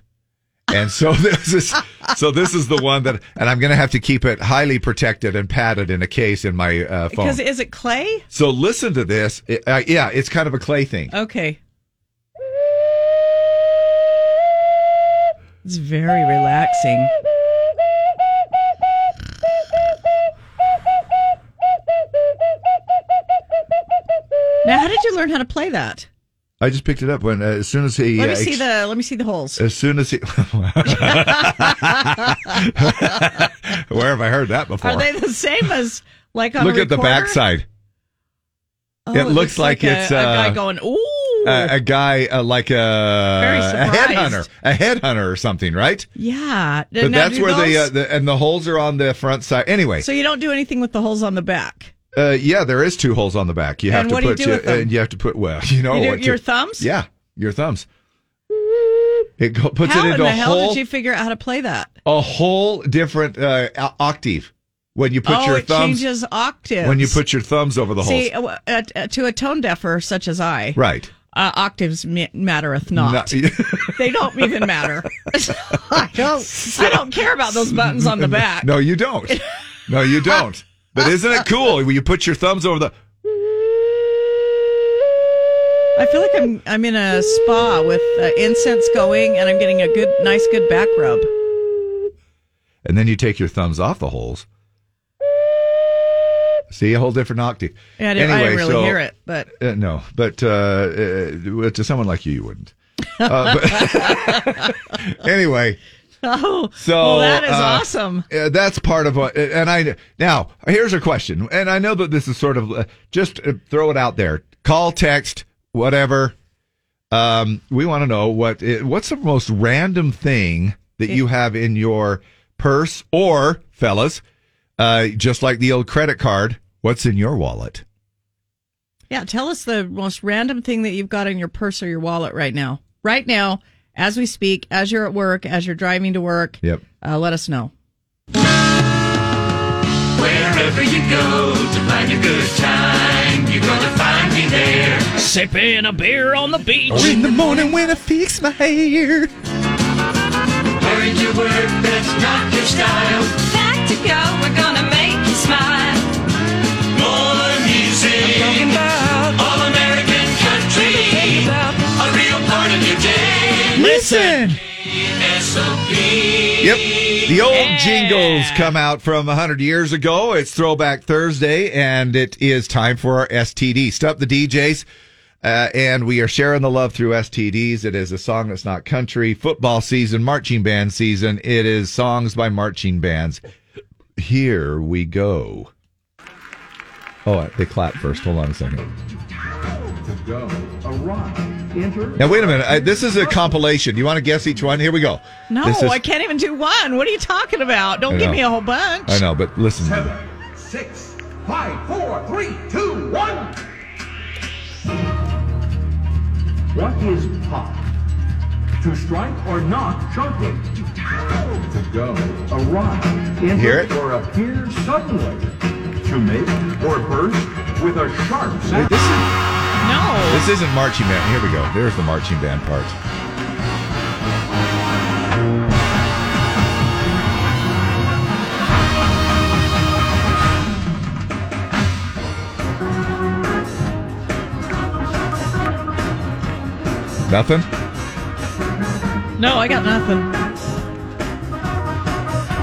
[SPEAKER 2] And so this is so this is the one that, and I'm going to have to keep it highly protected and padded in a case in my uh, phone.
[SPEAKER 3] Because is it clay?
[SPEAKER 2] so listen to this. It- uh, yeah, it's kind of a clay thing.
[SPEAKER 3] Okay. It's very relaxing. Now, how did you learn how to play that?
[SPEAKER 2] I just picked it up when uh, as soon as he
[SPEAKER 3] Let
[SPEAKER 2] uh,
[SPEAKER 3] me see
[SPEAKER 2] ex-
[SPEAKER 3] the let me see the holes.
[SPEAKER 2] as soon as he where have I heard that before?
[SPEAKER 3] Are they the same as like on a
[SPEAKER 2] Look at the
[SPEAKER 3] recorder?
[SPEAKER 2] backside.
[SPEAKER 3] Oh,
[SPEAKER 2] it, looks like, it's
[SPEAKER 3] a,
[SPEAKER 2] uh,
[SPEAKER 3] a guy going ooh.
[SPEAKER 2] a, a guy uh, like a,
[SPEAKER 3] Very
[SPEAKER 2] a
[SPEAKER 3] surprised.
[SPEAKER 2] headhunter, a headhunter or something, right?
[SPEAKER 3] Yeah,
[SPEAKER 2] But
[SPEAKER 3] Now,
[SPEAKER 2] that's
[SPEAKER 3] do
[SPEAKER 2] where the, uh,
[SPEAKER 3] those-
[SPEAKER 2] the and the holes are on the front side. Anyway,
[SPEAKER 3] so you don't do anything with the holes on the back.
[SPEAKER 2] uh, yeah, there is two holes on the back. You have
[SPEAKER 3] And
[SPEAKER 2] to
[SPEAKER 3] what do you
[SPEAKER 2] put
[SPEAKER 3] do with
[SPEAKER 2] uh,
[SPEAKER 3] them?
[SPEAKER 2] and you have to put well, you know
[SPEAKER 3] You do
[SPEAKER 2] what
[SPEAKER 3] your
[SPEAKER 2] to-
[SPEAKER 3] thumbs?
[SPEAKER 2] Oh, Yeah, your thumbs. It go, puts
[SPEAKER 3] how
[SPEAKER 2] it
[SPEAKER 3] in
[SPEAKER 2] into
[SPEAKER 3] the
[SPEAKER 2] a
[SPEAKER 3] hell
[SPEAKER 2] whole
[SPEAKER 3] did you figure out how to play that?
[SPEAKER 2] a whole different uh, o- octave when you put
[SPEAKER 3] oh,
[SPEAKER 2] your
[SPEAKER 3] it
[SPEAKER 2] thumbs
[SPEAKER 3] changes octaves
[SPEAKER 2] when you put your thumbs over the
[SPEAKER 3] See,
[SPEAKER 2] holes.
[SPEAKER 3] uh, uh, uh, to a tone deafer such as I,
[SPEAKER 2] Right.
[SPEAKER 3] Uh, octaves ma- mattereth not.
[SPEAKER 2] No-
[SPEAKER 3] they don't even matter. I don't. I don't care about those buttons on the back.
[SPEAKER 2] No, you don't. No, you don't. But isn't it cool when you put your thumbs over the?
[SPEAKER 3] I feel like I'm I'm in a spa with uh, incense going, and I'm getting a good, nice, good back rub.
[SPEAKER 2] and then you take your thumbs off the holes. See a whole different octave.
[SPEAKER 3] Yeah, I didn't, I didn't really
[SPEAKER 2] so-
[SPEAKER 3] hear it, but
[SPEAKER 2] Uh, no, but uh, uh, to someone like you, you wouldn't. Uh, but anyway,
[SPEAKER 3] oh,
[SPEAKER 2] so
[SPEAKER 3] well, that is
[SPEAKER 2] uh,
[SPEAKER 3] awesome.
[SPEAKER 2] uh, that's part of what. And I now here's a question, and I know that this is sort of uh, just uh, throw it out there. Call, text, whatever. Um, we want to know what i- what's the most random thing that you have in your purse, or fellas, uh, just like the old credit card. What's in your wallet?
[SPEAKER 3] Yeah, tell us the most random thing that you've got in your purse or your wallet right now. Right now, as we speak, as you're at work, as you're driving to work.
[SPEAKER 2] Yep.
[SPEAKER 3] Uh, let us know.
[SPEAKER 5] Wherever you go to find a good time, you're gonna find me there.
[SPEAKER 14] Sipping a beer on the beach.
[SPEAKER 5] In
[SPEAKER 2] the morning when I fix my hair.
[SPEAKER 5] Hurry to work, that's not your style.
[SPEAKER 18] Back to go, we're gonna make you smile.
[SPEAKER 5] More
[SPEAKER 18] I'm
[SPEAKER 5] music.
[SPEAKER 18] talking about
[SPEAKER 5] all American country. A real part of your day.
[SPEAKER 2] Listen.
[SPEAKER 5] SOP.
[SPEAKER 2] Yep. The old jingles come out from 100 years ago. It's Throwback Thursday, and it is time for our STD. Stop the DJs. Uh, and we are sharing the love through STDs. It is a song that's not country, football season, marching band season. It is songs by marching bands. Here we go. Oh, they clap first. Hold on a second.
[SPEAKER 5] Go. A rock. Enter.
[SPEAKER 2] Now, wait a minute. I, this is a compilation. Do you want to guess each one? Here we go.
[SPEAKER 3] No,
[SPEAKER 2] This is-
[SPEAKER 3] I can't even do one. What are you talking about? Don't
[SPEAKER 2] I
[SPEAKER 3] give
[SPEAKER 2] know.
[SPEAKER 3] me a whole bunch.
[SPEAKER 2] I know, but listen.
[SPEAKER 5] Six, five, four, three, two, one. What is pop? To strike or not something. To go, arrive, enter,
[SPEAKER 2] Hear it?
[SPEAKER 5] or appear suddenly. To make or burst with a sharp sound.
[SPEAKER 2] This is-
[SPEAKER 3] No.
[SPEAKER 2] This isn't marching band. Here we go. There's the marching band part. Nothing?
[SPEAKER 3] No, I got nothing.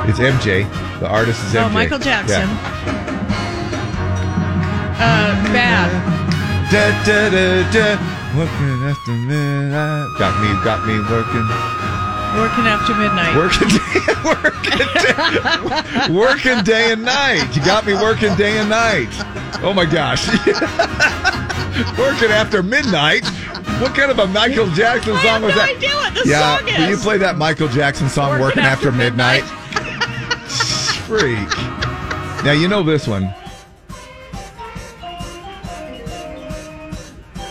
[SPEAKER 2] It's MJ. The artist is MJ.
[SPEAKER 3] Oh, Michael Jackson.
[SPEAKER 2] Yeah.
[SPEAKER 3] Uh, bad.
[SPEAKER 2] Da, da, da, da. Working after midnight. Got me, got me working.
[SPEAKER 3] Working after midnight.
[SPEAKER 2] Working. working day and night. You got me working day and night. Oh my gosh. working after midnight. What kind of a Michael Jackson song was that?
[SPEAKER 5] idea what this
[SPEAKER 2] yeah,
[SPEAKER 5] song
[SPEAKER 2] will you
[SPEAKER 5] is.
[SPEAKER 2] play that Michael Jackson song "Working, After, Midnight"? Freak. Now you know this one.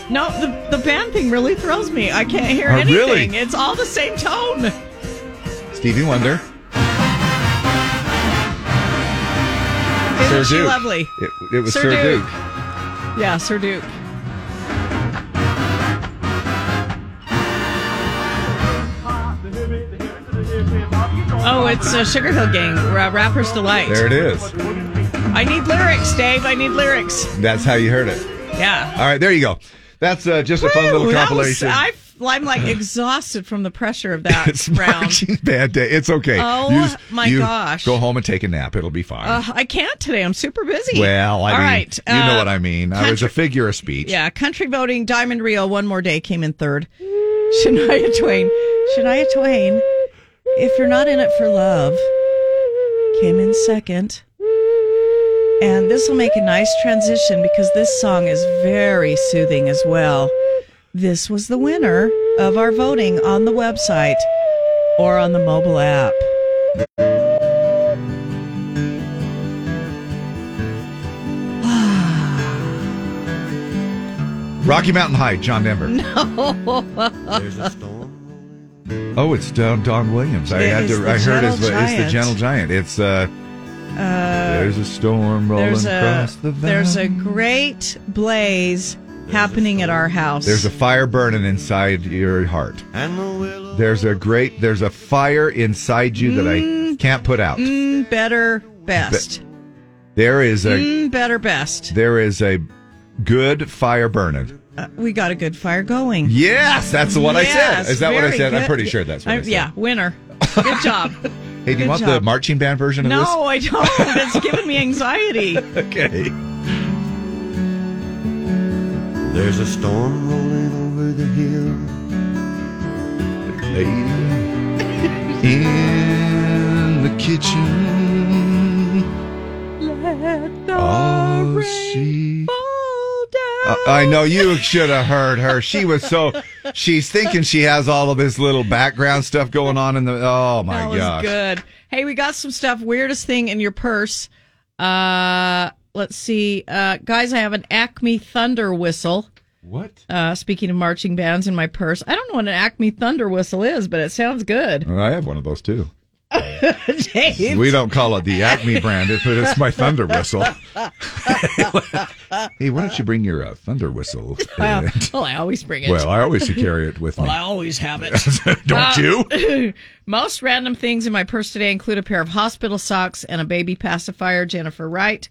[SPEAKER 3] No, the the band thing really throws me. I can't hear
[SPEAKER 2] Oh,
[SPEAKER 3] anything.
[SPEAKER 2] really?
[SPEAKER 3] It's all the same tone.
[SPEAKER 2] Stevie Wonder.
[SPEAKER 3] Isn't
[SPEAKER 2] Sir
[SPEAKER 3] she
[SPEAKER 2] Duke.
[SPEAKER 3] lovely?
[SPEAKER 2] It, it was Sir,
[SPEAKER 3] Sir
[SPEAKER 2] Duke.
[SPEAKER 3] Duke. Yeah, Sir Duke.
[SPEAKER 5] Hip hop, you know
[SPEAKER 3] Oh, it's uh, Sugar Hill Gang, Ra- Rapper's Delight.
[SPEAKER 2] There it is.
[SPEAKER 3] I need lyrics, Dave. I need lyrics.
[SPEAKER 2] That's how you heard it.
[SPEAKER 3] Yeah.
[SPEAKER 2] All right, there you go. That's uh, just a fun
[SPEAKER 3] Woo,
[SPEAKER 2] little
[SPEAKER 3] that
[SPEAKER 2] compilation.
[SPEAKER 3] Was, I, f- I'm like exhausted from the pressure of that round.
[SPEAKER 2] Marching band day. It's okay.
[SPEAKER 3] Oh, my gosh.
[SPEAKER 2] Go home and take a nap. It'll be fine.
[SPEAKER 3] Uh, I can't today. I'm super busy.
[SPEAKER 2] well, I
[SPEAKER 3] All
[SPEAKER 2] mean,
[SPEAKER 3] right,
[SPEAKER 2] you know
[SPEAKER 3] uh,
[SPEAKER 2] what I mean. I was a figure of speech.
[SPEAKER 3] Yeah, country voting. Diamond Rio, one more day came in third. Shania Twain. Shania Twain. If you're not in it for love, came in second. And this will make a nice transition because this song is very soothing as well. This was the winner of our voting on the website or on the mobile app.
[SPEAKER 2] Rocky Mountain High, John Denver.
[SPEAKER 3] No.
[SPEAKER 2] Oh, it's Don, Don Williams. I
[SPEAKER 3] It
[SPEAKER 2] had
[SPEAKER 3] is
[SPEAKER 2] to.
[SPEAKER 3] the
[SPEAKER 2] I heard it's,
[SPEAKER 3] gentle
[SPEAKER 2] it's the
[SPEAKER 3] giant.
[SPEAKER 2] gentle giant. It's uh,
[SPEAKER 3] Uh,
[SPEAKER 2] there's a storm rolling
[SPEAKER 3] there's a
[SPEAKER 2] across the valley.
[SPEAKER 3] there's a great blaze happening at our house.
[SPEAKER 2] There's a fire burning inside your heart. There's a great. There's a fire inside you that I can't put out.
[SPEAKER 3] Mm, better best.
[SPEAKER 2] There is a.
[SPEAKER 3] Mm, better best.
[SPEAKER 2] There is a good fire burning.
[SPEAKER 3] Uh, we got a good fire going.
[SPEAKER 2] Yes, that's what I said.
[SPEAKER 3] Yes,
[SPEAKER 2] Is that what I
[SPEAKER 3] very
[SPEAKER 2] said? I'm
[SPEAKER 3] good.
[SPEAKER 2] pretty sure that's what I said.
[SPEAKER 3] Yeah, winner. Good job.
[SPEAKER 2] Hey, do you
[SPEAKER 3] Good
[SPEAKER 2] want the
[SPEAKER 3] job.
[SPEAKER 2] marching band version of
[SPEAKER 3] no,
[SPEAKER 2] this?
[SPEAKER 3] I don't. It's giving me anxiety.
[SPEAKER 2] Okay.
[SPEAKER 19] There's a storm rolling over the hill.
[SPEAKER 2] Lady in the kitchen.
[SPEAKER 3] Let the
[SPEAKER 2] Oh, she. I- I know you should have heard her. She was so. She's thinking she has all of this little background stuff going on in the. Oh my
[SPEAKER 3] that was
[SPEAKER 2] gosh!
[SPEAKER 3] good. Hey, we got some stuff. Weirdest thing in your purse. Uh, let's see, uh, guys. I have an Acme Thunder whistle.
[SPEAKER 2] What?
[SPEAKER 3] Uh, speaking of marching bands in my purse, I don't know what an Acme Thunder whistle is, but it sounds good.
[SPEAKER 2] I have one of those too.
[SPEAKER 3] Dave.
[SPEAKER 2] We don't call it the Acme brand, but it's my thunder whistle. hey, why don't you bring your uh, thunder whistle? Uh,
[SPEAKER 3] Well, well, I always bring it.
[SPEAKER 2] Well, I always should carry it with
[SPEAKER 3] well,
[SPEAKER 2] me.
[SPEAKER 3] I always have it.
[SPEAKER 2] Don't you?
[SPEAKER 3] you? most random things in my purse today include a pair of hospital socks and a baby pacifier. Jennifer Wright.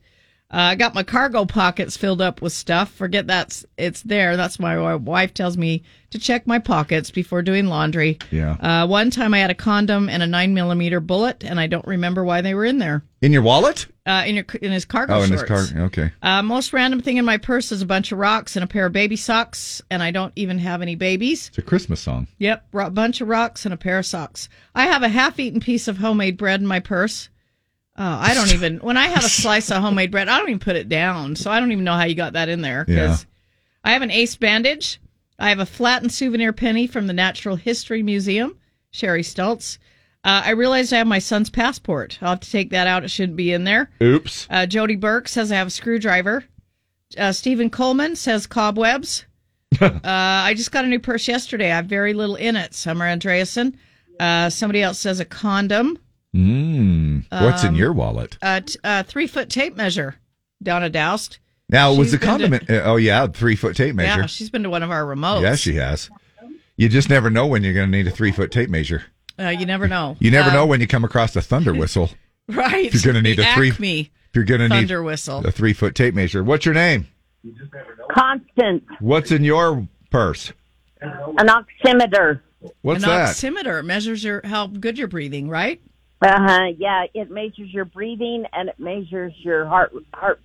[SPEAKER 3] Uh, I got my cargo pockets filled up with stuff. Forget that's it's there. That's why my wife tells me to check my pockets before doing laundry.
[SPEAKER 2] Yeah.
[SPEAKER 3] Uh, one time I had a condom and a nine millimeter bullet, and I don't remember why they were in there.
[SPEAKER 2] In your wallet?
[SPEAKER 3] Uh, in your in his cargo
[SPEAKER 2] Oh, in
[SPEAKER 3] shorts.
[SPEAKER 2] his car. Okay.
[SPEAKER 3] Uh, most random thing in my purse is a bunch of rocks and a pair of baby socks, and I don't even have any babies.
[SPEAKER 2] It's a Christmas song.
[SPEAKER 3] Yep, ro- bunch of rocks and a pair of socks. I have a half-eaten piece of homemade bread in my purse. Uh, I don't even when I have a slice of homemade bread, I don't even put it down, so I don't even know how you got that in there. 'cause I have an ace bandage. I have a flattened souvenir penny from the Natural History Museum. Sherry Stultz. Uh, I realized I have my son's passport. I'll have to take that out. It shouldn't be in there.
[SPEAKER 2] Oops.
[SPEAKER 3] Uh, Jody Burke says I have a screwdriver. Uh, Stephen Coleman says cobwebs. uh, I just got a new purse yesterday. I have very little in it. Summer Andreasen. Uh, somebody else says a condom.
[SPEAKER 2] Mm. What's in
[SPEAKER 3] Um,
[SPEAKER 2] your wallet?
[SPEAKER 3] A t- a three foot tape measure. Donna Doust.
[SPEAKER 2] Now, was
[SPEAKER 3] she's
[SPEAKER 2] the
[SPEAKER 3] been to-
[SPEAKER 2] condiment? uh, oh, yeah, three foot tape measure.
[SPEAKER 3] Yeah, she's been to one of our remotes.
[SPEAKER 2] Yeah, she has. You just never know when you're going to need a three foot tape measure.
[SPEAKER 3] Uh, you never know.
[SPEAKER 2] You never
[SPEAKER 3] Um,
[SPEAKER 2] know when you come across a thunder whistle.
[SPEAKER 3] Right.
[SPEAKER 2] If you're going to need
[SPEAKER 3] The
[SPEAKER 2] a three.
[SPEAKER 3] Acme
[SPEAKER 2] if you're going to need
[SPEAKER 3] thunder whistle.
[SPEAKER 2] a three foot tape measure. What's your name?
[SPEAKER 11] Constant,
[SPEAKER 2] What's in your purse?
[SPEAKER 11] an oximeter.
[SPEAKER 2] What's
[SPEAKER 3] An
[SPEAKER 2] that?
[SPEAKER 3] oximeter measures your how good you're breathing, right?
[SPEAKER 11] Uh huh. Yeah, it measures your breathing and it measures your heart heart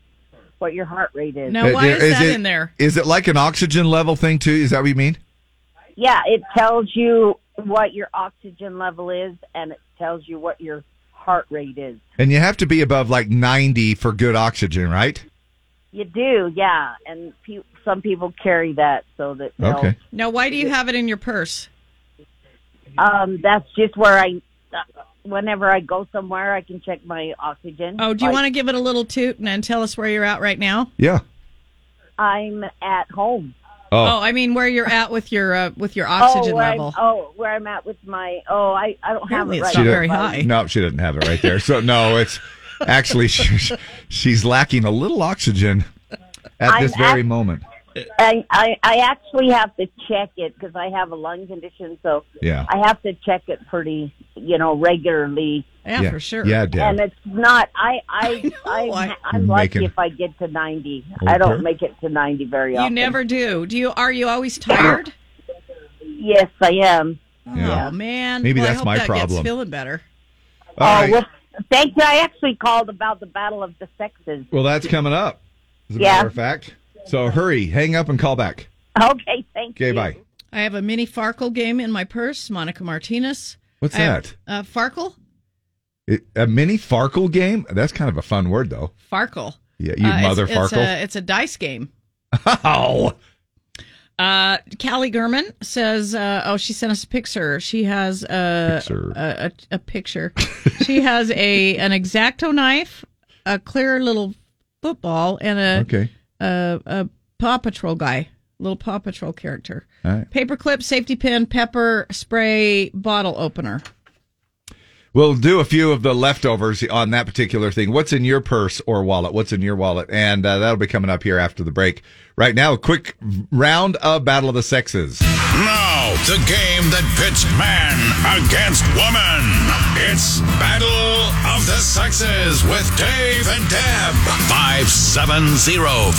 [SPEAKER 11] what your heart rate is.
[SPEAKER 2] Uh, it, Is it like an oxygen level thing too? Is that what you mean?
[SPEAKER 11] Yeah, it tells you what your oxygen level is and it tells you what your heart rate is.
[SPEAKER 2] And you have to be above like 90 for good oxygen, right?
[SPEAKER 11] You do, yeah. And pe- some people carry that so that they'll-
[SPEAKER 2] Okay.
[SPEAKER 3] Now, why do you have it in your purse?
[SPEAKER 11] Um, that's just where I. uh, Whenever I go somewhere, I can check my oxygen.
[SPEAKER 3] Oh, do you
[SPEAKER 11] Like,
[SPEAKER 3] want to give it a little toot and then tell us where you're at right now?
[SPEAKER 2] Yeah.
[SPEAKER 11] I'm at home.
[SPEAKER 3] Oh, I mean where you're at with your uh, with your oxygen
[SPEAKER 11] oh, where I'm-
[SPEAKER 3] level.
[SPEAKER 11] oh, where I'm at with my. Oh, I I don't have
[SPEAKER 3] Apparently
[SPEAKER 11] it right.
[SPEAKER 3] it's not
[SPEAKER 11] now,
[SPEAKER 3] very
[SPEAKER 11] but-
[SPEAKER 3] high.
[SPEAKER 2] No, she doesn't have it right there. So no, it's actually she, she's lacking a little oxygen at
[SPEAKER 11] I'm
[SPEAKER 2] this very
[SPEAKER 11] act-
[SPEAKER 2] moment.
[SPEAKER 20] I, I, I actually have to check it because I have a lung condition, so
[SPEAKER 2] Yeah.
[SPEAKER 20] I have to check it pretty, you know, regularly.
[SPEAKER 2] Yeah, Yeah. for sure. Yeah, Deb.
[SPEAKER 20] And uh, it's not. I I, I, I am lucky
[SPEAKER 3] You're making-
[SPEAKER 20] if I get to ninety.
[SPEAKER 3] Oh,
[SPEAKER 20] I
[SPEAKER 3] per-
[SPEAKER 20] don't make it to ninety very
[SPEAKER 3] You
[SPEAKER 20] often.
[SPEAKER 3] never do. Do you? Are you always tired?
[SPEAKER 20] Yes, I am.
[SPEAKER 3] Oh
[SPEAKER 2] Yeah.
[SPEAKER 3] man.
[SPEAKER 2] Maybe
[SPEAKER 3] Well, I
[SPEAKER 2] that's
[SPEAKER 3] hope
[SPEAKER 2] my
[SPEAKER 3] that Gets
[SPEAKER 2] problem.
[SPEAKER 3] feeling better.
[SPEAKER 2] All right.
[SPEAKER 20] Oh, Uh, well, thank you. I actually called about the battle of the sexes.
[SPEAKER 2] Well, that's coming up, as a
[SPEAKER 20] Yeah.
[SPEAKER 2] matter of fact. So hurry, hang up and call back.
[SPEAKER 20] Okay, thank
[SPEAKER 2] Okay, bye.
[SPEAKER 3] I have a mini Farkle game in my purse. Monica Martinez.
[SPEAKER 2] What's
[SPEAKER 3] I have-
[SPEAKER 2] that?
[SPEAKER 3] uh, Farkle.
[SPEAKER 2] It- a mini Farkle game? That's kind of a fun word, though.
[SPEAKER 3] Farkle. Uh,
[SPEAKER 2] Yeah, you
[SPEAKER 3] it's-
[SPEAKER 2] mother
[SPEAKER 3] it's,
[SPEAKER 2] Farkle.
[SPEAKER 3] a, it's a dice game.
[SPEAKER 2] oh,
[SPEAKER 3] Uh, Callie Gurman says, uh, "Oh, she sent us a picture. She has a
[SPEAKER 2] Picture.
[SPEAKER 3] a, a, a picture. she has a an exacto knife, a clear little football, and a
[SPEAKER 2] Okay.
[SPEAKER 3] a, a Paw Patrol guy, little Paw Patrol character.
[SPEAKER 2] All right.
[SPEAKER 3] Paperclip, safety pin, pepper spray, bottle opener.
[SPEAKER 2] We'll do a few of the leftovers on that particular thing. What's in your purse or wallet? What's in your wallet? And uh, that'll be coming up here after the break. Right now, a quick round of Battle of the Sexes.
[SPEAKER 4] Now, the game that pits man against woman. It's Battle of the Sexes with Dave and Deb. 570-5767.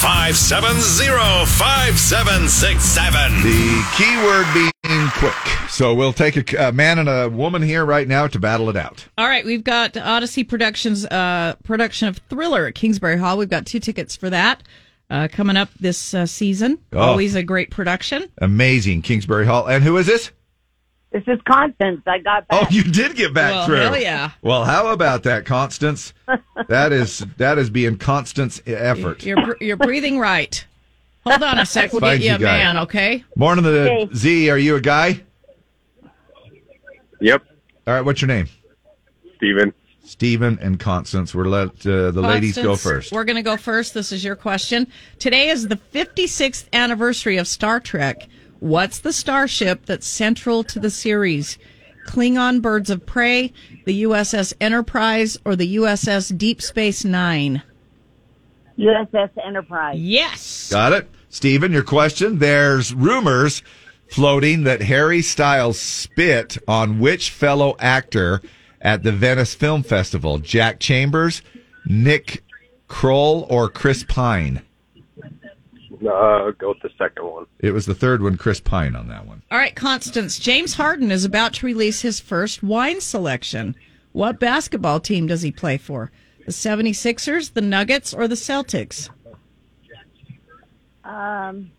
[SPEAKER 4] 570-5767.
[SPEAKER 2] The keyword being quick. So we'll take a, a man and a woman here right now to battle it out.
[SPEAKER 3] All right, we've got Odyssey Productions uh, production of Thriller at Kingsbury Hall. We've got two tickets for that uh, coming up this uh, season.
[SPEAKER 2] Oh.
[SPEAKER 3] Always a great production.
[SPEAKER 2] Amazing, Kingsbury Hall. And who is this?
[SPEAKER 20] This is Constance. I got
[SPEAKER 2] Oh, you did get back
[SPEAKER 20] Well,
[SPEAKER 2] through.
[SPEAKER 20] hell yeah.
[SPEAKER 2] Well, how about that, Constance? that is that is being Constance effort.
[SPEAKER 3] You're br- you're breathing right. Hold on a sec. We'll get
[SPEAKER 2] Find
[SPEAKER 3] you
[SPEAKER 2] you
[SPEAKER 3] a
[SPEAKER 2] guy.
[SPEAKER 3] man, okay?
[SPEAKER 2] Morning, the
[SPEAKER 3] Okay.
[SPEAKER 2] Z. Are you a guy?
[SPEAKER 21] Yep.
[SPEAKER 2] All right. What's your name?
[SPEAKER 21] Steven.
[SPEAKER 2] Stephen and Constance. We're let uh, the ladies go
[SPEAKER 3] Constance,
[SPEAKER 2] first.
[SPEAKER 3] We're going to go first. This is your question. Today is the 56th anniversary of Star Trek. What's the starship that's central to the series? Klingon Birds of Prey, the USS Enterprise, or the USS Deep Space Nine?
[SPEAKER 20] USS Enterprise.
[SPEAKER 3] Yes.
[SPEAKER 2] Got it, Stephen. Your question. There's rumors floating that Harry Styles spit on which fellow actor at the Venice Film Festival? Jack Chambers, Nick Kroll, or Chris Pine?
[SPEAKER 21] Uh, go with the second one.
[SPEAKER 2] It was the third one, Chris Pine, on that one.
[SPEAKER 3] All right, Constance. James Harden is about to release his first wine selection. What basketball team does he play for? The 76ers, the Nuggets, or the Celtics?
[SPEAKER 20] Um,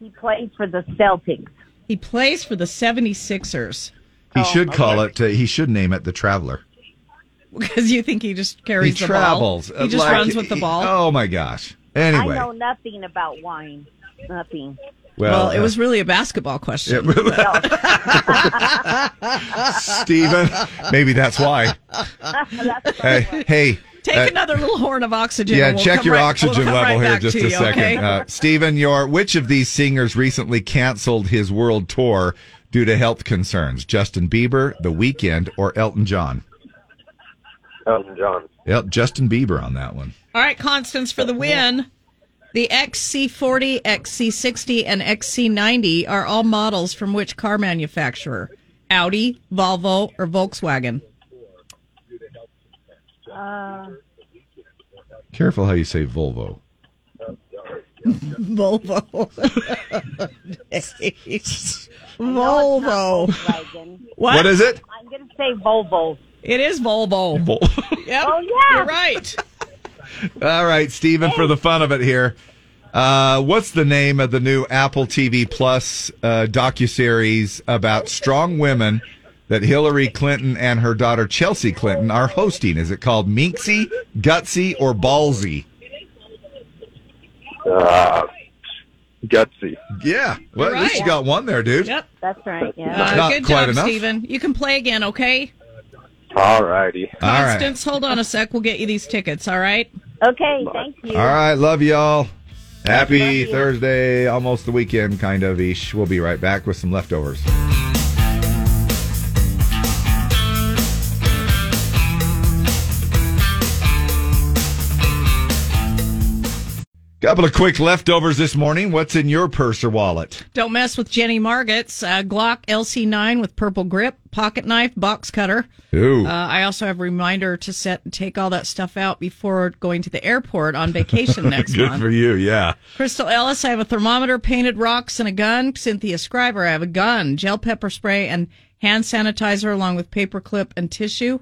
[SPEAKER 20] he plays for the Celtics.
[SPEAKER 3] He plays for the 76ers.
[SPEAKER 2] He should call it. Uh, he should name it the Traveler.
[SPEAKER 3] Because you think he just carries
[SPEAKER 2] he
[SPEAKER 3] the ball.
[SPEAKER 2] travels. uh,
[SPEAKER 3] He just
[SPEAKER 2] like-
[SPEAKER 3] runs with the ball.
[SPEAKER 2] Oh my gosh! Anyway,
[SPEAKER 20] I know nothing about wine. Nothing.
[SPEAKER 2] well,
[SPEAKER 3] Well, it was really a basketball question.
[SPEAKER 2] Stephen. Maybe that's why. Hey, hey,
[SPEAKER 3] Take
[SPEAKER 2] uh,
[SPEAKER 3] another little horn of oxygen.
[SPEAKER 2] Yeah,
[SPEAKER 3] and we'll
[SPEAKER 2] check
[SPEAKER 3] come
[SPEAKER 2] your
[SPEAKER 3] right-
[SPEAKER 2] oxygen
[SPEAKER 3] we'll come
[SPEAKER 2] level
[SPEAKER 3] right
[SPEAKER 2] here
[SPEAKER 3] back
[SPEAKER 2] just
[SPEAKER 3] to
[SPEAKER 2] a
[SPEAKER 3] you,
[SPEAKER 2] second.
[SPEAKER 3] okay?
[SPEAKER 2] Uh, Stephen, your which of these singers recently canceled his world tour due to health concerns? Justin Bieber, The Weeknd, or Elton John?
[SPEAKER 21] Elton John.
[SPEAKER 2] Yep, Justin Bieber on that one.
[SPEAKER 3] All right, Constance, for the win. The XC40, XC60, and XC90 are all models from which car manufacturer? Audi, Volvo, or Volkswagen?
[SPEAKER 20] Uh,
[SPEAKER 2] Careful how you say Volvo.
[SPEAKER 3] Volvo. Volvo.
[SPEAKER 2] What is it?
[SPEAKER 20] I'm going to say Volvo.
[SPEAKER 3] It is Volvo.
[SPEAKER 2] Vol-
[SPEAKER 3] Yep.
[SPEAKER 20] Oh, yeah.
[SPEAKER 3] You're right.
[SPEAKER 2] All right, Stephen, for the fun of it here. Uh, what's the name of the new Apple TV Plus uh, docuseries about strong women that Hillary Clinton and her daughter Chelsea Clinton are hosting? Is it called Minxie, Gutsy, or Ballsy?
[SPEAKER 21] Uh, gutsy.
[SPEAKER 2] Yeah. Well, at least you
[SPEAKER 3] Right.
[SPEAKER 2] got one there, dude.
[SPEAKER 3] Yep.
[SPEAKER 20] That's right. Yeah.
[SPEAKER 2] Not
[SPEAKER 3] Uh, good
[SPEAKER 2] quite
[SPEAKER 3] job,
[SPEAKER 2] enough.
[SPEAKER 3] Stephen. You can play again, okay?
[SPEAKER 21] All righty.
[SPEAKER 2] All right.
[SPEAKER 3] Constance, hold on a sec. We'll get you these tickets, all right?
[SPEAKER 20] Okay, thank you.
[SPEAKER 2] All right, love y'all. Happy Thursday, almost the weekend, kind of ish. We'll be right back with some leftovers. Couple of quick leftovers this morning. What's in your purse or wallet?
[SPEAKER 3] Don't mess with Jenny Margot's uh, Glock LC9 with purple grip, pocket knife, box cutter.
[SPEAKER 2] Ooh.
[SPEAKER 3] Uh, I also have a reminder to set and take all that stuff out before going to the airport on vacation next
[SPEAKER 2] Good
[SPEAKER 3] month.
[SPEAKER 2] for you, yeah.
[SPEAKER 3] Crystal Ellis, I have a thermometer, painted rocks, and a gun. Cynthia Scriber, I have a gun, gel pepper spray, and hand sanitizer along with paper clip and tissue.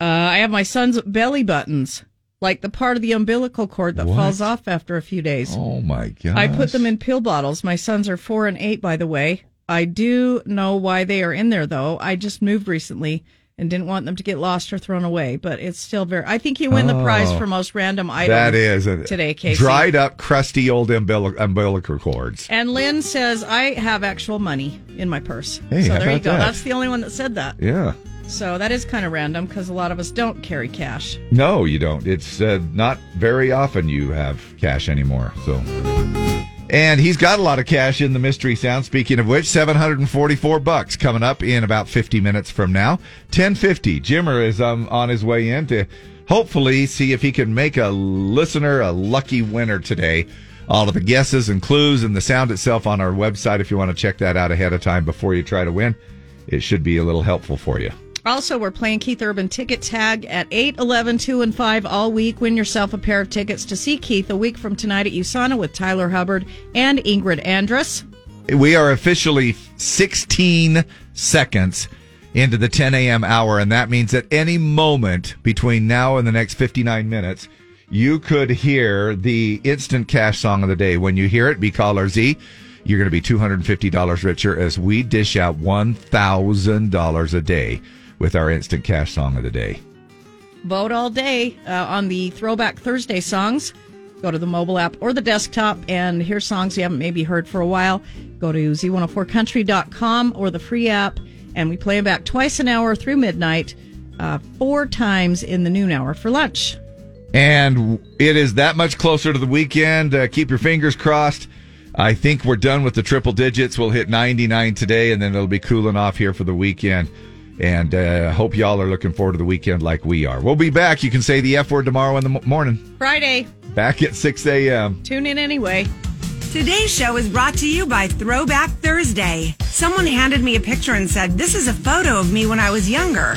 [SPEAKER 3] Uh, I have my son's belly buttons, like the part of the umbilical cord that
[SPEAKER 2] What?
[SPEAKER 3] falls off after a few days.
[SPEAKER 2] Oh my god.
[SPEAKER 3] I put them in pill bottles. My sons are four and eight, by the way. I do know why they are in there, though. I just moved recently and didn't want them to get lost or thrown away, but it's still very. I think you win the prize
[SPEAKER 2] Oh.
[SPEAKER 3] for most random item.
[SPEAKER 2] That is a,
[SPEAKER 3] today, Casey.
[SPEAKER 2] Dried up, crusty old umbil- umbilical cords.
[SPEAKER 3] And Lynn says, I have actual money in my purse.
[SPEAKER 2] Hey,
[SPEAKER 3] so
[SPEAKER 2] how
[SPEAKER 3] there you
[SPEAKER 2] about
[SPEAKER 3] go.
[SPEAKER 2] that?
[SPEAKER 3] That's the only one that said that.
[SPEAKER 2] Yeah.
[SPEAKER 3] So that is kind of random because a lot of us don't carry cash.
[SPEAKER 2] No, you don't. It's uh, not very often you have cash anymore. So, and he's got a lot of cash in the mystery sound. Speaking of which, seven hundred and forty-four bucks coming up in about fifty minutes from now. Ten fifty. Jimmer is um, on his way in to hopefully see if he can make a listener a lucky winner today. All of the guesses and clues and the sound itself on our website. If you want to check that out ahead of time before you try to win, it should be a little helpful for you.
[SPEAKER 3] Also, we're playing Keith Urban Ticket Tag at 8, 11, 2, and 5 all week. Win yourself a pair of tickets to see Keith a week from tonight at USANA with Tyler Hubbard and Ingrid Andress.
[SPEAKER 2] We are officially 16 seconds into the 10 a.m. hour, and that means at any moment between now and the next 59 minutes, you could hear the instant cash song of the day. When you hear it, be caller Z. You're going to be $250 richer as we dish out $1,000 a day with our instant cash song of the day.
[SPEAKER 3] Vote all day uh, on the Throwback Thursday songs. Go to the mobile app or the desktop and hear songs you haven't maybe heard for a while. Go to z104country.com or the free app, and we play them back twice an hour through midnight, uh, four times in the noon hour for lunch.
[SPEAKER 2] And it is that much closer to the weekend. Uh, keep your fingers crossed. I think we're done with the triple digits. We'll hit 99 today, and then it'll be cooling off here for the weekend. And uh, hope y'all are looking forward to the weekend like we are. We'll be back. You can say the F word tomorrow in the m- morning,
[SPEAKER 3] Friday,
[SPEAKER 2] back at 6 a.m.
[SPEAKER 3] tune in anyway.
[SPEAKER 6] Today's show is brought to you by Throwback Thursday. Someone handed me a picture and said, This is a photo of me when I was younger.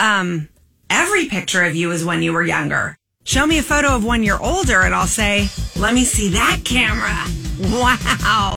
[SPEAKER 6] Um, every picture of you is when you were younger. Show me a photo of when you're older and I'll say, Let me see that camera. Wow.